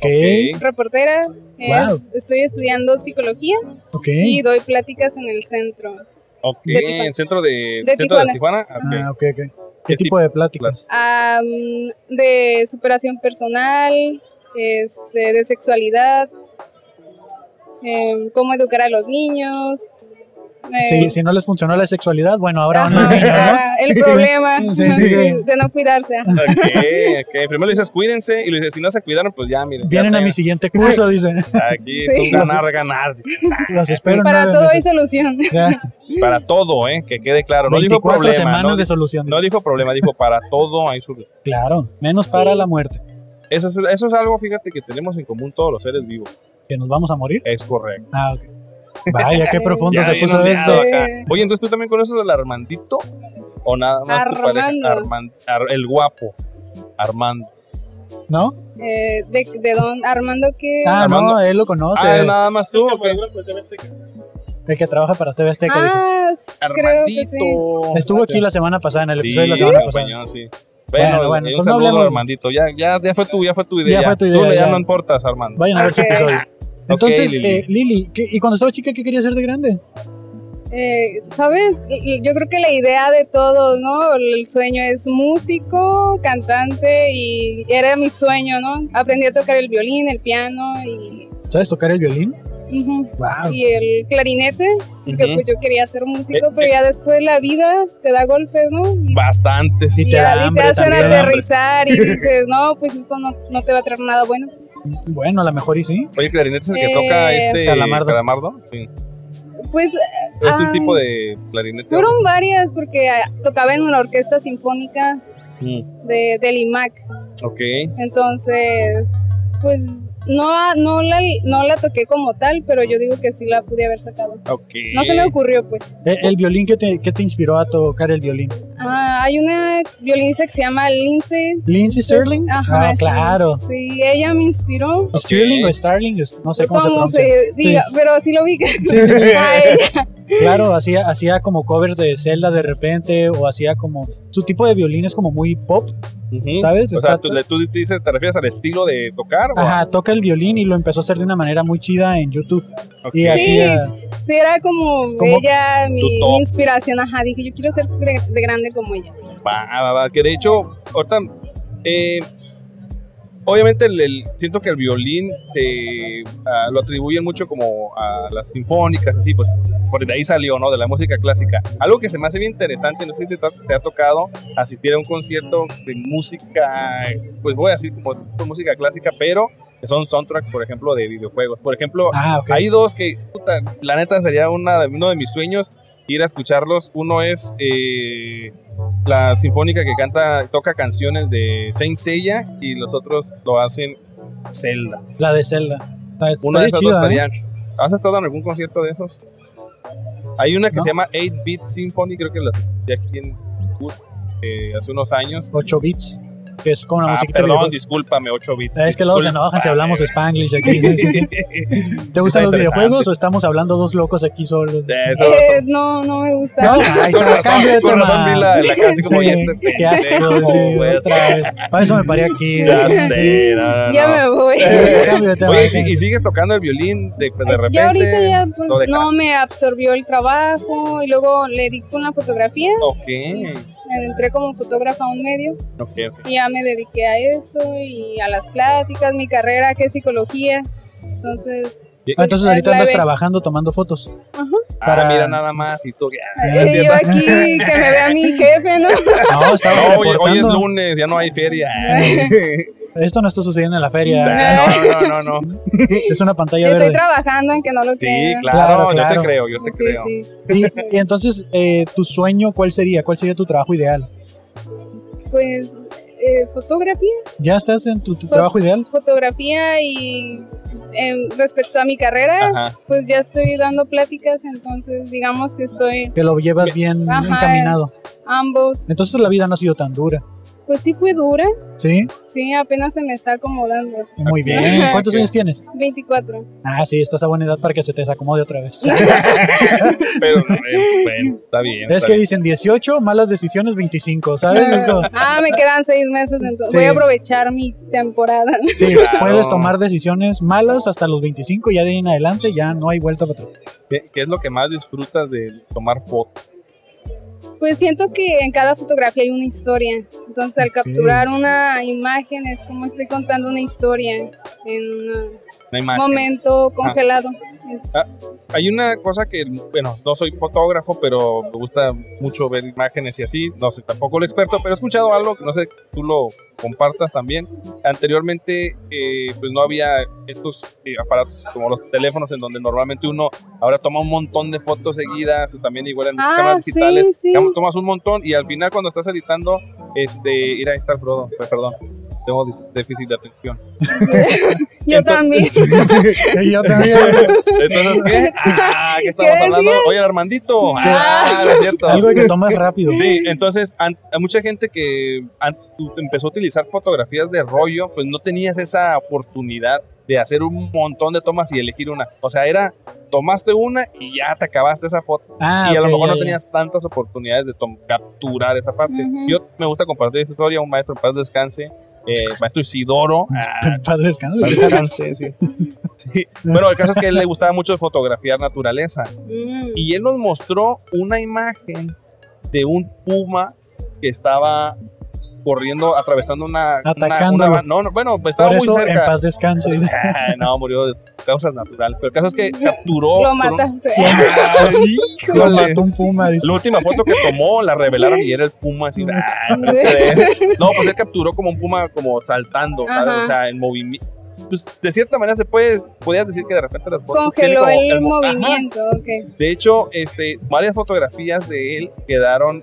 S2: Ok.
S8: Reportera. eh,
S1: Wow.
S8: Estoy estudiando psicología
S1: ok.
S8: y doy pláticas en el centro.
S2: Ok,
S8: De Tijuana.
S2: en centro de,
S8: De
S2: centro de Tijuana. ok.
S1: Ah, ok, ok. ¿Qué
S2: ¿Qué
S1: tipo de pláticas?
S8: Ah, mm, de superación personal, este, de sexualidad, eh, cómo educar a los niños. eh,
S1: Sí, si no les funcionó la sexualidad, bueno, ahora van
S8: ajá,
S1: a
S8: ajá, el problema
S1: Sí, sí, sí.
S8: de no cuidarse. ajá.
S2: Ok, ok. Primero le dices cuídense y le dices si no se cuidaron, pues ya, miren. ya
S1: Vienen a mi
S2: tengan.
S1: siguiente curso, dicen.
S2: Aquí
S8: Sí.
S2: es un ganar, ganar.
S1: Los espero en
S8: Para
S1: nueve
S8: todo hay
S1: meses.
S8: solución.
S1: Ya,
S2: Para todo, ¿eh? Que quede claro. No dijo
S1: 24
S2: problema.
S1: semanas
S2: no,
S1: de
S2: dijo-
S1: solución.
S2: no dijo problema, dijo para todo hay su
S1: Claro, menos para la muerte,
S2: Eso es, eso es algo, fíjate, que tenemos en común todos los seres vivos.
S1: que nos vamos a morir.
S2: Es correcto.
S1: Ah, ok. Vaya, qué
S8: Sí.
S1: profundo
S2: Ya
S1: se
S2: bien
S1: puso
S2: ondeado
S1: esto.
S8: Sí.
S2: acá. Oye, entonces tú también conoces al Armandito o nada más tu pareja?
S8: Armando.
S2: Arman- Ar- el guapo. Armando.
S1: ¿No?
S8: Eh, de, de don Armando que
S1: Ah,
S2: Armando.
S1: no, él lo conoce.
S2: ah, ¿es nada más tú. o qué?
S1: El que trabaja para TV Azteca. dijo.
S8: Ah, s- creo que sí.
S2: Armandito.
S1: Estuvo aquí la semana pasada, en el
S2: Sí,
S1: episodio de pues,
S2: sí,
S1: la semana pasada.
S2: compañero, sí.
S1: Bueno,
S2: Bueno,
S1: bueno,
S2: un
S1: pues no
S2: saludo
S1: hablemos.
S2: Armandito. Ya, ya, ya fue tu, ya fue tu idea.
S1: Ya fue tu
S2: Tú
S1: idea,
S2: ya,
S1: ya.
S2: no importas, Armando.
S1: Vayan a ver su
S8: Ok.
S1: episodio. Entonces,
S2: Lili.
S1: eh, Lili, ¿qué- ¿y cuando estaba chica qué quería ser de grande?
S8: Eh, Sabes, yo creo que la idea de todo, ¿no? El sueño es músico, cantante y era mi sueño, ¿no? Aprendí a tocar el violín, el piano y,
S1: ¿Sabes tocar el violín?
S8: ujú,
S1: Wow.
S8: y el clarinete, porque
S2: Ujú.
S8: pues yo quería ser músico,
S2: Eh,
S8: pero ya después la vida te da golpes, ¿no? Y,
S2: Bastantes.
S1: Y
S8: y
S1: te da
S8: a- y te
S1: hambre
S8: hacen
S1: también, hambre.
S8: aterrizar y dices, no, pues esto no, no te va a traer nada bueno.
S1: Bueno, a lo mejor y sí.
S2: Oye, clarinete es el que
S8: Eh,
S2: toca este
S1: Calamardo.
S2: Calamardo. Sí.
S8: Pues
S2: Es un
S8: Ah.
S2: tipo de clarinete.
S8: fueron varias, porque ah, tocaba en una orquesta sinfónica
S2: Mm,
S8: de, del IMAC.
S2: ok.
S8: Entonces, pues no, no, la, no la toqué como tal, pero yo digo que sí la pude haber sacado.
S2: Ok.
S8: No se me ocurrió, pues,
S1: Eh, ¿El violín qué te, qué te inspiró a tocar el violín?
S8: a, Ah, hay una violinista que se llama Lindsay.
S1: Lindsay Sterling.
S8: Pues, Ajá,
S1: ah,
S8: sí.
S1: claro.
S8: Sí, ella me inspiró.
S1: Sterling o Starling, no sé cómo se
S8: Como
S1: pronuncia.
S8: se diga, pero sí lo vi.
S1: Sí, sí, sí.
S8: A ella.
S1: Claro, hacía, hacía como covers de Zelda de repente, o hacía como. Su tipo de violín es como muy pop,
S2: Ujú.
S1: ¿sabes?
S2: O sea,
S1: Está-
S2: tú, le- tú dices, ¿te refieres al estilo de tocar? o a-
S1: Ajá, toca el violín y lo empezó a hacer de una manera muy chida en YouTube.
S2: Ok.
S1: Y ah, hacía.
S8: Sí, era como
S1: Como
S8: ella,
S2: tu
S8: mi,
S2: top.
S8: mi inspiración. Ajá, dije, yo quiero ser gre- de grande como ella.
S2: Va, va, va, Que de hecho, ahorita. eh, obviamente, el, el- siento que el violín se ah, lo atribuyen mucho como a las sinfónicas, así, pues por de ahí salió, ¿no? De la música clásica. Algo que se me hace bien interesante, no sé si te, ta- te ha tocado asistir a un concierto de música, pues voy a decir como es- pues, música clásica, pero que son soundtracks, por ejemplo, de videojuegos. Por ejemplo,
S1: Ah, ok.
S2: hay dos que, puta, la neta sería una de, uno de mis sueños ir a escucharlos. Uno es eh, la sinfónica que canta, toca canciones de Saint Seiya y los otros lo hacen Zelda.
S1: La de Zelda. Está, está
S2: Una de
S1: bien
S2: esas
S1: chida,
S2: dos
S1: ¿eh?
S2: estarían. ¿Has estado en algún concierto de esos? Hay una que
S1: No.
S2: se llama 8-Bit Symphony, creo que la de aquí en eh, hace unos años.
S1: 8 bits, que es como una
S2: Ah,
S1: musiquita de
S2: perdón,
S1: videojuegos.
S2: discúlpame, 8 bits.
S1: Es que luego se enojan si hablamos spanglish aquí. Sí, sí, sí. ¿Te gustan los videojuegos o estamos hablando dos locos aquí solos?
S2: Eso,
S8: Eh, no, no me gusta.
S1: No, ahí
S2: Con
S1: está,
S2: razón,
S1: cambia de
S2: con
S1: tema.
S2: razón vi la, la cara así como,
S1: Sí,
S2: "Oye, este
S1: qué asco,
S2: pendejo,
S1: sí,
S2: güey".
S1: otra vez. Para eso me paré aquí.
S2: Ya
S1: sí,
S2: sé, no, no,
S8: ya
S2: no.
S8: me voy.
S1: sí. Sí, cambio de tema,
S2: Oye, ¿y
S1: sí.
S2: si- ¿y sigues tocando el violín de, de
S8: Eh,
S2: repente?
S8: ya ahorita ya pues,
S2: lo dejaste.
S8: no me absorbió el trabajo y luego le di con la fotografía. y s-
S2: Ok,
S8: entré como fotógrafa a un medio
S2: ok, ok.
S8: y ya me dediqué a eso y a las pláticas, mi carrera que es psicología. Entonces,
S1: Ah, Entonces
S8: Pues,
S1: ahorita
S8: la
S1: andas
S8: ve.
S1: trabajando tomando fotos.
S2: Para
S1: Para-
S2: Ah, mira nada más y tú. ah,
S1: Ah,
S8: eh,
S1: sí,
S8: yo
S1: va.
S8: aquí que me vea mi jefe, ¿no?
S1: No, estaba
S2: no, hoy, hoy es
S1: reportando.
S2: lunes, ya no hay feria.
S1: Esto no está sucediendo en la feria.
S2: no, no, no, no.
S1: Es una pantalla
S8: Estoy
S1: verde.
S8: trabajando en que no lo
S2: Sí,
S8: crean.
S2: claro,
S1: Claro,
S2: yo
S1: claro.
S2: te creo, yo te
S8: Sí,
S2: creo.
S8: sí.
S1: Y, y entonces, eh, ¿tu sueño cuál sería? ¿Cuál sería tu trabajo ideal?
S8: Pues eh, fotografía,
S1: ¿Ya estás en tu, tu
S8: Pues
S1: trabajo ideal?
S8: fotografía y em, respecto a mi carrera,
S2: Ajá.
S8: pues ya estoy dando pláticas, entonces digamos que estoy
S1: Que lo llevas bien
S8: Ajá.
S1: encaminado.
S8: ambos.
S1: Entonces la vida no ha sido tan dura.
S8: Pues sí fue dura,
S1: ¿Sí?
S8: sí, apenas se me está acomodando.
S1: Muy bien. ¿Cuántos años tienes?
S8: 24.
S1: Ah, sí, estás a buena edad para que se te desacomode otra vez.
S2: Pero eh, bueno, está bien.
S1: Es
S2: está
S1: que
S2: bien.
S1: dicen 18, malas decisiones 25, ¿sabes? Es como-
S8: Ah, me quedan seis meses, entonces
S1: Sí.
S8: voy a aprovechar mi temporada.
S1: sí,
S2: Claro.
S1: puedes tomar decisiones malas hasta los 25, ya de ahí en adelante ya no hay vuelta para atrás.
S2: ¿Qué, qué es lo que más disfrutas de tomar fotos?
S8: Pues siento que en cada fotografía hay una historia, entonces al capturar una imagen es como estoy contando una historia en un
S2: Una imagen. Ah.
S8: momento congelado. Es-
S2: Hay una cosa que, bueno, no soy fotógrafo, pero me gusta mucho ver imágenes y así. No sé, tampoco lo experto, pero he escuchado algo que no sé, tú lo compartas también. Anteriormente, eh, pues no había estos eh, aparatos como los teléfonos en donde normalmente uno ahora toma un montón de fotos seguidas, también igual en
S8: Ah,
S2: cámaras
S8: sí,
S2: digitales.
S8: sí.
S2: cam- Tomas un montón y al final cuando estás editando, este, ir a estar Frodo, pues, perdón. Tengo dif- déficit de atención.
S8: Yo también.
S1: Y yo también.
S2: Entonces, ¿qué? Ah, ¿qué estamos
S8: ¿Qué
S2: hablando? Oye, Armandito. Ah, no es cierto.
S1: Algo que tomas rápido.
S2: Sí, entonces an- a mucha gente que an- empezó a utilizar fotografías de rollo, pues no tenías esa oportunidad de hacer un montón de tomas y elegir una. O sea, era tomaste una y ya te acabaste esa foto.
S1: Ah,
S2: y a lo
S1: ok,
S2: mejor
S1: ya,
S2: no
S1: ya.
S2: tenías tantas oportunidades de tom- capturar esa parte.
S8: Ujú.
S2: Yo me gusta compartir esta historia, un maestro en paz descanse, eh, maestro Isidoro. Ah,
S1: Padre descanso.
S2: en paz descanse, sí. Sí. Bueno, el caso es que a él le gustaba mucho fotografiar naturaleza
S8: Mm.
S2: y él nos mostró una imagen de un puma que estaba corriendo, atravesando una... una-
S1: Atacándolo.
S2: una- no, no, bueno, pues estaba
S1: Por
S2: muy
S1: eso, en
S2: cerca. Ah,
S1: paz descanse.
S2: no, murió de causas naturales. Pero el caso es que capturó...
S8: Lo
S2: con un- Ah,
S8: mataste.
S2: Ay,
S1: Lo
S2: híjole.
S1: mató un puma. dice.
S2: La última foto que tomó la revelaron y era el puma así. ah, No, pues él capturó como un puma como saltando, ¿sabes?
S8: Ajá.
S2: O sea, en movimiento. Pues de cierta manera se puede, podías decir que de repente las fotos tienen
S8: Congeló
S2: como
S8: el,
S2: mo- Ajá.
S8: movimiento, ok.
S2: De hecho, este, varias fotografías de él quedaron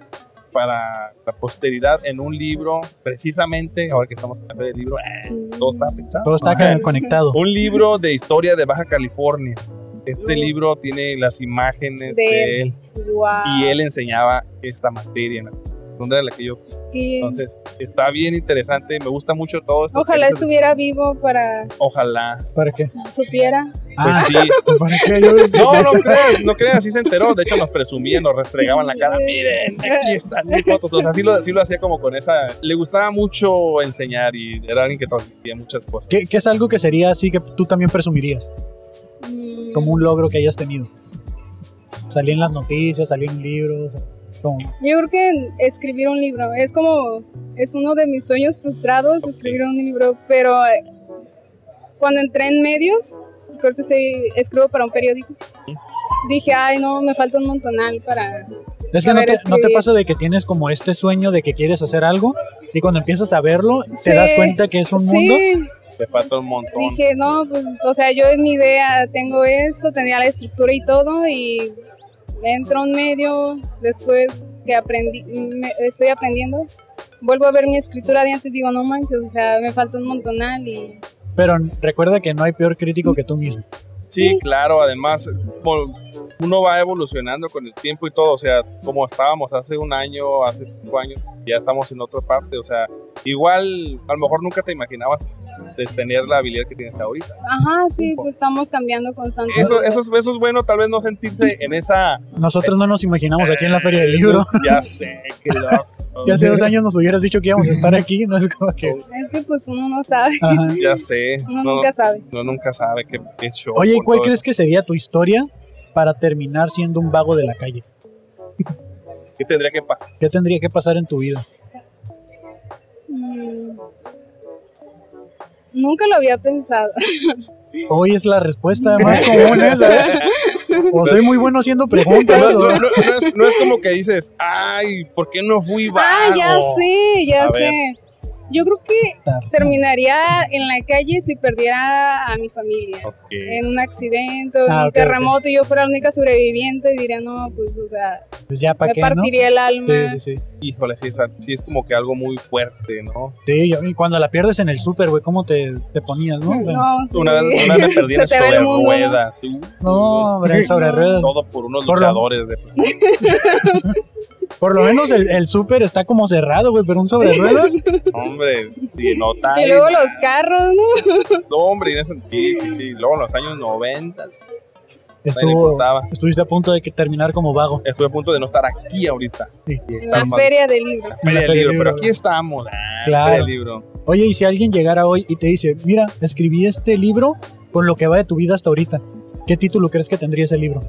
S2: para la posteridad en un libro, precisamente, ahora que estamos en la feria del libro, eh, todo está pensado.
S1: Todo está
S2: Ajá.
S1: conectado.
S2: Un libro de historia de Baja California. Este libro tiene las imágenes de,
S8: De
S2: él
S8: Wow.
S2: y él enseñaba esta materia. ¿no? secundaria a la que yo fui.
S8: Y
S2: Entonces, está bien interesante, me gusta mucho todo esto.
S8: ojalá estuviera vivo para
S2: Ojalá.
S1: ¿Para qué?
S8: supiera.
S2: Pues
S1: Ah,
S2: sí.
S1: ¿para qué? Yo-
S2: No, no creas, no creas, así se enteró. De hecho, nos presumían, nos restregaban la cara. Miren, aquí están mis fotos. O sea, sí lo, sí lo hacía como con esa. Le gustaba mucho enseñar y era alguien que transmitía muchas cosas.
S1: ¿Qué, qué es algo que sería así que tú también presumirías?
S8: Mm,
S1: Como un logro que hayas tenido. Salí en las noticias, salí en libros. como-
S8: Yo creo que escribir un libro es como, es uno de mis sueños frustrados,
S2: Ok.
S8: escribir un libro, pero eh, cuando entré en medios, porque estoy, escribo para un periódico, dije, ay no, me falta un montonal para...
S1: Es que no te, no
S8: Saber
S1: te
S8: escribir.
S1: pasa de que tienes como este sueño de que quieres hacer algo y cuando empiezas a verlo te
S8: Sí.
S1: das cuenta que es un mundo.
S2: Te falta un montón.
S8: Dije, no, pues, o sea, yo es mi idea, tengo esto, tenía la estructura y todo, y entro a un medio, después que aprendí, me- estoy aprendiendo, vuelvo a ver mi escritura de antes, digo, no manches, o sea, me falta un montonal y...
S1: Pero recuerda que no hay peor crítico que tú mismo.
S2: Sí, claro, además vol- uno va evolucionando con el tiempo y todo, o sea, como estábamos hace un año, hace cinco años, ya estamos en otra parte, o sea, igual a lo mejor nunca te imaginabas de tener la habilidad que tienes ahorita.
S8: Ajá, sí, pues estamos cambiando constantemente.
S2: Eso, eso, es- eso es bueno, tal vez no sentirse en esa...
S1: Nosotros no nos imaginamos aquí en la Feria del
S2: Eh,
S1: Libro.
S2: Ya sé, qué loco.
S1: Que hace dos años nos hubieras dicho que íbamos a estar aquí, no es como que.
S8: Es que pues uno no sabe,
S1: Ajá.
S2: Ya sé.
S8: uno
S2: No,
S8: nunca sabe.
S2: uno nunca sabe qué qué show
S1: Oye, ¿y
S2: con
S1: cuál
S2: todo
S1: crees que sería tu historia para terminar siendo un vago de la calle?
S2: eso. ¿Qué tendría que pasar?
S1: ¿Qué tendría que pasar en tu vida?
S8: Mm. Nunca lo había pensado.
S1: Hoy es la respuesta más común esa. ¿eh? O soy muy bueno haciendo preguntas.
S2: No,
S1: o-
S2: no, no, no es, no es como que dices, ay, ¿por qué no fui vago?
S8: Ah, ya sé, ya
S2: A
S8: sé.
S2: ver.
S8: Yo creo que terminaría en la calle si perdiera a mi familia.
S2: Ok.
S8: En un accidente, o en
S1: Ah,
S8: un
S1: ok, ok.
S8: terremoto, y yo fuera la única sobreviviente, diría, no, pues, o sea,
S1: Pues ya para
S8: me
S1: qué, ¿no?
S8: partiría el alma.
S1: Sí, sí, sí.
S2: Híjole, sí es, sí es como que algo muy fuerte, ¿no?
S1: Sí, y cuando la pierdes en el súper, güey, ¿cómo te, te ponías, no? O sea,
S8: No, sí.
S2: Una vez, una vez me perdí
S8: Se
S2: en
S8: te va el
S2: sobre
S8: mundo, ¿no?
S2: ruedas, ¿sí?
S1: no, hombre, sobre
S8: No.
S1: ruedas.
S2: Todo por unos
S1: Por lo-
S2: luchadores. De...
S1: Por lo menos el, el súper está como cerrado, güey, pero un sobre ruedas.
S2: Hombre, sí, no tal.
S8: Y luego los carros, ¿no?
S2: No, hombre, en ese- sí, sí, sí. Luego en los años 90, nadie le
S1: Estuvo,
S2: contaba.
S1: estuviste a punto de que terminar como vago.
S2: Estuve a punto de no estar aquí ahorita.
S1: Sí.
S2: Y estar
S8: La
S2: más-
S8: feria del libro.
S2: Feria
S1: La
S2: del
S1: Feria
S2: libro,
S1: del
S2: pero
S1: Libro.
S2: aquí estamos. Ah,
S1: Claro.
S2: Feria del libro.
S1: Oye, y si alguien llegara hoy y te dice, mira, escribí este libro con lo que va de tu vida hasta ahorita, ¿qué título crees que tendría ese libro?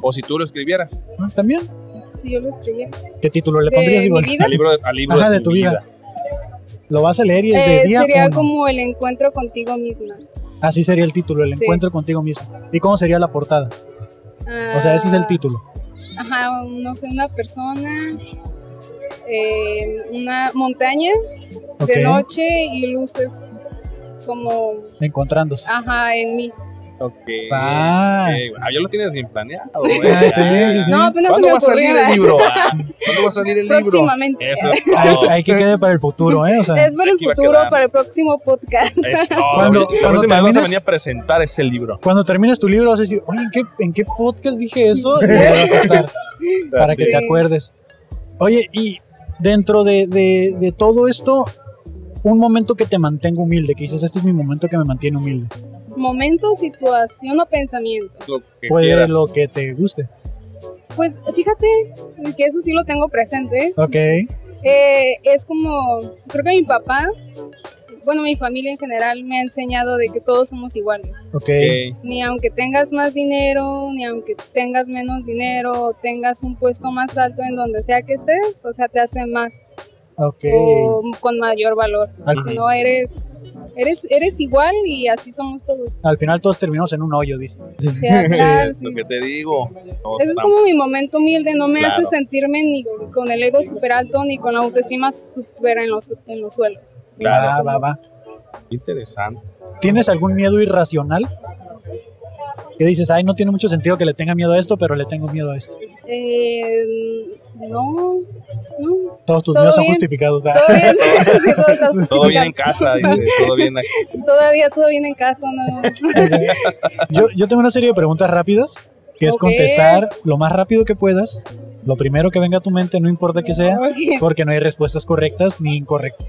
S2: O si tú lo escribieras
S1: Ah, También,
S8: Si Ah, yo lo escribía.
S1: ¿qué título le
S8: ¿De
S1: pondrías
S8: mi
S1: igual?
S8: vida?
S2: al libro de, al libro
S1: Ajá, de tu vida. Lo vas a leer y es de
S8: Eh,
S1: día
S8: sería
S1: uno.
S8: como el encuentro contigo misma.
S1: Así sería el título, el
S8: Sí.
S1: encuentro contigo mismo. ¿Y cómo sería la portada? O sea, ese es el título.
S8: Ah, Ajá, no sé, una persona, eh, una montaña
S1: Ok,
S8: de noche y luces como,
S1: encontrándose.
S8: ajá, en mí.
S2: Ok.
S1: Ah.
S2: Ok. Ah, ya lo tienes bien planeado. güey.
S1: Ah, sí, sí, sí.
S8: No, apenas se
S2: ¿Cuándo
S8: me
S2: va a salir
S8: ocurrió,
S2: el
S8: ¿eh?
S2: libro? Ah, ¿Cuándo va a salir el libro?
S8: Próximamente.
S2: Eso es
S1: Hay,
S2: todo.
S1: hay que quede para el futuro, ¿eh? O sea,
S8: Es para el
S2: Aquí va a
S8: futuro,
S2: quedar.
S8: para el próximo podcast.
S2: Es todo.
S1: Cuando-
S2: La
S1: cuando
S2: próxima vez vas a
S1: termines-
S2: venir a presentar ese libro.
S1: cuando termines tu libro vas a decir, oye, ¿en qué, en qué podcast dije eso? Y ahí vas a estar para que
S2: Así.
S1: te
S8: Sí.
S1: acuerdes. Oye, y dentro de, de- de todo esto, un momento que te mantenga humilde, que dices, este es mi momento que me mantiene humilde.
S8: Momento, situación o pensamiento.
S2: Lo que
S1: Puede
S2: quieras.
S1: Pues, lo que te guste.
S8: Pues fíjate que eso sí lo tengo presente.
S1: Ok.
S8: Eh, es como, creo que mi papá, bueno, mi familia en general me ha enseñado de que todos somos iguales.
S1: Ok.
S2: Ok.
S8: ni aunque tengas más dinero, ni aunque tengas menos dinero, o tengas un puesto más alto en donde sea que estés, o sea, te hace más
S1: Ok. Ah,
S8: o con mayor valor.
S1: Al,
S8: Si no eres, eres, eres igual y así somos todos.
S1: al final todos terminamos en un hoyo, dice.
S8: O sea, claro, sí.
S2: Lo que te digo. No,
S8: Eso es
S2: tam-
S8: como mi momento humilde, no me
S2: Claro.
S8: hace sentirme ni con el ego súper alto ni con la autoestima súper en los, en los suelos.
S2: Claro.
S1: Va, va, va. Ah,
S2: Interesante.
S1: ¿Tienes algún miedo irracional? Que dices, ay, no tiene mucho sentido que le tenga miedo a esto, pero le tengo miedo a esto.
S8: Eh, no, no,
S1: Todos tus
S8: Todo
S1: miedos son
S8: bien.
S1: justificados. ah.
S8: todo bien, sí, todo está
S2: Todo bien en
S8: justificado.
S2: casa, dice, todo bien aquí.
S8: Todavía todo bien en casa, no.
S1: Yo, yo tengo una serie de preguntas rápidas, que es
S8: Ok.
S1: contestar lo más rápido que puedas, Lo primero que venga a tu mente, no importa que sea,
S8: Ok.
S1: porque no hay respuestas correctas ni incorrectas.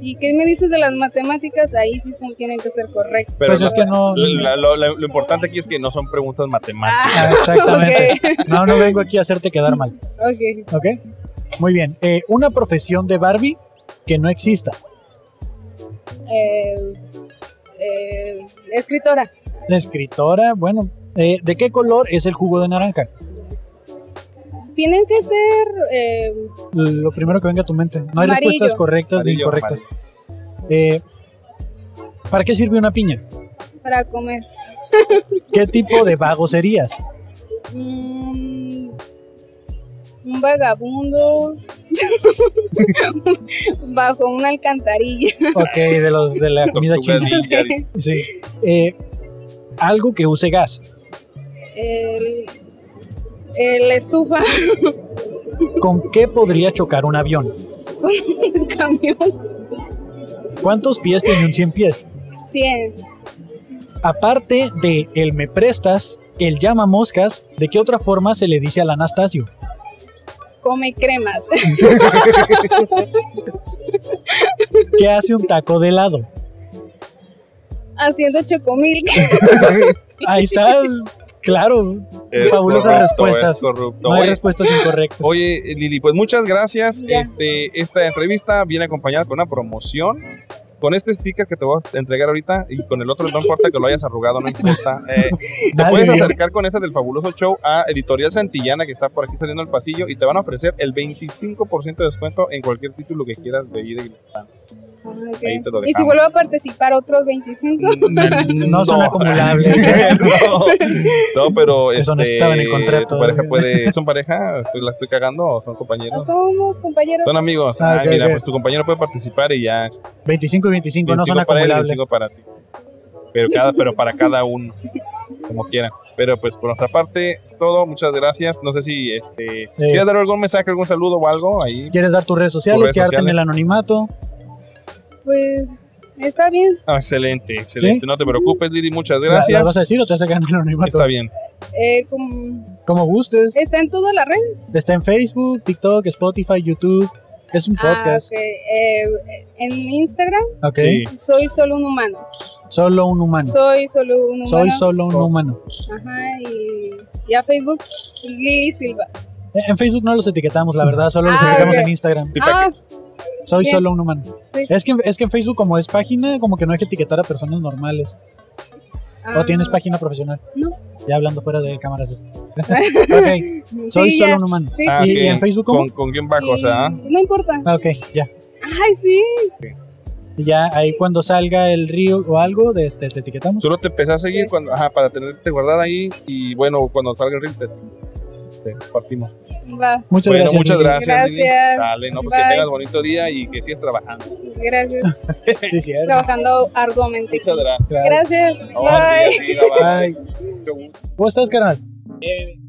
S8: ¿Y qué me dices de las matemáticas? Ahí sí son, tienen que ser correctas.
S2: Pero
S1: pues
S2: la-
S1: es que no.
S2: la- lo, lo- lo importante aquí es que no son preguntas matemáticas.
S8: Ah,
S1: Ah, Exactamente. No, no vengo aquí a hacerte quedar mal.
S8: ok.
S1: ¿Ok? Muy bien. Eh, una profesión de Barbie que no exista.
S8: Eh, eh, escritora.
S1: Escritora, bueno. eh, ¿De qué color es el jugo de naranja?
S8: Tienen que ser eh,
S1: Lo primero que venga a tu mente. No hay
S8: Amarillo.
S1: respuestas correctas ni
S2: Amarillo,
S1: incorrectas. Eh, ¿Para qué sirve una piña?
S8: para comer.
S1: ¿Qué tipo de vago serías?
S8: Mm, un vagabundo bajo una alcantarilla.
S1: Ok, de los de la comida
S2: Tortuga
S1: china.
S2: ninja, dice.
S1: Sí. Eh, algo que use gas.
S8: El, el estufa,
S1: ¿Con qué podría chocar un avión?
S8: un camión,
S1: ¿Cuántos pies tiene un 100 pies?
S8: 100.
S1: Aparte de el me prestas, el llama moscas, ¿de qué otra forma se le dice al Anastasio?
S8: Come cremas.
S1: ¿Qué hace un taco de helado?
S8: Haciendo chocomil.
S1: Ahí está, claro,
S2: Es
S1: Fabulosas
S2: corrupto,
S1: respuestas.
S2: es corrupto.
S1: no hay
S2: Oye,
S1: respuestas incorrectas.
S2: Oye, Lili, pues muchas gracias.
S8: Ya.
S2: Este, esta entrevista viene acompañada con una promoción. Con este sticker que te voy a entregar ahorita y con el otro, no importa que lo hayas arrugado, no importa. Eh, te
S1: Nadie
S2: puedes
S1: vio.
S2: acercar con esa del fabuloso show a Editorial Santillana, que está por aquí saliendo al pasillo, y te van a ofrecer el 25% de descuento en cualquier título que quieras pedir. en el stand.
S8: Ok.
S2: Ahí te lo
S8: Y si
S2: dejamos.
S8: vuelvo a participar otros 25.
S1: No son acumulables. ¿eh?
S2: no, No, pero
S1: Eso no
S2: este,
S1: estaba en el contrato.
S2: tu pareja puede, ¿Son pareja? ¿La estoy cagando o son compañeros?
S8: Somos compañeros.
S2: Son amigos.
S1: Ah,
S2: Ah,
S1: ok,
S2: mira,
S1: ok.
S2: pues tu compañero puede participar y ya. este,
S1: 25 y 25 no son
S2: 25 para él y
S1: acumulables.
S2: 25 para ti. Pero, cada, pero para cada uno, como quieran. Pero pues por nuestra parte, todo. Muchas gracias. No sé si este, quieres dar algún mensaje, algún saludo o algo ahí.
S1: ¿Quieres dar tus redes sociales?
S2: redes
S1: ¿Quedarte en
S2: sociales.
S1: el anonimato?
S8: Pues está bien.
S2: Ah, excelente, excelente.
S1: ¿Sí?
S2: No te preocupes, Lili. Muchas
S1: ¿La-
S2: gracias.
S1: ¿La vas a decir o te vas a quedar en el anonimato?
S2: Está bien.
S8: Eh, como-
S1: Como gustes.
S8: está en toda la red.
S1: Está en Facebook, TikTok, Spotify, YouTube. Es un podcast.
S8: Ah, ok. Eh, en Instagram
S1: ok.
S2: Sí.
S8: soy solo un humano.
S1: Solo un humano.
S8: Soy solo un humano.
S1: Soy solo un
S2: So-
S1: humano.
S8: Ajá, y, y a Facebook, Lili Silva.
S1: Eh, En Facebook no los etiquetamos, la verdad, solo los
S8: Ah,
S1: etiquetamos
S8: ok.
S1: en Instagram.
S8: Ah,
S1: Soy
S8: bien.
S1: solo un humano.
S8: sí.
S1: Es que, es que en Facebook, como es página, como que no hay que etiquetar a personas normales.
S8: Ah,
S1: ¿O tienes página profesional?
S8: No.
S1: Ya hablando fuera de cámaras. eso. ok, soy
S8: sí,
S1: solo
S8: ya.
S1: un humano.
S8: Sí.
S2: Ah,
S1: ¿Y,
S2: ok.
S1: y en Facebook cómo?
S2: Con, con guión bajo, o sea.
S8: Y No importa.
S1: Ah, ok, ya.
S8: Ay, sí.
S1: Y Ya ahí cuando salga el río o algo, de este, te etiquetamos.
S2: Solo te empecé a seguir cuando, ajá, para tenerte guardada ahí y bueno, cuando salga el reel te, te compartimos.
S8: Va,
S1: Muchas
S2: bueno,
S1: gracias.
S2: muchas
S1: Lili.
S2: gracias. Lili.
S8: Gracias.
S2: Dale, no, pues que
S8: Bye.
S2: tengas bonito día y que sigas trabajando.
S8: gracias.
S1: Sí, cierto.
S8: Trabajando arduamente.
S2: Muchas gracias.
S8: Gracias.
S2: No, a
S8: Bye.
S2: ti, a ti, bye,
S1: Bye. ¿Cómo estás, carnal?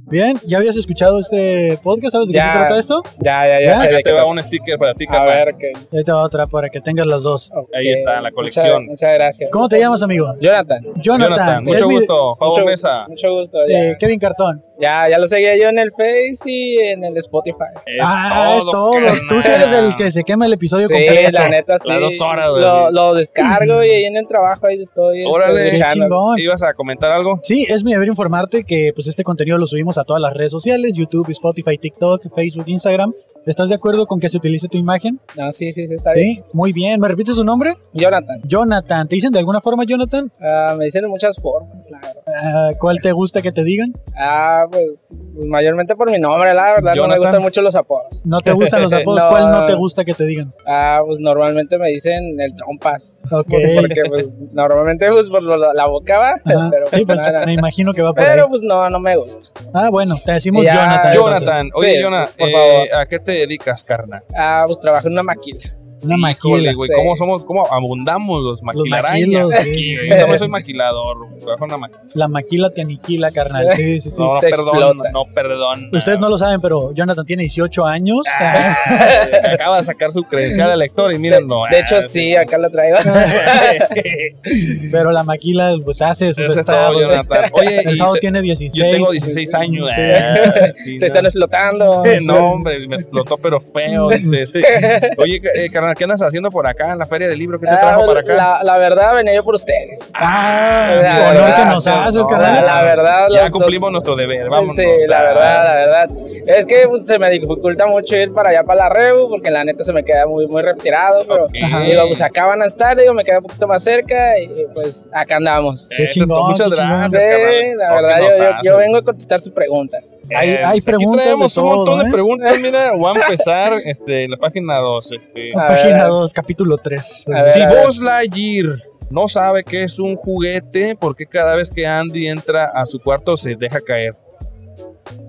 S1: Bien, ¿ya habías escuchado este podcast? ¿Sabes de qué
S3: Ya.
S1: se trata esto?
S3: Ya, ya, ya.
S1: ¿Ya?
S3: sé
S2: bye. Acá
S3: de qué
S2: Ah, te va
S3: to-
S2: un sticker para ti,
S3: a
S2: carnal.
S3: ver qué.
S1: Y ahí te va otra para que tengas las dos.
S2: Ahí
S3: ok.
S2: está, la
S3: Muchas-
S2: colección.
S3: Muchas, gracias.
S1: ¿Cómo te llamas, amigo?
S3: Jonathan.
S1: Jonathan.
S2: Jonathan,
S1: Es
S2: mucho
S1: mi-
S2: gusto. Fabo
S3: Mucho-
S2: Mesa.
S3: Mucho gusto. Ya.
S1: eh, Kevin Cartón.
S3: ya, ya lo seguía yo en el Face y en el Spotify.
S2: Es
S1: ah, es todo.
S2: carnal.
S1: Tú sí eres el que se quema el episodio
S3: Sí,
S1: completo.
S3: la neta, sí.
S2: Las dos horas,
S3: Lo,
S2: güey.
S3: lo descargo y ahí en el trabajo ahí estoy.
S2: Órale.
S3: estoy
S1: Qué
S3: escuchando.
S1: chingón.
S2: ¿Ibas a comentar algo?
S1: Sí, es mi deber informarte que pues este contenido lo subimos a todas las redes sociales, YouTube, Spotify, TikTok, Facebook, Instagram. ¿Estás de acuerdo con que se utilice tu imagen?
S3: No, sí, sí, sí, está bien.
S1: Sí, muy bien. ¿Me repites su nombre?
S3: Jonathan.
S1: Jonathan. ¿Te dicen de alguna forma, Jonathan?
S3: Ah, me dicen de muchas formas, la verdad.
S1: Ah, ¿Cuál te gusta que te digan?
S3: Ah, pues, pues, mayormente por mi nombre, la verdad. No me
S2: Jonathan.
S3: gustan mucho los apodos.
S1: ¿No te gustan los apodos?
S3: No.
S1: ¿Cuál no te gusta que te digan?
S3: Ah, pues normalmente me dicen el trompas.
S1: Ok.
S3: Porque pues normalmente pues por lo- la boca va.
S1: Ajá.
S3: Pero,
S1: Sí, pues
S3: pues, nada.
S1: me imagino que va por
S3: Pero
S1: ahí.
S3: pues no, no me gusta.
S1: Ah, bueno, te decimos
S3: Ya,
S1: Jonathan. Ah, entonces.
S2: Jonathan, eh, oye,
S3: Sí,
S2: Jonathan,
S3: por favor.
S2: ¿a qué te dedicas, carnal?
S3: Ah, pues trabajo en una maquila.
S1: Una
S2: Híjole,
S1: maquila.
S2: güey,
S3: sí.
S2: ¿cómo somos, cómo abundamos los maquilarañas
S1: maquilos,
S2: aquí?
S1: sí.
S2: Yo también soy maquilador, güey, trabajo en la maquila.
S1: La maquila te aniquila, carnal. Sí, sí, sí.
S2: No, no,
S3: te
S2: perdón,
S3: explota.
S2: no, Ah, perdón.
S1: Ustedes no lo saben, pero Jonathan tiene 18 años.
S2: Acaba de sacar su credencial de lector y mira,
S3: de,
S2: no.
S3: de hecho, sí, acá la traigo.
S1: pero la maquila pues, hace sus
S2: Eso es todo,
S1: estados.
S2: Jonathan. Oye,
S1: El
S2: y
S1: Jao
S2: te-
S1: tiene 16.
S2: yo tengo 16 años.
S1: Sí.
S2: Ah, sí,
S3: Te
S2: no.
S3: están explotando. Ah,
S2: Eh, No, hombre, me explotó, pero feo, dice. sí. Oye, eh, carnal, ¿qué andas haciendo por acá en la feria del libro? ¿Qué te trajo
S3: Ah,
S2: para acá?
S3: La, la verdad, venía yo por ustedes.
S2: Ah,
S3: La
S2: amigo,
S3: verdad,
S2: no,
S3: que
S1: nos haces,
S2: no,
S1: carnal.
S3: La, la verdad,
S2: Ya
S3: los-
S2: cumplimos
S3: los-
S2: nuestro deber, vamos.
S3: Sí, la verdad, la verdad. Es que pues, se me dificulta mucho ir para allá, para la Rebu, porque la neta se me queda muy, muy retirado. Pero
S2: Ok.
S3: digo, pues acá van a estar, digo, me queda un poquito más cerca y pues acá andamos.
S1: Qué chingón,
S2: Muchas
S1: qué chingón.
S2: gracias,
S3: Sí,
S2: carnal.
S3: la
S2: Oh,
S3: verdad,
S2: qué
S3: yo,
S2: nos
S3: yo-
S2: haces.
S3: yo vengo a contestar sus preguntas.
S1: Hay-
S2: Eh,
S1: hay
S2: aquí
S1: preguntas
S2: traemos
S1: de
S2: un
S1: todo,
S2: montón
S1: ¿eh?
S2: de preguntas. Mira, voy a empezar este, en la página 2. Este,
S3: A
S1: Página
S3: ver.
S1: 2, capítulo 3.
S3: A ver,
S2: Si
S3: a ver.
S2: Buzz Lightyear no sabe qué es un juguete, ¿por qué cada vez que Andy entra a su cuarto se deja caer?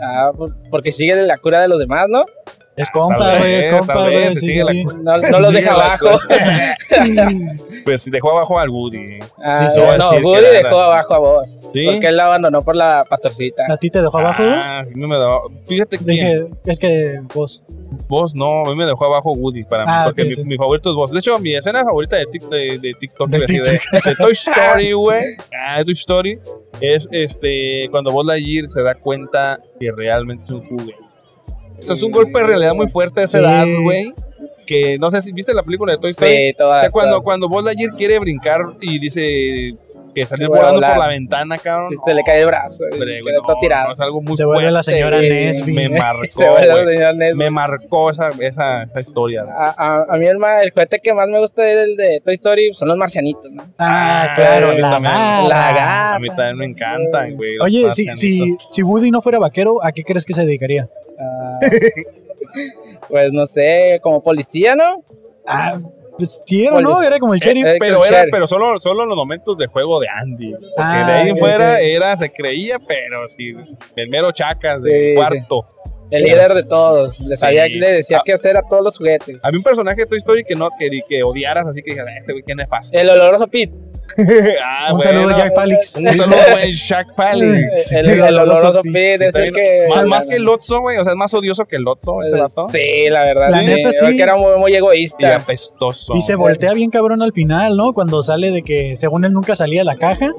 S3: Ah, por- porque sigue la cura de los demás, ¿no?
S1: Es compa,
S2: Tal
S1: güey, es
S2: vez,
S1: compa,
S2: tal
S1: güey.
S2: vez,
S1: Sí,
S2: sigue
S1: sí,
S2: la
S1: sí.
S2: cu-
S3: No, no los
S2: Sigue
S3: deja
S2: la
S3: abajo.
S2: Pues dejó abajo al Woody.
S3: Ah,
S1: Sí, sí,
S2: voy a
S3: no,
S2: decir que
S3: Woody
S2: era-
S3: dejó abajo a vos.
S2: ¿Sí?
S3: Porque él la abandonó por la pastorcita.
S1: ¿A ti te dejó abajo?
S2: Ah, a mí me dejó- Fíjate que
S1: Dije, es que vos.
S2: vos no, a mí me dejó abajo Woody para mí,
S1: Ah,
S2: porque
S1: ok,
S2: mi,
S1: sí.
S2: mi favorito es vos. De hecho, mi escena favorita de, Tik- de, de TikTok,
S1: De
S2: iba a decir, de, de Toy Story, güey. Ah, de Toy Story. Es este, cuando Buzz Lightyear se da cuenta que realmente es un juguete. O sea, es un golpe de realidad muy fuerte a esa
S1: Sí.
S2: edad, güey. Que no sé si viste la película de Toy Story.
S3: Sí, todas.
S2: O sea, cuando,
S3: todas.
S2: cuando Buzz Lightyear quiere brincar y dice que salió
S3: Voy a
S2: volando
S3: volar.
S2: por la ventana, cabrón.
S3: Se le cae el brazo. y
S2: Hombre, güey,
S3: quedó todo
S2: no,
S3: tirado.
S2: no, es algo muy
S1: Se
S2: fuerte.
S1: vuelve la señora
S2: güey.
S1: Nesby.
S2: Me marcó,
S3: Se va la
S2: güey.
S3: señora Nesby.
S2: Me marcó esa, esa, esa historia. ¿no?
S3: A, a, a mí el, ma- el cohete que más me gusta es el de Toy Story pues, son los marcianitos, ¿no?
S1: Ah,
S2: Ah,
S1: claro,
S2: yo
S1: la
S2: también.
S1: vara.
S3: La gata.
S2: A mí también me encanta, güey. los
S1: Oye, si, si,
S2: marcianitos.
S1: si Woody no fuera vaquero, ¿a qué crees que se dedicaría?
S3: Ah, pues no sé, como policía, ¿no?
S1: Ah, pues sí era, ¿no?
S3: Polis-
S1: Era como el sheriff.
S3: Eh,
S2: Pero,
S3: con
S2: era,
S3: Cher.
S2: pero solo, solo los momentos de juego de Andy. Porque
S1: Ah,
S2: de ahí en
S1: ok,
S2: fuera eh,
S1: ok.
S2: era, se creía, pero sí, el mero chacas
S3: Sí,
S2: del
S3: sí.
S2: cuarto.
S3: El líder de todos.
S2: Sí.
S3: Le, sabía, le decía
S2: Ah.
S3: qué hacer a todos los juguetes.
S2: Había un personaje de Toy Story que no que, que odiaras, así que dijeras, "Ah, este güey que nefasto.
S3: El oloroso Pit.
S2: Ah,
S1: Un
S2: bueno.
S1: saludo a Jack Palix.
S2: Un saludo, güey, Shaq Pally.
S1: Sí,
S3: El, el
S1: el oloroso
S3: oloroso
S1: Pit.
S3: Pit
S2: Sí,
S3: es
S2: está
S3: el
S2: bien.
S3: que.
S2: Más, más que el Lotso, güey. O sea, es más odioso que el Lotso, ese vato.
S3: Sí, la verdad.
S1: La
S3: sí.
S1: neta,
S3: Creo
S1: sí.
S3: que era muy, muy
S2: Y
S3: egoísta.
S2: apestoso.
S1: Y se voltea bien cabrón al final, ¿no? Cuando sale de que según él nunca salía de la caja.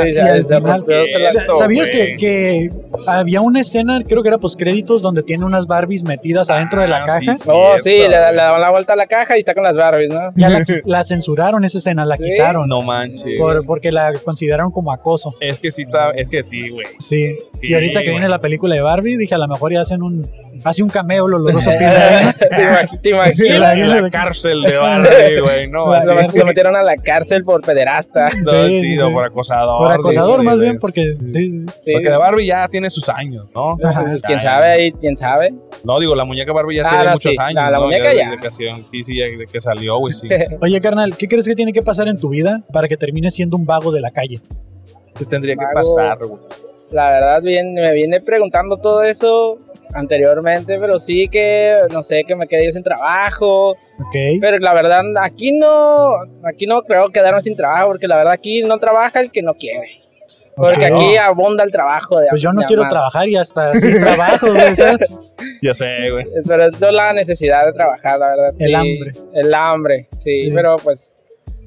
S2: Ah,
S3: y
S1: y
S3: se-
S1: al
S3: se-
S1: final-
S3: se- se-
S1: Sa-
S2: Exacto,
S1: ¿Sabías
S2: güey.
S1: que, que había una escena, creo que era post créditos, donde tiene unas Barbies metidas adentro de la
S2: Ah, sí,
S1: caja?
S2: sí.
S3: No,
S2: Cierto,
S3: Oh, sí, le, da-
S2: güey.
S3: le dan la vuelta a la caja y está con las Barbies, ¿no?
S1: Ya la, qui- la censuraron esa escena, la
S3: Sí.
S1: quitaron.
S2: No manches.
S1: por- porque la consideraron como acoso.
S2: Es que sí está, es que sí, güey.
S1: Sí.
S2: Sí,
S1: y ahorita que
S2: güey.
S1: viene la película de Barbie, dije, a lo mejor ya hacen un... Hace un cameo el oloroso Pit.
S3: ¿Te imag- te imaginas?
S1: La-
S2: En la cárcel de Barbie, güey. No,
S1: La-
S2: así.
S3: Lo, lo metieron a la cárcel por pederasta.
S2: No, sí,
S1: Sí, sí,
S2: no,
S1: sí.
S2: por acosador.
S1: Por acosador,
S2: sí,
S1: más
S2: sí,
S1: bien,
S2: sí.
S1: porque... sí, sí, sí.
S3: Sí.
S2: Porque la Barbie ya tiene sus años, ¿no?
S1: Ajá.
S3: Pues, quién sabe ahí, quién sabe.
S2: No, digo, la muñeca Barbie ya
S3: Ah,
S2: tiene
S3: no,
S2: muchos
S3: sí.
S2: años.
S3: No, la
S2: ¿no?
S3: muñeca
S2: desde
S3: ya.
S2: que hacían- sí, sí, ya de que salió, güey, sí.
S1: Oye, carnal, ¿qué crees que tiene que pasar en tu vida para que termines siendo un vago de la calle?
S2: ¿Qué tendría que
S3: Mago.
S2: pasar, güey?
S3: La verdad, bien, me viene preguntando todo eso anteriormente, pero sí que, no sé, que me quedé sin trabajo.
S1: ¿Ok?
S3: Pero la verdad, aquí no, aquí no creo quedarme sin trabajo, porque la verdad aquí no trabaja el que no quiere. Porque
S1: Ok.
S3: aquí abunda el trabajo. De,
S1: Pues yo no
S3: de
S1: quiero
S3: amar.
S1: trabajar y hasta sin trabajo, güey, ¿sabes?
S2: Ya sé, güey.
S3: Pero es de la necesidad de trabajar, la verdad.
S1: El
S3: sí.
S1: hambre.
S3: El hambre, sí,
S1: Sí.
S3: pero pues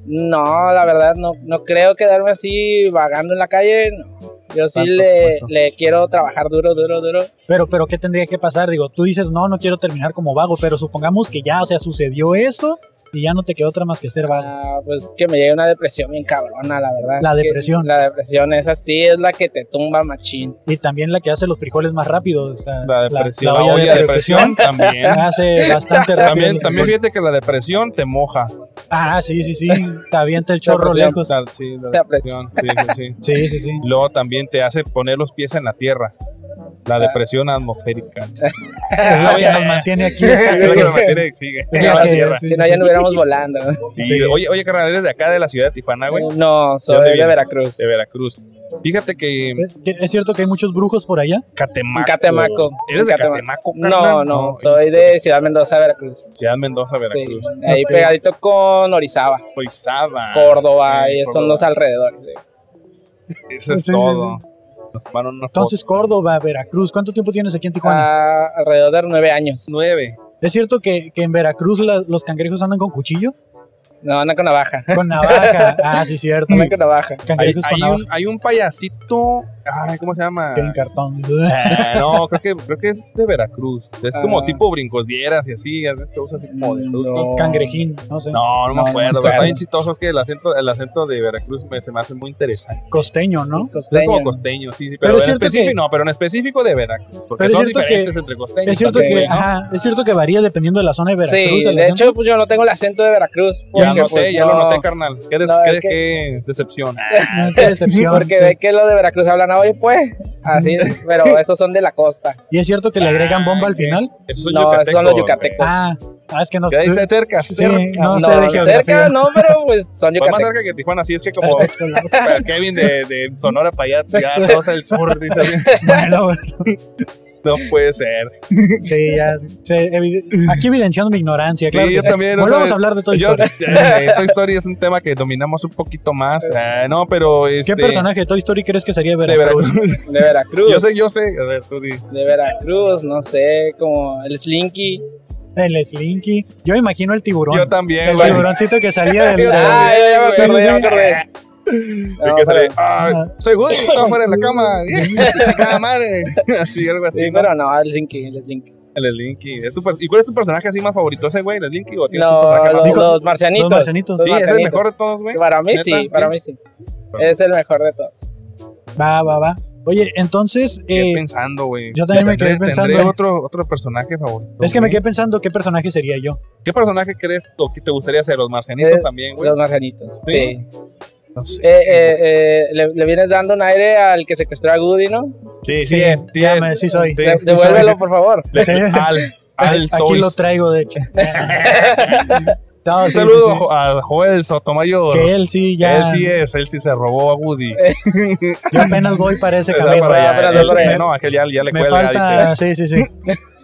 S3: no, la verdad no, no creo quedarme así vagando en la calle. no. Yo sí
S2: Tanto
S3: le,
S2: esfuerzo.
S3: le quiero trabajar duro, duro, duro.
S1: Pero, pero, ¿qué tendría que pasar? Digo, tú dices, no, no quiero terminar como vago, pero supongamos que ya, o sea, sucedió esto y ya no te quedó otra más que ser vago.
S3: Ah, pues que me llegue una depresión bien cabrona, la verdad.
S1: La
S3: Que
S1: depresión.
S3: La depresión es así, es la que te tumba machín.
S1: Y también la que hace los frijoles más rápido. o sea,
S2: La depresión, la, olla de depresión también.
S1: Hace bastante rápido.
S2: También,
S1: los
S2: también
S1: frijoles.
S2: fíjate que la depresión te moja.
S1: Ah, sí, sí, sí. Te avienta el chorro
S3: Depresión.
S1: lejos.
S2: Tal- Sí, la
S3: Te
S2: depresión. Sí, sí, sí.
S1: Sí, sí, sí.
S2: Luego también te hace poner los pies en la tierra. La depresión atmosférica. Es
S1: Es la que nos mantiene aquí.
S2: la que nos mantiene que sigue.
S1: Es
S2: A
S1: la
S2: la
S1: que-
S2: sierra.
S1: sí,
S3: si
S1: sí,
S3: no, ya
S1: sí.
S3: anduviéramos volando.
S2: Sí, Oye, oye, carnal, eres de acá, de la ciudad de Tijuana, güey.
S3: No, Eh, soy
S2: dónde
S3: de,
S2: vienes?
S3: Veracruz.
S2: De Veracruz. Fíjate que
S1: ¿Es, que- es cierto que hay muchos brujos por allá.
S2: Catemaco.
S3: Catemaco.
S2: ¿Eres de
S3: Catema-
S2: Catemaco,
S3: No,
S2: carnal?
S3: no, soy de Ciudad Mendoza, Veracruz.
S2: Ciudad Mendoza,
S3: Sí,
S2: Veracruz.
S3: ahí
S1: Ok.
S3: pegadito con Orizaba,
S2: Poisada.
S3: Córdoba,
S2: sí,
S3: y
S2: Córdoba.
S3: son los alrededores.
S2: Eso es
S1: Sí, sí,
S2: todo. Nos tomaron una foto.
S1: Entonces, Córdoba, Veracruz. ¿Cuánto tiempo tienes aquí en Tijuana?
S3: Ah, alrededor de nueve años.
S2: nueve.
S1: ¿Es cierto que, que en Veracruz la- los cangrejos andan con cuchillo?
S3: No, anda con navaja.
S1: Con navaja. Ah, sí, cierto.
S3: Anda con navaja.
S2: Hay,
S1: Cangrejos con
S2: hay
S1: navaja.
S2: un, hay un payasito. Ay, ¿cómo se llama?
S1: En cartón.
S2: Ah, no, creo que, creo que es de Veracruz. Es como
S3: Ah.
S2: tipo brincos vieras y así. ya ves que usa así como de
S3: No.
S1: Cangrejín, no sé.
S2: No, no me
S3: No, no
S2: acuerdo,
S3: me
S2: pero está
S3: acuerdo.
S2: bien chistoso. Es que el acento, el acento de Veracruz me, se me hace muy interesante.
S1: Costeño,
S2: Es
S1: ¿no?
S2: como
S3: Costeño.
S2: costeño, sí, sí.
S1: Pero
S2: Pero,
S1: es
S2: en
S1: cierto
S2: específico,
S1: que-
S2: no, pero en específico de Veracruz. Porque
S1: Pero es
S2: son
S1: cierto que-
S2: diferentes entre costeños.
S1: Es cierto,
S2: también,
S1: que,
S2: ¿no?
S1: ajá, es cierto que varía dependiendo de la zona de Veracruz.
S3: Sí,
S1: el
S3: de
S1: acento.
S3: hecho, pues yo no tengo el acento de Veracruz.
S2: Ya
S3: porque,
S2: noté,
S3: pues,
S2: ya lo
S3: no-
S2: noté, carnal. Qué, des-
S3: No,
S2: qué-
S3: es que-
S2: qué decepción.
S1: Ah, qué decepción.
S3: Porque
S1: sí.
S3: ve que los de Veracruz hablan hoy, pues. Así, pero estos son de la costa.
S1: Y es cierto que le agregan bomba al
S2: Ay,
S1: final.
S2: Esos son
S3: No, esos son los
S2: güey.
S3: yucatecos.
S1: Ah, ah, es que no.
S2: Que ahí se cerca,
S1: Sí,
S2: sí, cerca.
S1: no, sé de
S3: cerca,
S1: geografía.
S3: no, pero pues son
S2: Pues más
S3: yucatecos.
S2: cerca que Tijuana, sí, es que como para Kevin de, de Sonora para allá, ya todo es el sur, dice así.
S1: Bueno, bueno,
S2: No puede ser.
S1: sí, ya. se evi- aquí evidenciando mi ignorancia,
S2: Sí,
S1: claro. que
S2: yo
S1: sí.
S2: también, o
S1: Volvamos
S2: sea,
S1: a hablar de Toy
S2: Yo,
S1: Story.
S2: ya sé, Toy Story es un tema que dominamos un poquito más. Ah, no, pero
S1: Eh. ¿Qué
S2: este,
S1: personaje de Toy Story crees que sería de
S2: de
S1: Veracruz?
S2: Veracruz.
S3: De Veracruz.
S2: Yo sé, yo sé. A ver, tú di.
S3: De Veracruz, no sé, como el Slinky.
S1: El Slinky. Yo imagino el tiburón.
S2: Yo también,
S1: el
S2: güey.
S1: tiburoncito que salía del.
S2: Yo
S1: del-
S2: también,
S3: Ah, ya, ya me
S2: güey.
S3: acordé, ya me acordé.
S2: El
S3: No,
S2: que sale,
S3: pero,
S2: "Ay,
S1: Ah,
S2: soy Woody, estaba fuera de la cama. Chingada madre. Así, algo así.
S3: sí,
S2: ¿no?
S3: pero no, el Slinky, el Slinky.
S2: El Slinky. ¿Es tu per- ¿Y cuál es tu personaje así más favorito? ¿Ese güey, el Slinky? ¿O tienes un
S3: No,
S2: personaje más
S3: los,
S1: Dijo-
S3: los marcianitos.
S1: Los marcianitos.
S3: los
S2: Sí, es el
S3: marcianitos.
S2: mejor de todos, güey.
S3: Para mí
S2: ¿Neta?
S3: sí, para mí sí. Es el mejor de todos.
S1: Va, va, va. Oye, entonces.
S2: Quedé
S1: eh,
S2: pensando, güey.
S1: yo también me quedé
S2: Tendré-
S1: pensando.
S2: Tendré otro, otro personaje favorito.
S1: es que me
S2: güey.
S1: quedé pensando qué personaje sería yo.
S2: ¿Qué personaje crees o que te gustaría ser? Los marcianitos
S3: Eh,
S2: también, güey.
S3: Los marcianitos.
S2: ¿Sí?
S3: Sí.
S2: No sé.
S3: Eh, eh, eh, le, le vienes dando un aire al que secuestró a Goody, ¿no?
S2: Sí,
S1: sí,
S2: sí, es, sí,
S1: ya
S2: es.
S1: me- sí soy.
S2: Sí.
S1: Ya-
S2: Sí.
S3: Devuélvelo, por favor.
S2: Le-
S1: Sí.
S2: Al, al
S1: Aquí
S2: Toys.
S1: lo traigo, de hecho. No,
S2: Un
S1: sí, sí,
S2: saludo
S1: sí.
S2: a Jo- a Joel Sotomayor.
S1: Que él sí, ya.
S2: Él sí es, él sí se robó a Woody.
S1: Yo apenas voy para ese
S2: Está
S1: camino.
S2: para allá,
S3: Ah, pero
S2: él-
S3: no, pero-
S2: No, aquel ya, ya le
S1: me
S2: cuelga,
S1: falta,
S2: dice.
S1: sí, sí, sí.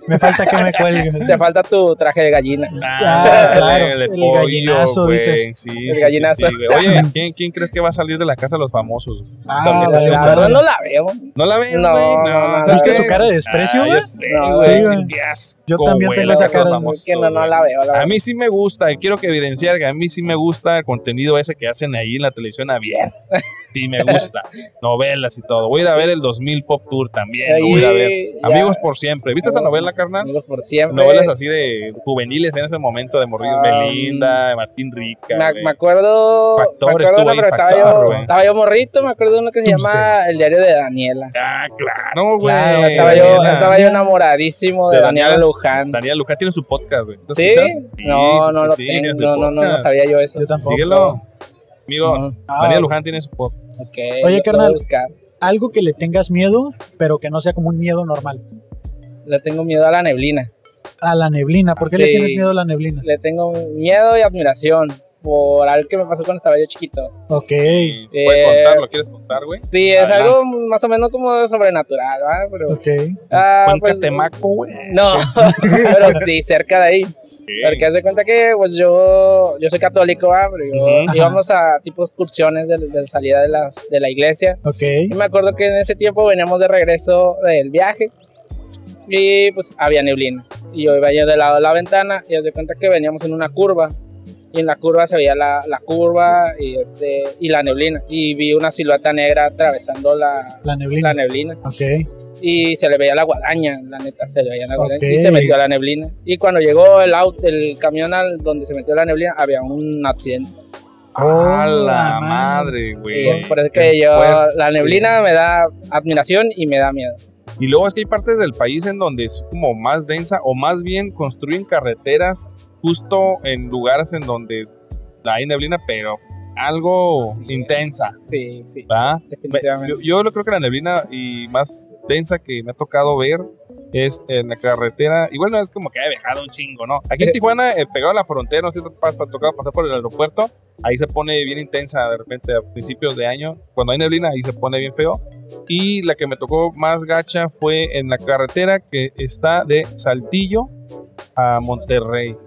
S1: Me falta que me cuelgue.
S3: Te falta tu traje de gallina.
S1: Ah, claro, el
S2: pollo,
S1: gallinazo,
S2: güey,
S1: dices.
S2: sí,
S3: El
S2: sí,
S3: gallinazo.
S2: sí, güey. Oye, ¿quién, ¿quién crees que va a salir de la casa de los famosos?
S1: Ah,
S2: También
S1: vale,
S2: te
S3: La
S1: vale.
S3: verdad no la veo.
S2: ¿No la ves, güey?
S3: No, no, no,
S2: ¿sabes
S1: ¿Viste
S2: qué?
S1: su cara de desprecio,
S2: Ah,
S1: güey?
S2: yo sé,
S3: No,
S1: Sí,
S2: güey.
S1: güey.
S2: Qué asco,
S1: Yo también
S2: güey,
S1: tengo
S2: la
S1: esa
S2: casa de
S1: cara
S2: los
S1: de-
S2: famosos,
S3: Que no, no
S2: güey.
S3: la veo. la
S2: A
S3: verdad.
S2: mí sí me gusta, y quiero que evidenciar que a mí sí me gusta el contenido ese que hacen ahí en la televisión abierta. Sí me gusta. Novelas y todo. Voy a ir a ver el 2000 Pop Tour también. lo voy a ir a ver.
S3: Ahí, ya,
S2: Amigos por siempre. ¿Viste esa novela, carnal?
S3: amigos por siempre.
S2: Novelas así de juveniles en ese momento de morir
S3: Ah,
S2: Belinda, Martín Rica.
S3: Me,
S2: güey.
S3: me acuerdo.
S2: Factor
S3: me acuerdo
S2: estuvo
S3: uno,
S2: ahí,
S3: pero
S2: Factor,
S3: estaba, yo,
S2: güey.
S3: estaba yo morrito. Me acuerdo de uno que se llama El diario de Daniela.
S2: Ah, claro, güey.
S1: Claro,
S3: Estaba yo,
S2: Daniela.
S3: estaba yo enamoradísimo de,
S2: De
S3: Daniela
S2: Daniela.
S3: Luján.
S2: Daniel Luján tiene su podcast, güey. ¿Lo
S3: ¿Sí?
S2: escuchas?
S3: No,
S2: sí,
S3: no
S2: sí,
S3: lo
S2: sí, tiene su
S3: tengo. No, no, no, no
S2: podcast.
S3: sabía yo eso.
S1: Yo tampoco.
S2: Síguelo. Amigos,
S1: Ah,
S2: Daniel Luján tiene su podcast.
S3: Ok,
S1: Oye,
S3: lo- lo voy a
S1: carnal.
S3: buscar.
S1: Algo que le tengas miedo, pero que no sea como un miedo normal.
S3: Le tengo miedo a la neblina.
S1: A la neblina. ¿Por qué
S3: Ah,
S1: le
S3: sí.
S1: tienes miedo a la neblina?
S3: Le tengo miedo y admiración por algo que me pasó cuando estaba yo chiquito.
S1: Ok.
S2: Sí, ¿Puedes
S3: Eh,
S2: contarlo? ¿Quieres contar, güey?
S3: Sí, es
S2: Adelante.
S3: algo más o menos como sobrenatural, ¿verdad? Pero.
S1: Ok.
S3: ah,
S2: Juan
S3: pues,
S2: Catemaco, güey.
S3: No, pero sí, cerca de ahí. Porque haz de cuenta que pues yo, yo soy católico, ¿va? pero yo-
S2: Ujú.
S3: íbamos a tipo excursiones de, de salida de, las, de la iglesia.
S1: Ok.
S3: Y me acuerdo que en ese tiempo veníamos de regreso del viaje y pues había neblina. Y yo iba yo del lado de la ventana y haz de cuenta que veníamos en una curva. Y en la curva se veía la, la curva y, este, y la neblina. Y vi una silueta negra atravesando la,
S1: La
S3: la
S1: neblina.
S3: neblina
S1: Ok.
S3: y se le veía la guadaña, la neta, se le veía la guadaña
S1: Ok.
S3: y se metió a la neblina. Y cuando llegó el auto, el camión al donde se metió la neblina, había un accidente.
S2: A
S1: Hola,
S2: la
S1: madre.
S2: madre,
S3: y oh, es
S2: güey.
S3: por eso que yo,
S2: Fuerte.
S3: la neblina me da admiración y me da miedo.
S2: Y luego es que hay partes del país en donde es como más densa o más bien construyen carreteras justo en lugares en donde hay neblina, pero algo
S3: Sí.
S2: intensa,
S3: Sí, sí,
S2: ¿verdad?
S3: definitivamente.
S2: Yo, yo creo que la neblina y más densa que me ha tocado ver es en la carretera. Igual no es como que he viajado un chingo, ¿no? Aquí en
S3: Eh.
S2: Tijuana, eh, pegado a la frontera, no sé si te pasa, te ha tocado pasar por el aeropuerto. Ahí se pone bien intensa de repente a principios de año. Cuando hay neblina, ahí se pone bien feo. Y la que me tocó más gacha fue en la carretera que está de Saltillo a Monterrey. No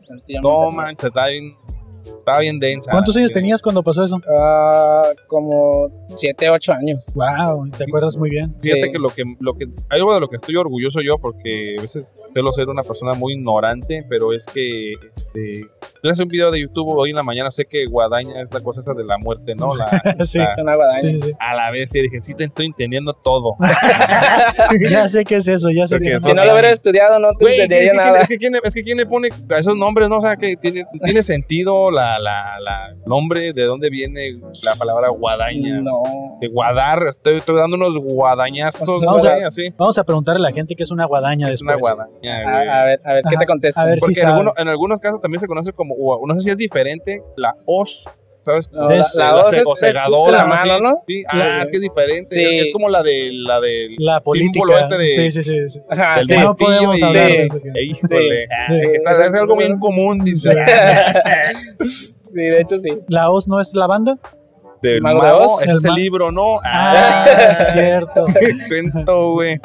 S3: Sencillamente.
S2: manches, estaba bien, estaba bien densa.
S1: ¿Cuántos años
S2: Sí.
S1: tenías cuando pasó eso?
S3: Ah, como 7, 8 años.
S1: Wow, te acuerdas muy bien.
S2: Fíjate
S3: Sí.
S2: que lo que lo que algo de lo que estoy orgulloso yo porque a veces suelo ser una persona muy ignorante, pero es que este yo hice un video de YouTube hoy en la mañana, sé que guadaña es la cosa esa de la muerte, ¿no? La-
S1: Sí,
S2: la-
S3: Es una guadaña.
S1: sí, sí,
S2: a la bestia dije, sí te estoy entendiendo todo.
S1: sí. Ya sé qué es eso, ya sé
S2: Porque
S1: qué es
S2: es
S1: eso.
S3: Si no lo hubiera estudiado, no te
S2: Güey, es, que,
S3: entendería
S2: es que-
S3: nada.
S2: es que quién, le- es que quién le pone a esos nombres, ¿no? O sea, que tiene, tiene sentido la, la, la nombre, de dónde viene la palabra guadaña.
S3: No.
S2: De guadar, estoy, estoy dando unos guadañazos,
S1: Vamos a-
S2: güey, así.
S1: Vamos a preguntarle a la gente qué es una guadaña
S2: Es
S1: después.
S2: una guadaña,
S3: A,
S2: güey.
S3: a ver, a ver, ¿qué
S1: Ajá,
S3: te contesto?
S1: a ver.
S2: Porque
S1: sí
S2: en,
S1: sabe.
S2: alguno- en algunos casos también se conoce como, o no sé si es diferente, la hoz, ¿sabes?
S3: No, la-
S1: Es-
S3: la
S2: o
S3: hoz es-
S2: o
S3: es
S2: segadora,
S3: la
S2: ¿no?
S3: mano,
S2: Sí,
S3: ¿no?
S2: sí. Ah, es que es diferente.
S3: Sí.
S2: Es como la de la del
S1: La
S2: símbolo
S1: política.
S2: este de...
S1: Sí, sí, sí. sí.
S3: Ajá,
S2: del
S3: sí.
S1: no
S2: martillo
S1: podemos
S2: y-
S1: hablar de
S2: Sí.
S1: eso aquí.
S2: Eh, híjole. Ah, está- es algo bien común, dice.
S3: Sí, de hecho sí.
S1: La Oz no es la banda.
S2: Del
S3: Mago
S2: mago,
S3: de Oz.
S2: ese
S1: El
S2: es el
S1: ma-
S2: libro, ¿no?
S1: Ah, es cierto.
S2: qué cuento, güey.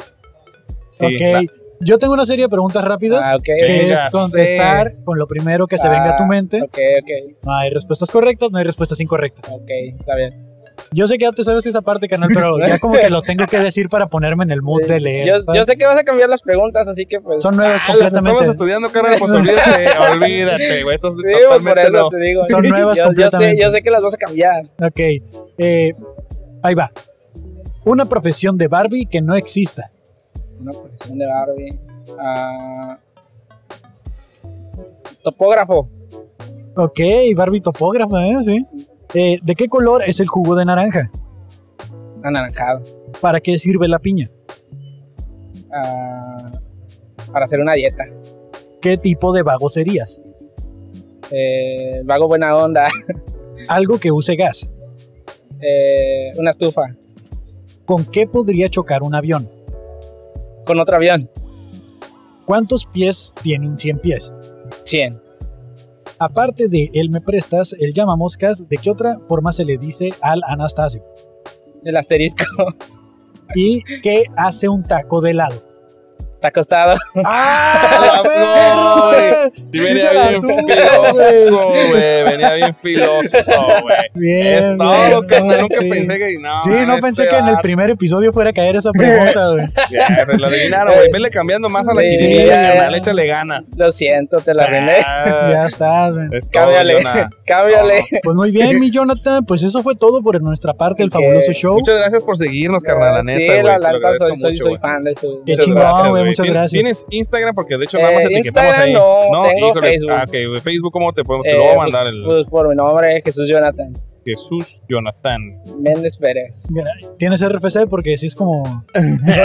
S2: Sí,
S1: ok.
S2: la-
S1: Yo tengo una serie de preguntas rápidas.
S3: Ah, ok.
S1: Que
S2: Venga,
S1: es contestar con lo primero que se
S3: Ah,
S1: venga a tu mente.
S3: Ok, ok,
S1: No hay respuestas correctas, no hay respuestas incorrectas.
S3: ok, está bien.
S1: Yo sé que ya te sabes esa parte, canal, pero ya como que lo tengo que decir para ponerme en el mood de leer.
S3: Yo,
S1: ¿sabes?
S3: yo sé que vas a cambiar las preguntas, así que pues.
S1: Son nuevas
S2: Ah, las estabas
S1: completamente.
S2: estudiando, carnal, pues olvídate, olvídate, güey. Esto es
S3: Sí, pues, por
S2: totalmente
S3: eso
S2: no.
S3: te digo.
S1: Son nuevas
S3: yo, yo sé,
S1: completamente.
S3: yo sé que las vas a cambiar.
S1: Ok. eh, ahí va. Una profesión de Barbie que no exista.
S3: Una profesión de Barbie. Ah, topógrafo.
S1: Ok, Barbie topógrafa, ¿eh? Sí. Eh, ¿De qué color es el jugo de naranja?
S3: Anaranjado.
S1: ¿Para qué sirve la piña?
S3: Ah, para hacer una dieta.
S1: ¿Qué tipo de vago serías?
S3: Eh, vago buena onda.
S1: Algo que use gas.
S3: Eh, una estufa.
S1: ¿Con qué podría chocar un avión?
S3: Con otro avión.
S1: ¿Cuántos pies tiene un 100 pies?
S3: 100.
S1: Aparte de él me prestas, el llama moscas, ¿de qué otra forma se le dice al Anastasio?
S3: El asterisco.
S1: ¿Y qué hace un taco de helado?
S3: Está acostado.
S2: ¡Ah, no, güey! Sí, venía bien filoso, güey. Venía bien filoso, güey.
S1: Bien,
S2: Es
S1: bien,
S2: todo, que
S1: no,
S2: nunca
S1: sí.
S2: pensé que. No,
S1: Sí, no
S2: este
S1: pensé que en el
S2: vato,
S1: primer episodio fuera a caer esa pregunta, güey.
S2: ya, pues, Lo adivinaron, güey. Vele cambiando más a la
S3: Sí,
S2: jiribilla,
S3: ya,
S2: carnal,
S3: ya.
S2: Échale ganas.
S3: Lo siento, te la arruiné.
S2: Ah,
S1: Ya está, güey.
S2: es todo,
S3: Cámbiale.
S2: Leona.
S3: Cámbiale.
S1: Pues muy bien, mi Jonathan. Pues eso fue todo por nuestra parte del
S3: Que-
S1: fabuloso show.
S2: Muchas gracias por seguirnos, Pues, carnal, la
S3: Sí,
S2: neta, güey.
S3: la
S2: te lo
S3: neta,
S2: agradezco
S3: soy, soy,
S2: mucho,
S3: soy
S2: güey.
S3: fan de su.
S1: Qué chingón, güey, muchas
S2: ¿Tien-
S1: gracias.
S2: ¿Tienes Instagram? Porque de hecho nada más
S3: Eh,
S2: etiquetamos
S3: Instagram
S2: ahí.
S3: no, tengo
S2: híjole.
S3: Facebook.
S2: Ah, ok, güey, Facebook, ¿cómo te podemos?
S3: Eh,
S2: te lo voy a
S3: pues-
S2: mandar el
S3: Pues por mi nombre, Jesús Jonathan
S2: Jesús Jonathan.
S3: Méndez Pérez.
S1: Tienes RFC porque sí es como.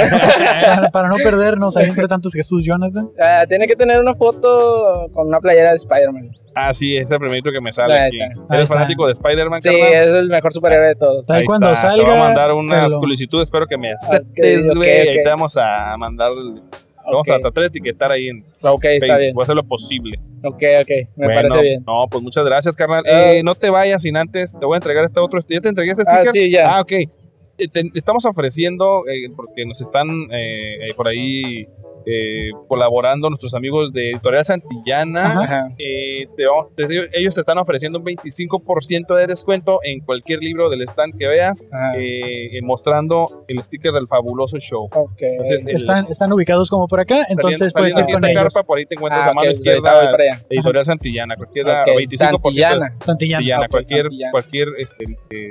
S1: para, para no perdernos ahí entre tantos Jesús, Jonathan.
S3: Ah, tiene que tener una foto con una playera de Spider-Man.
S2: Ah, sí, es el primerito que me sale
S3: Ahí
S2: aquí.
S3: está.
S1: Ahí
S2: ¿Eres
S1: está.
S2: fanático de Spider-Man,
S3: Sí,
S2: Ah, carnal?
S3: es el mejor superhéroe de todos.
S1: Ahí cuando
S2: está, Te
S1: salga.
S2: voy a mandar una
S1: te lo-
S2: solicitud, espero que me aceptes,
S3: ok,
S2: güey. Ahí
S3: ok.
S2: te vamos a mandar, el- vamos
S3: Ok.
S2: a tratar de etiquetar ahí en
S3: Ok, está
S2: Facebook.
S3: bien.
S2: Voy a hacer lo posible.
S3: Ok, ok, me
S2: Bueno,
S3: parece bien.
S2: No, pues muchas gracias, carnal.
S3: Ah.
S2: Eh, no te vayas sin antes, te voy a entregar este otro. ¿Ya te entregué este
S3: Ah,
S2: sticker?
S3: sí, ya.
S2: Ah, ok. Eh, te- estamos ofreciendo, eh, porque nos están eh, eh, por ahí eh, colaborando nuestros amigos de Editorial Santillana.
S1: Ajá.
S3: Ajá.
S2: Eh, te va- te- ellos te están ofreciendo un 25% de descuento en cualquier libro del stand que veas,
S3: ajá.
S2: eh, eh, mostrando el sticker del fabuloso show.
S3: Ok. Ah,
S2: Entonces, el-
S1: Están, están ubicados como por acá, entonces
S2: saliendo-
S1: puedes ir
S2: saliendo
S1: con
S2: aquí esta
S1: ellos.
S2: carpa, por ahí te encuentras
S3: Ah,
S2: la mano
S3: ok,
S2: izquierda,
S3: ahorita voy para allá.
S2: Editorial Santillana, cualquiera,
S3: Ok,
S2: 25% de
S3: Santillana.
S1: Santillana.
S2: Santillana,
S3: ok,
S2: cualquier,
S3: Santillana.
S2: cualquier este, eh,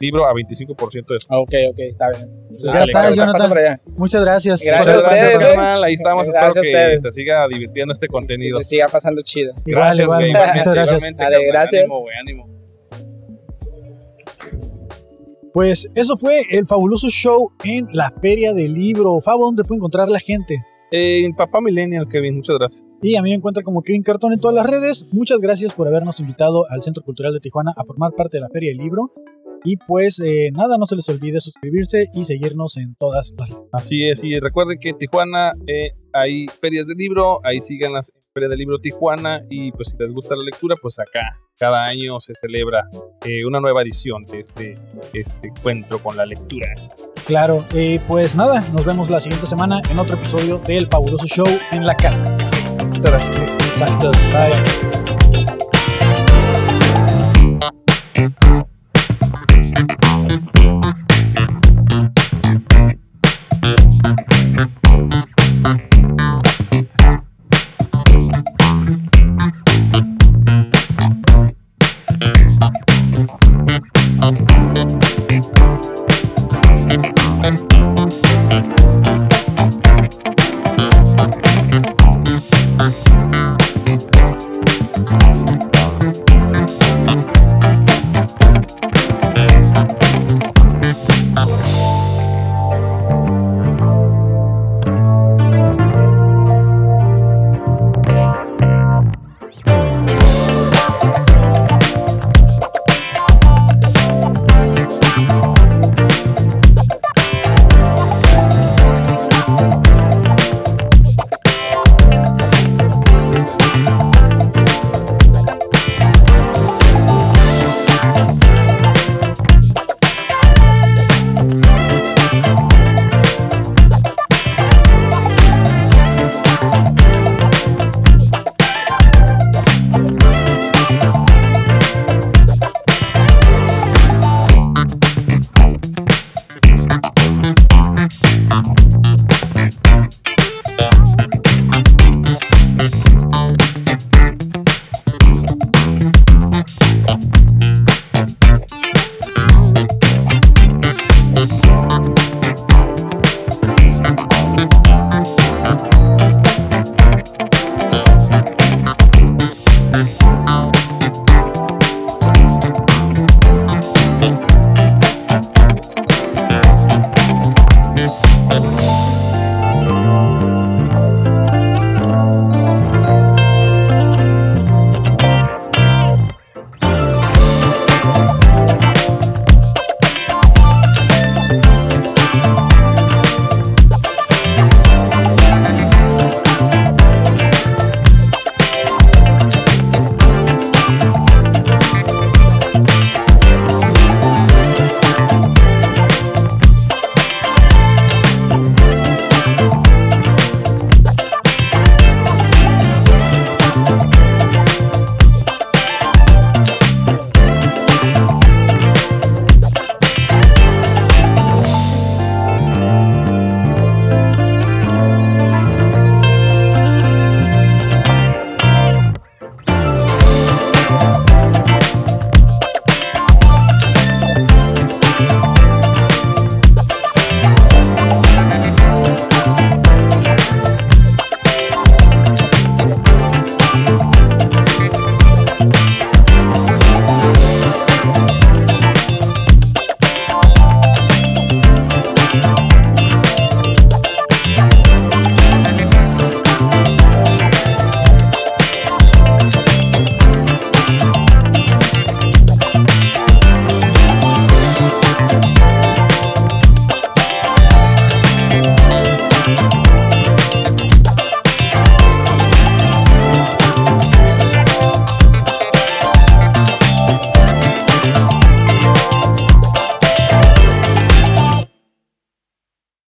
S2: libro a 25% de descuento.
S3: Ok, ok, está bien.
S2: pues,
S1: ya
S3: Dale,
S1: está,
S3: ahorita
S1: Jonathan.
S3: paso por allá.
S1: Muchas gracias.
S3: Gracias
S1: Muchas
S2: Muchas
S3: a
S2: gracias,
S3: ustedes, ¿eh?
S2: carnal. Ahí estamos.
S3: Gracias
S2: Espero
S3: a
S2: que
S3: ustedes.
S2: te siga divirtiendo este contenido.
S3: Que siga pasando chido.
S1: Igual,
S2: Gracias,
S1: igual.
S2: güey,
S1: Muchas
S2: igualmente,
S1: gracias.
S2: igualmente,
S3: Dale,
S2: carnal.
S3: gracias.
S2: Ánimo, güey, ánimo.
S1: Pues eso fue el fabuloso show en la Feria del Libro. Fabo, ¿dónde puede encontrar la gente?
S2: Eh, papá Millennial, Kevin, muchas gracias.
S1: Y a mí me encuentra como Kevin Cartón en todas las redes. Muchas gracias por habernos invitado al Centro Cultural de Tijuana a formar parte de la Feria del Libro. Y pues eh, nada, no se les olvide suscribirse y seguirnos en todas las redes.
S2: Así es, y recuerden que en Tijuana eh, hay ferias de libro, ahí sigan las ferias de libro Tijuana y pues si les gusta la lectura, pues acá cada año se celebra eh, una nueva edición de este, este encuentro con la lectura.
S1: Claro, eh, pues nada, nos vemos la siguiente semana en otro episodio del fabuloso show en la cara.
S2: Muchas gracias.
S1: Sale. Bye.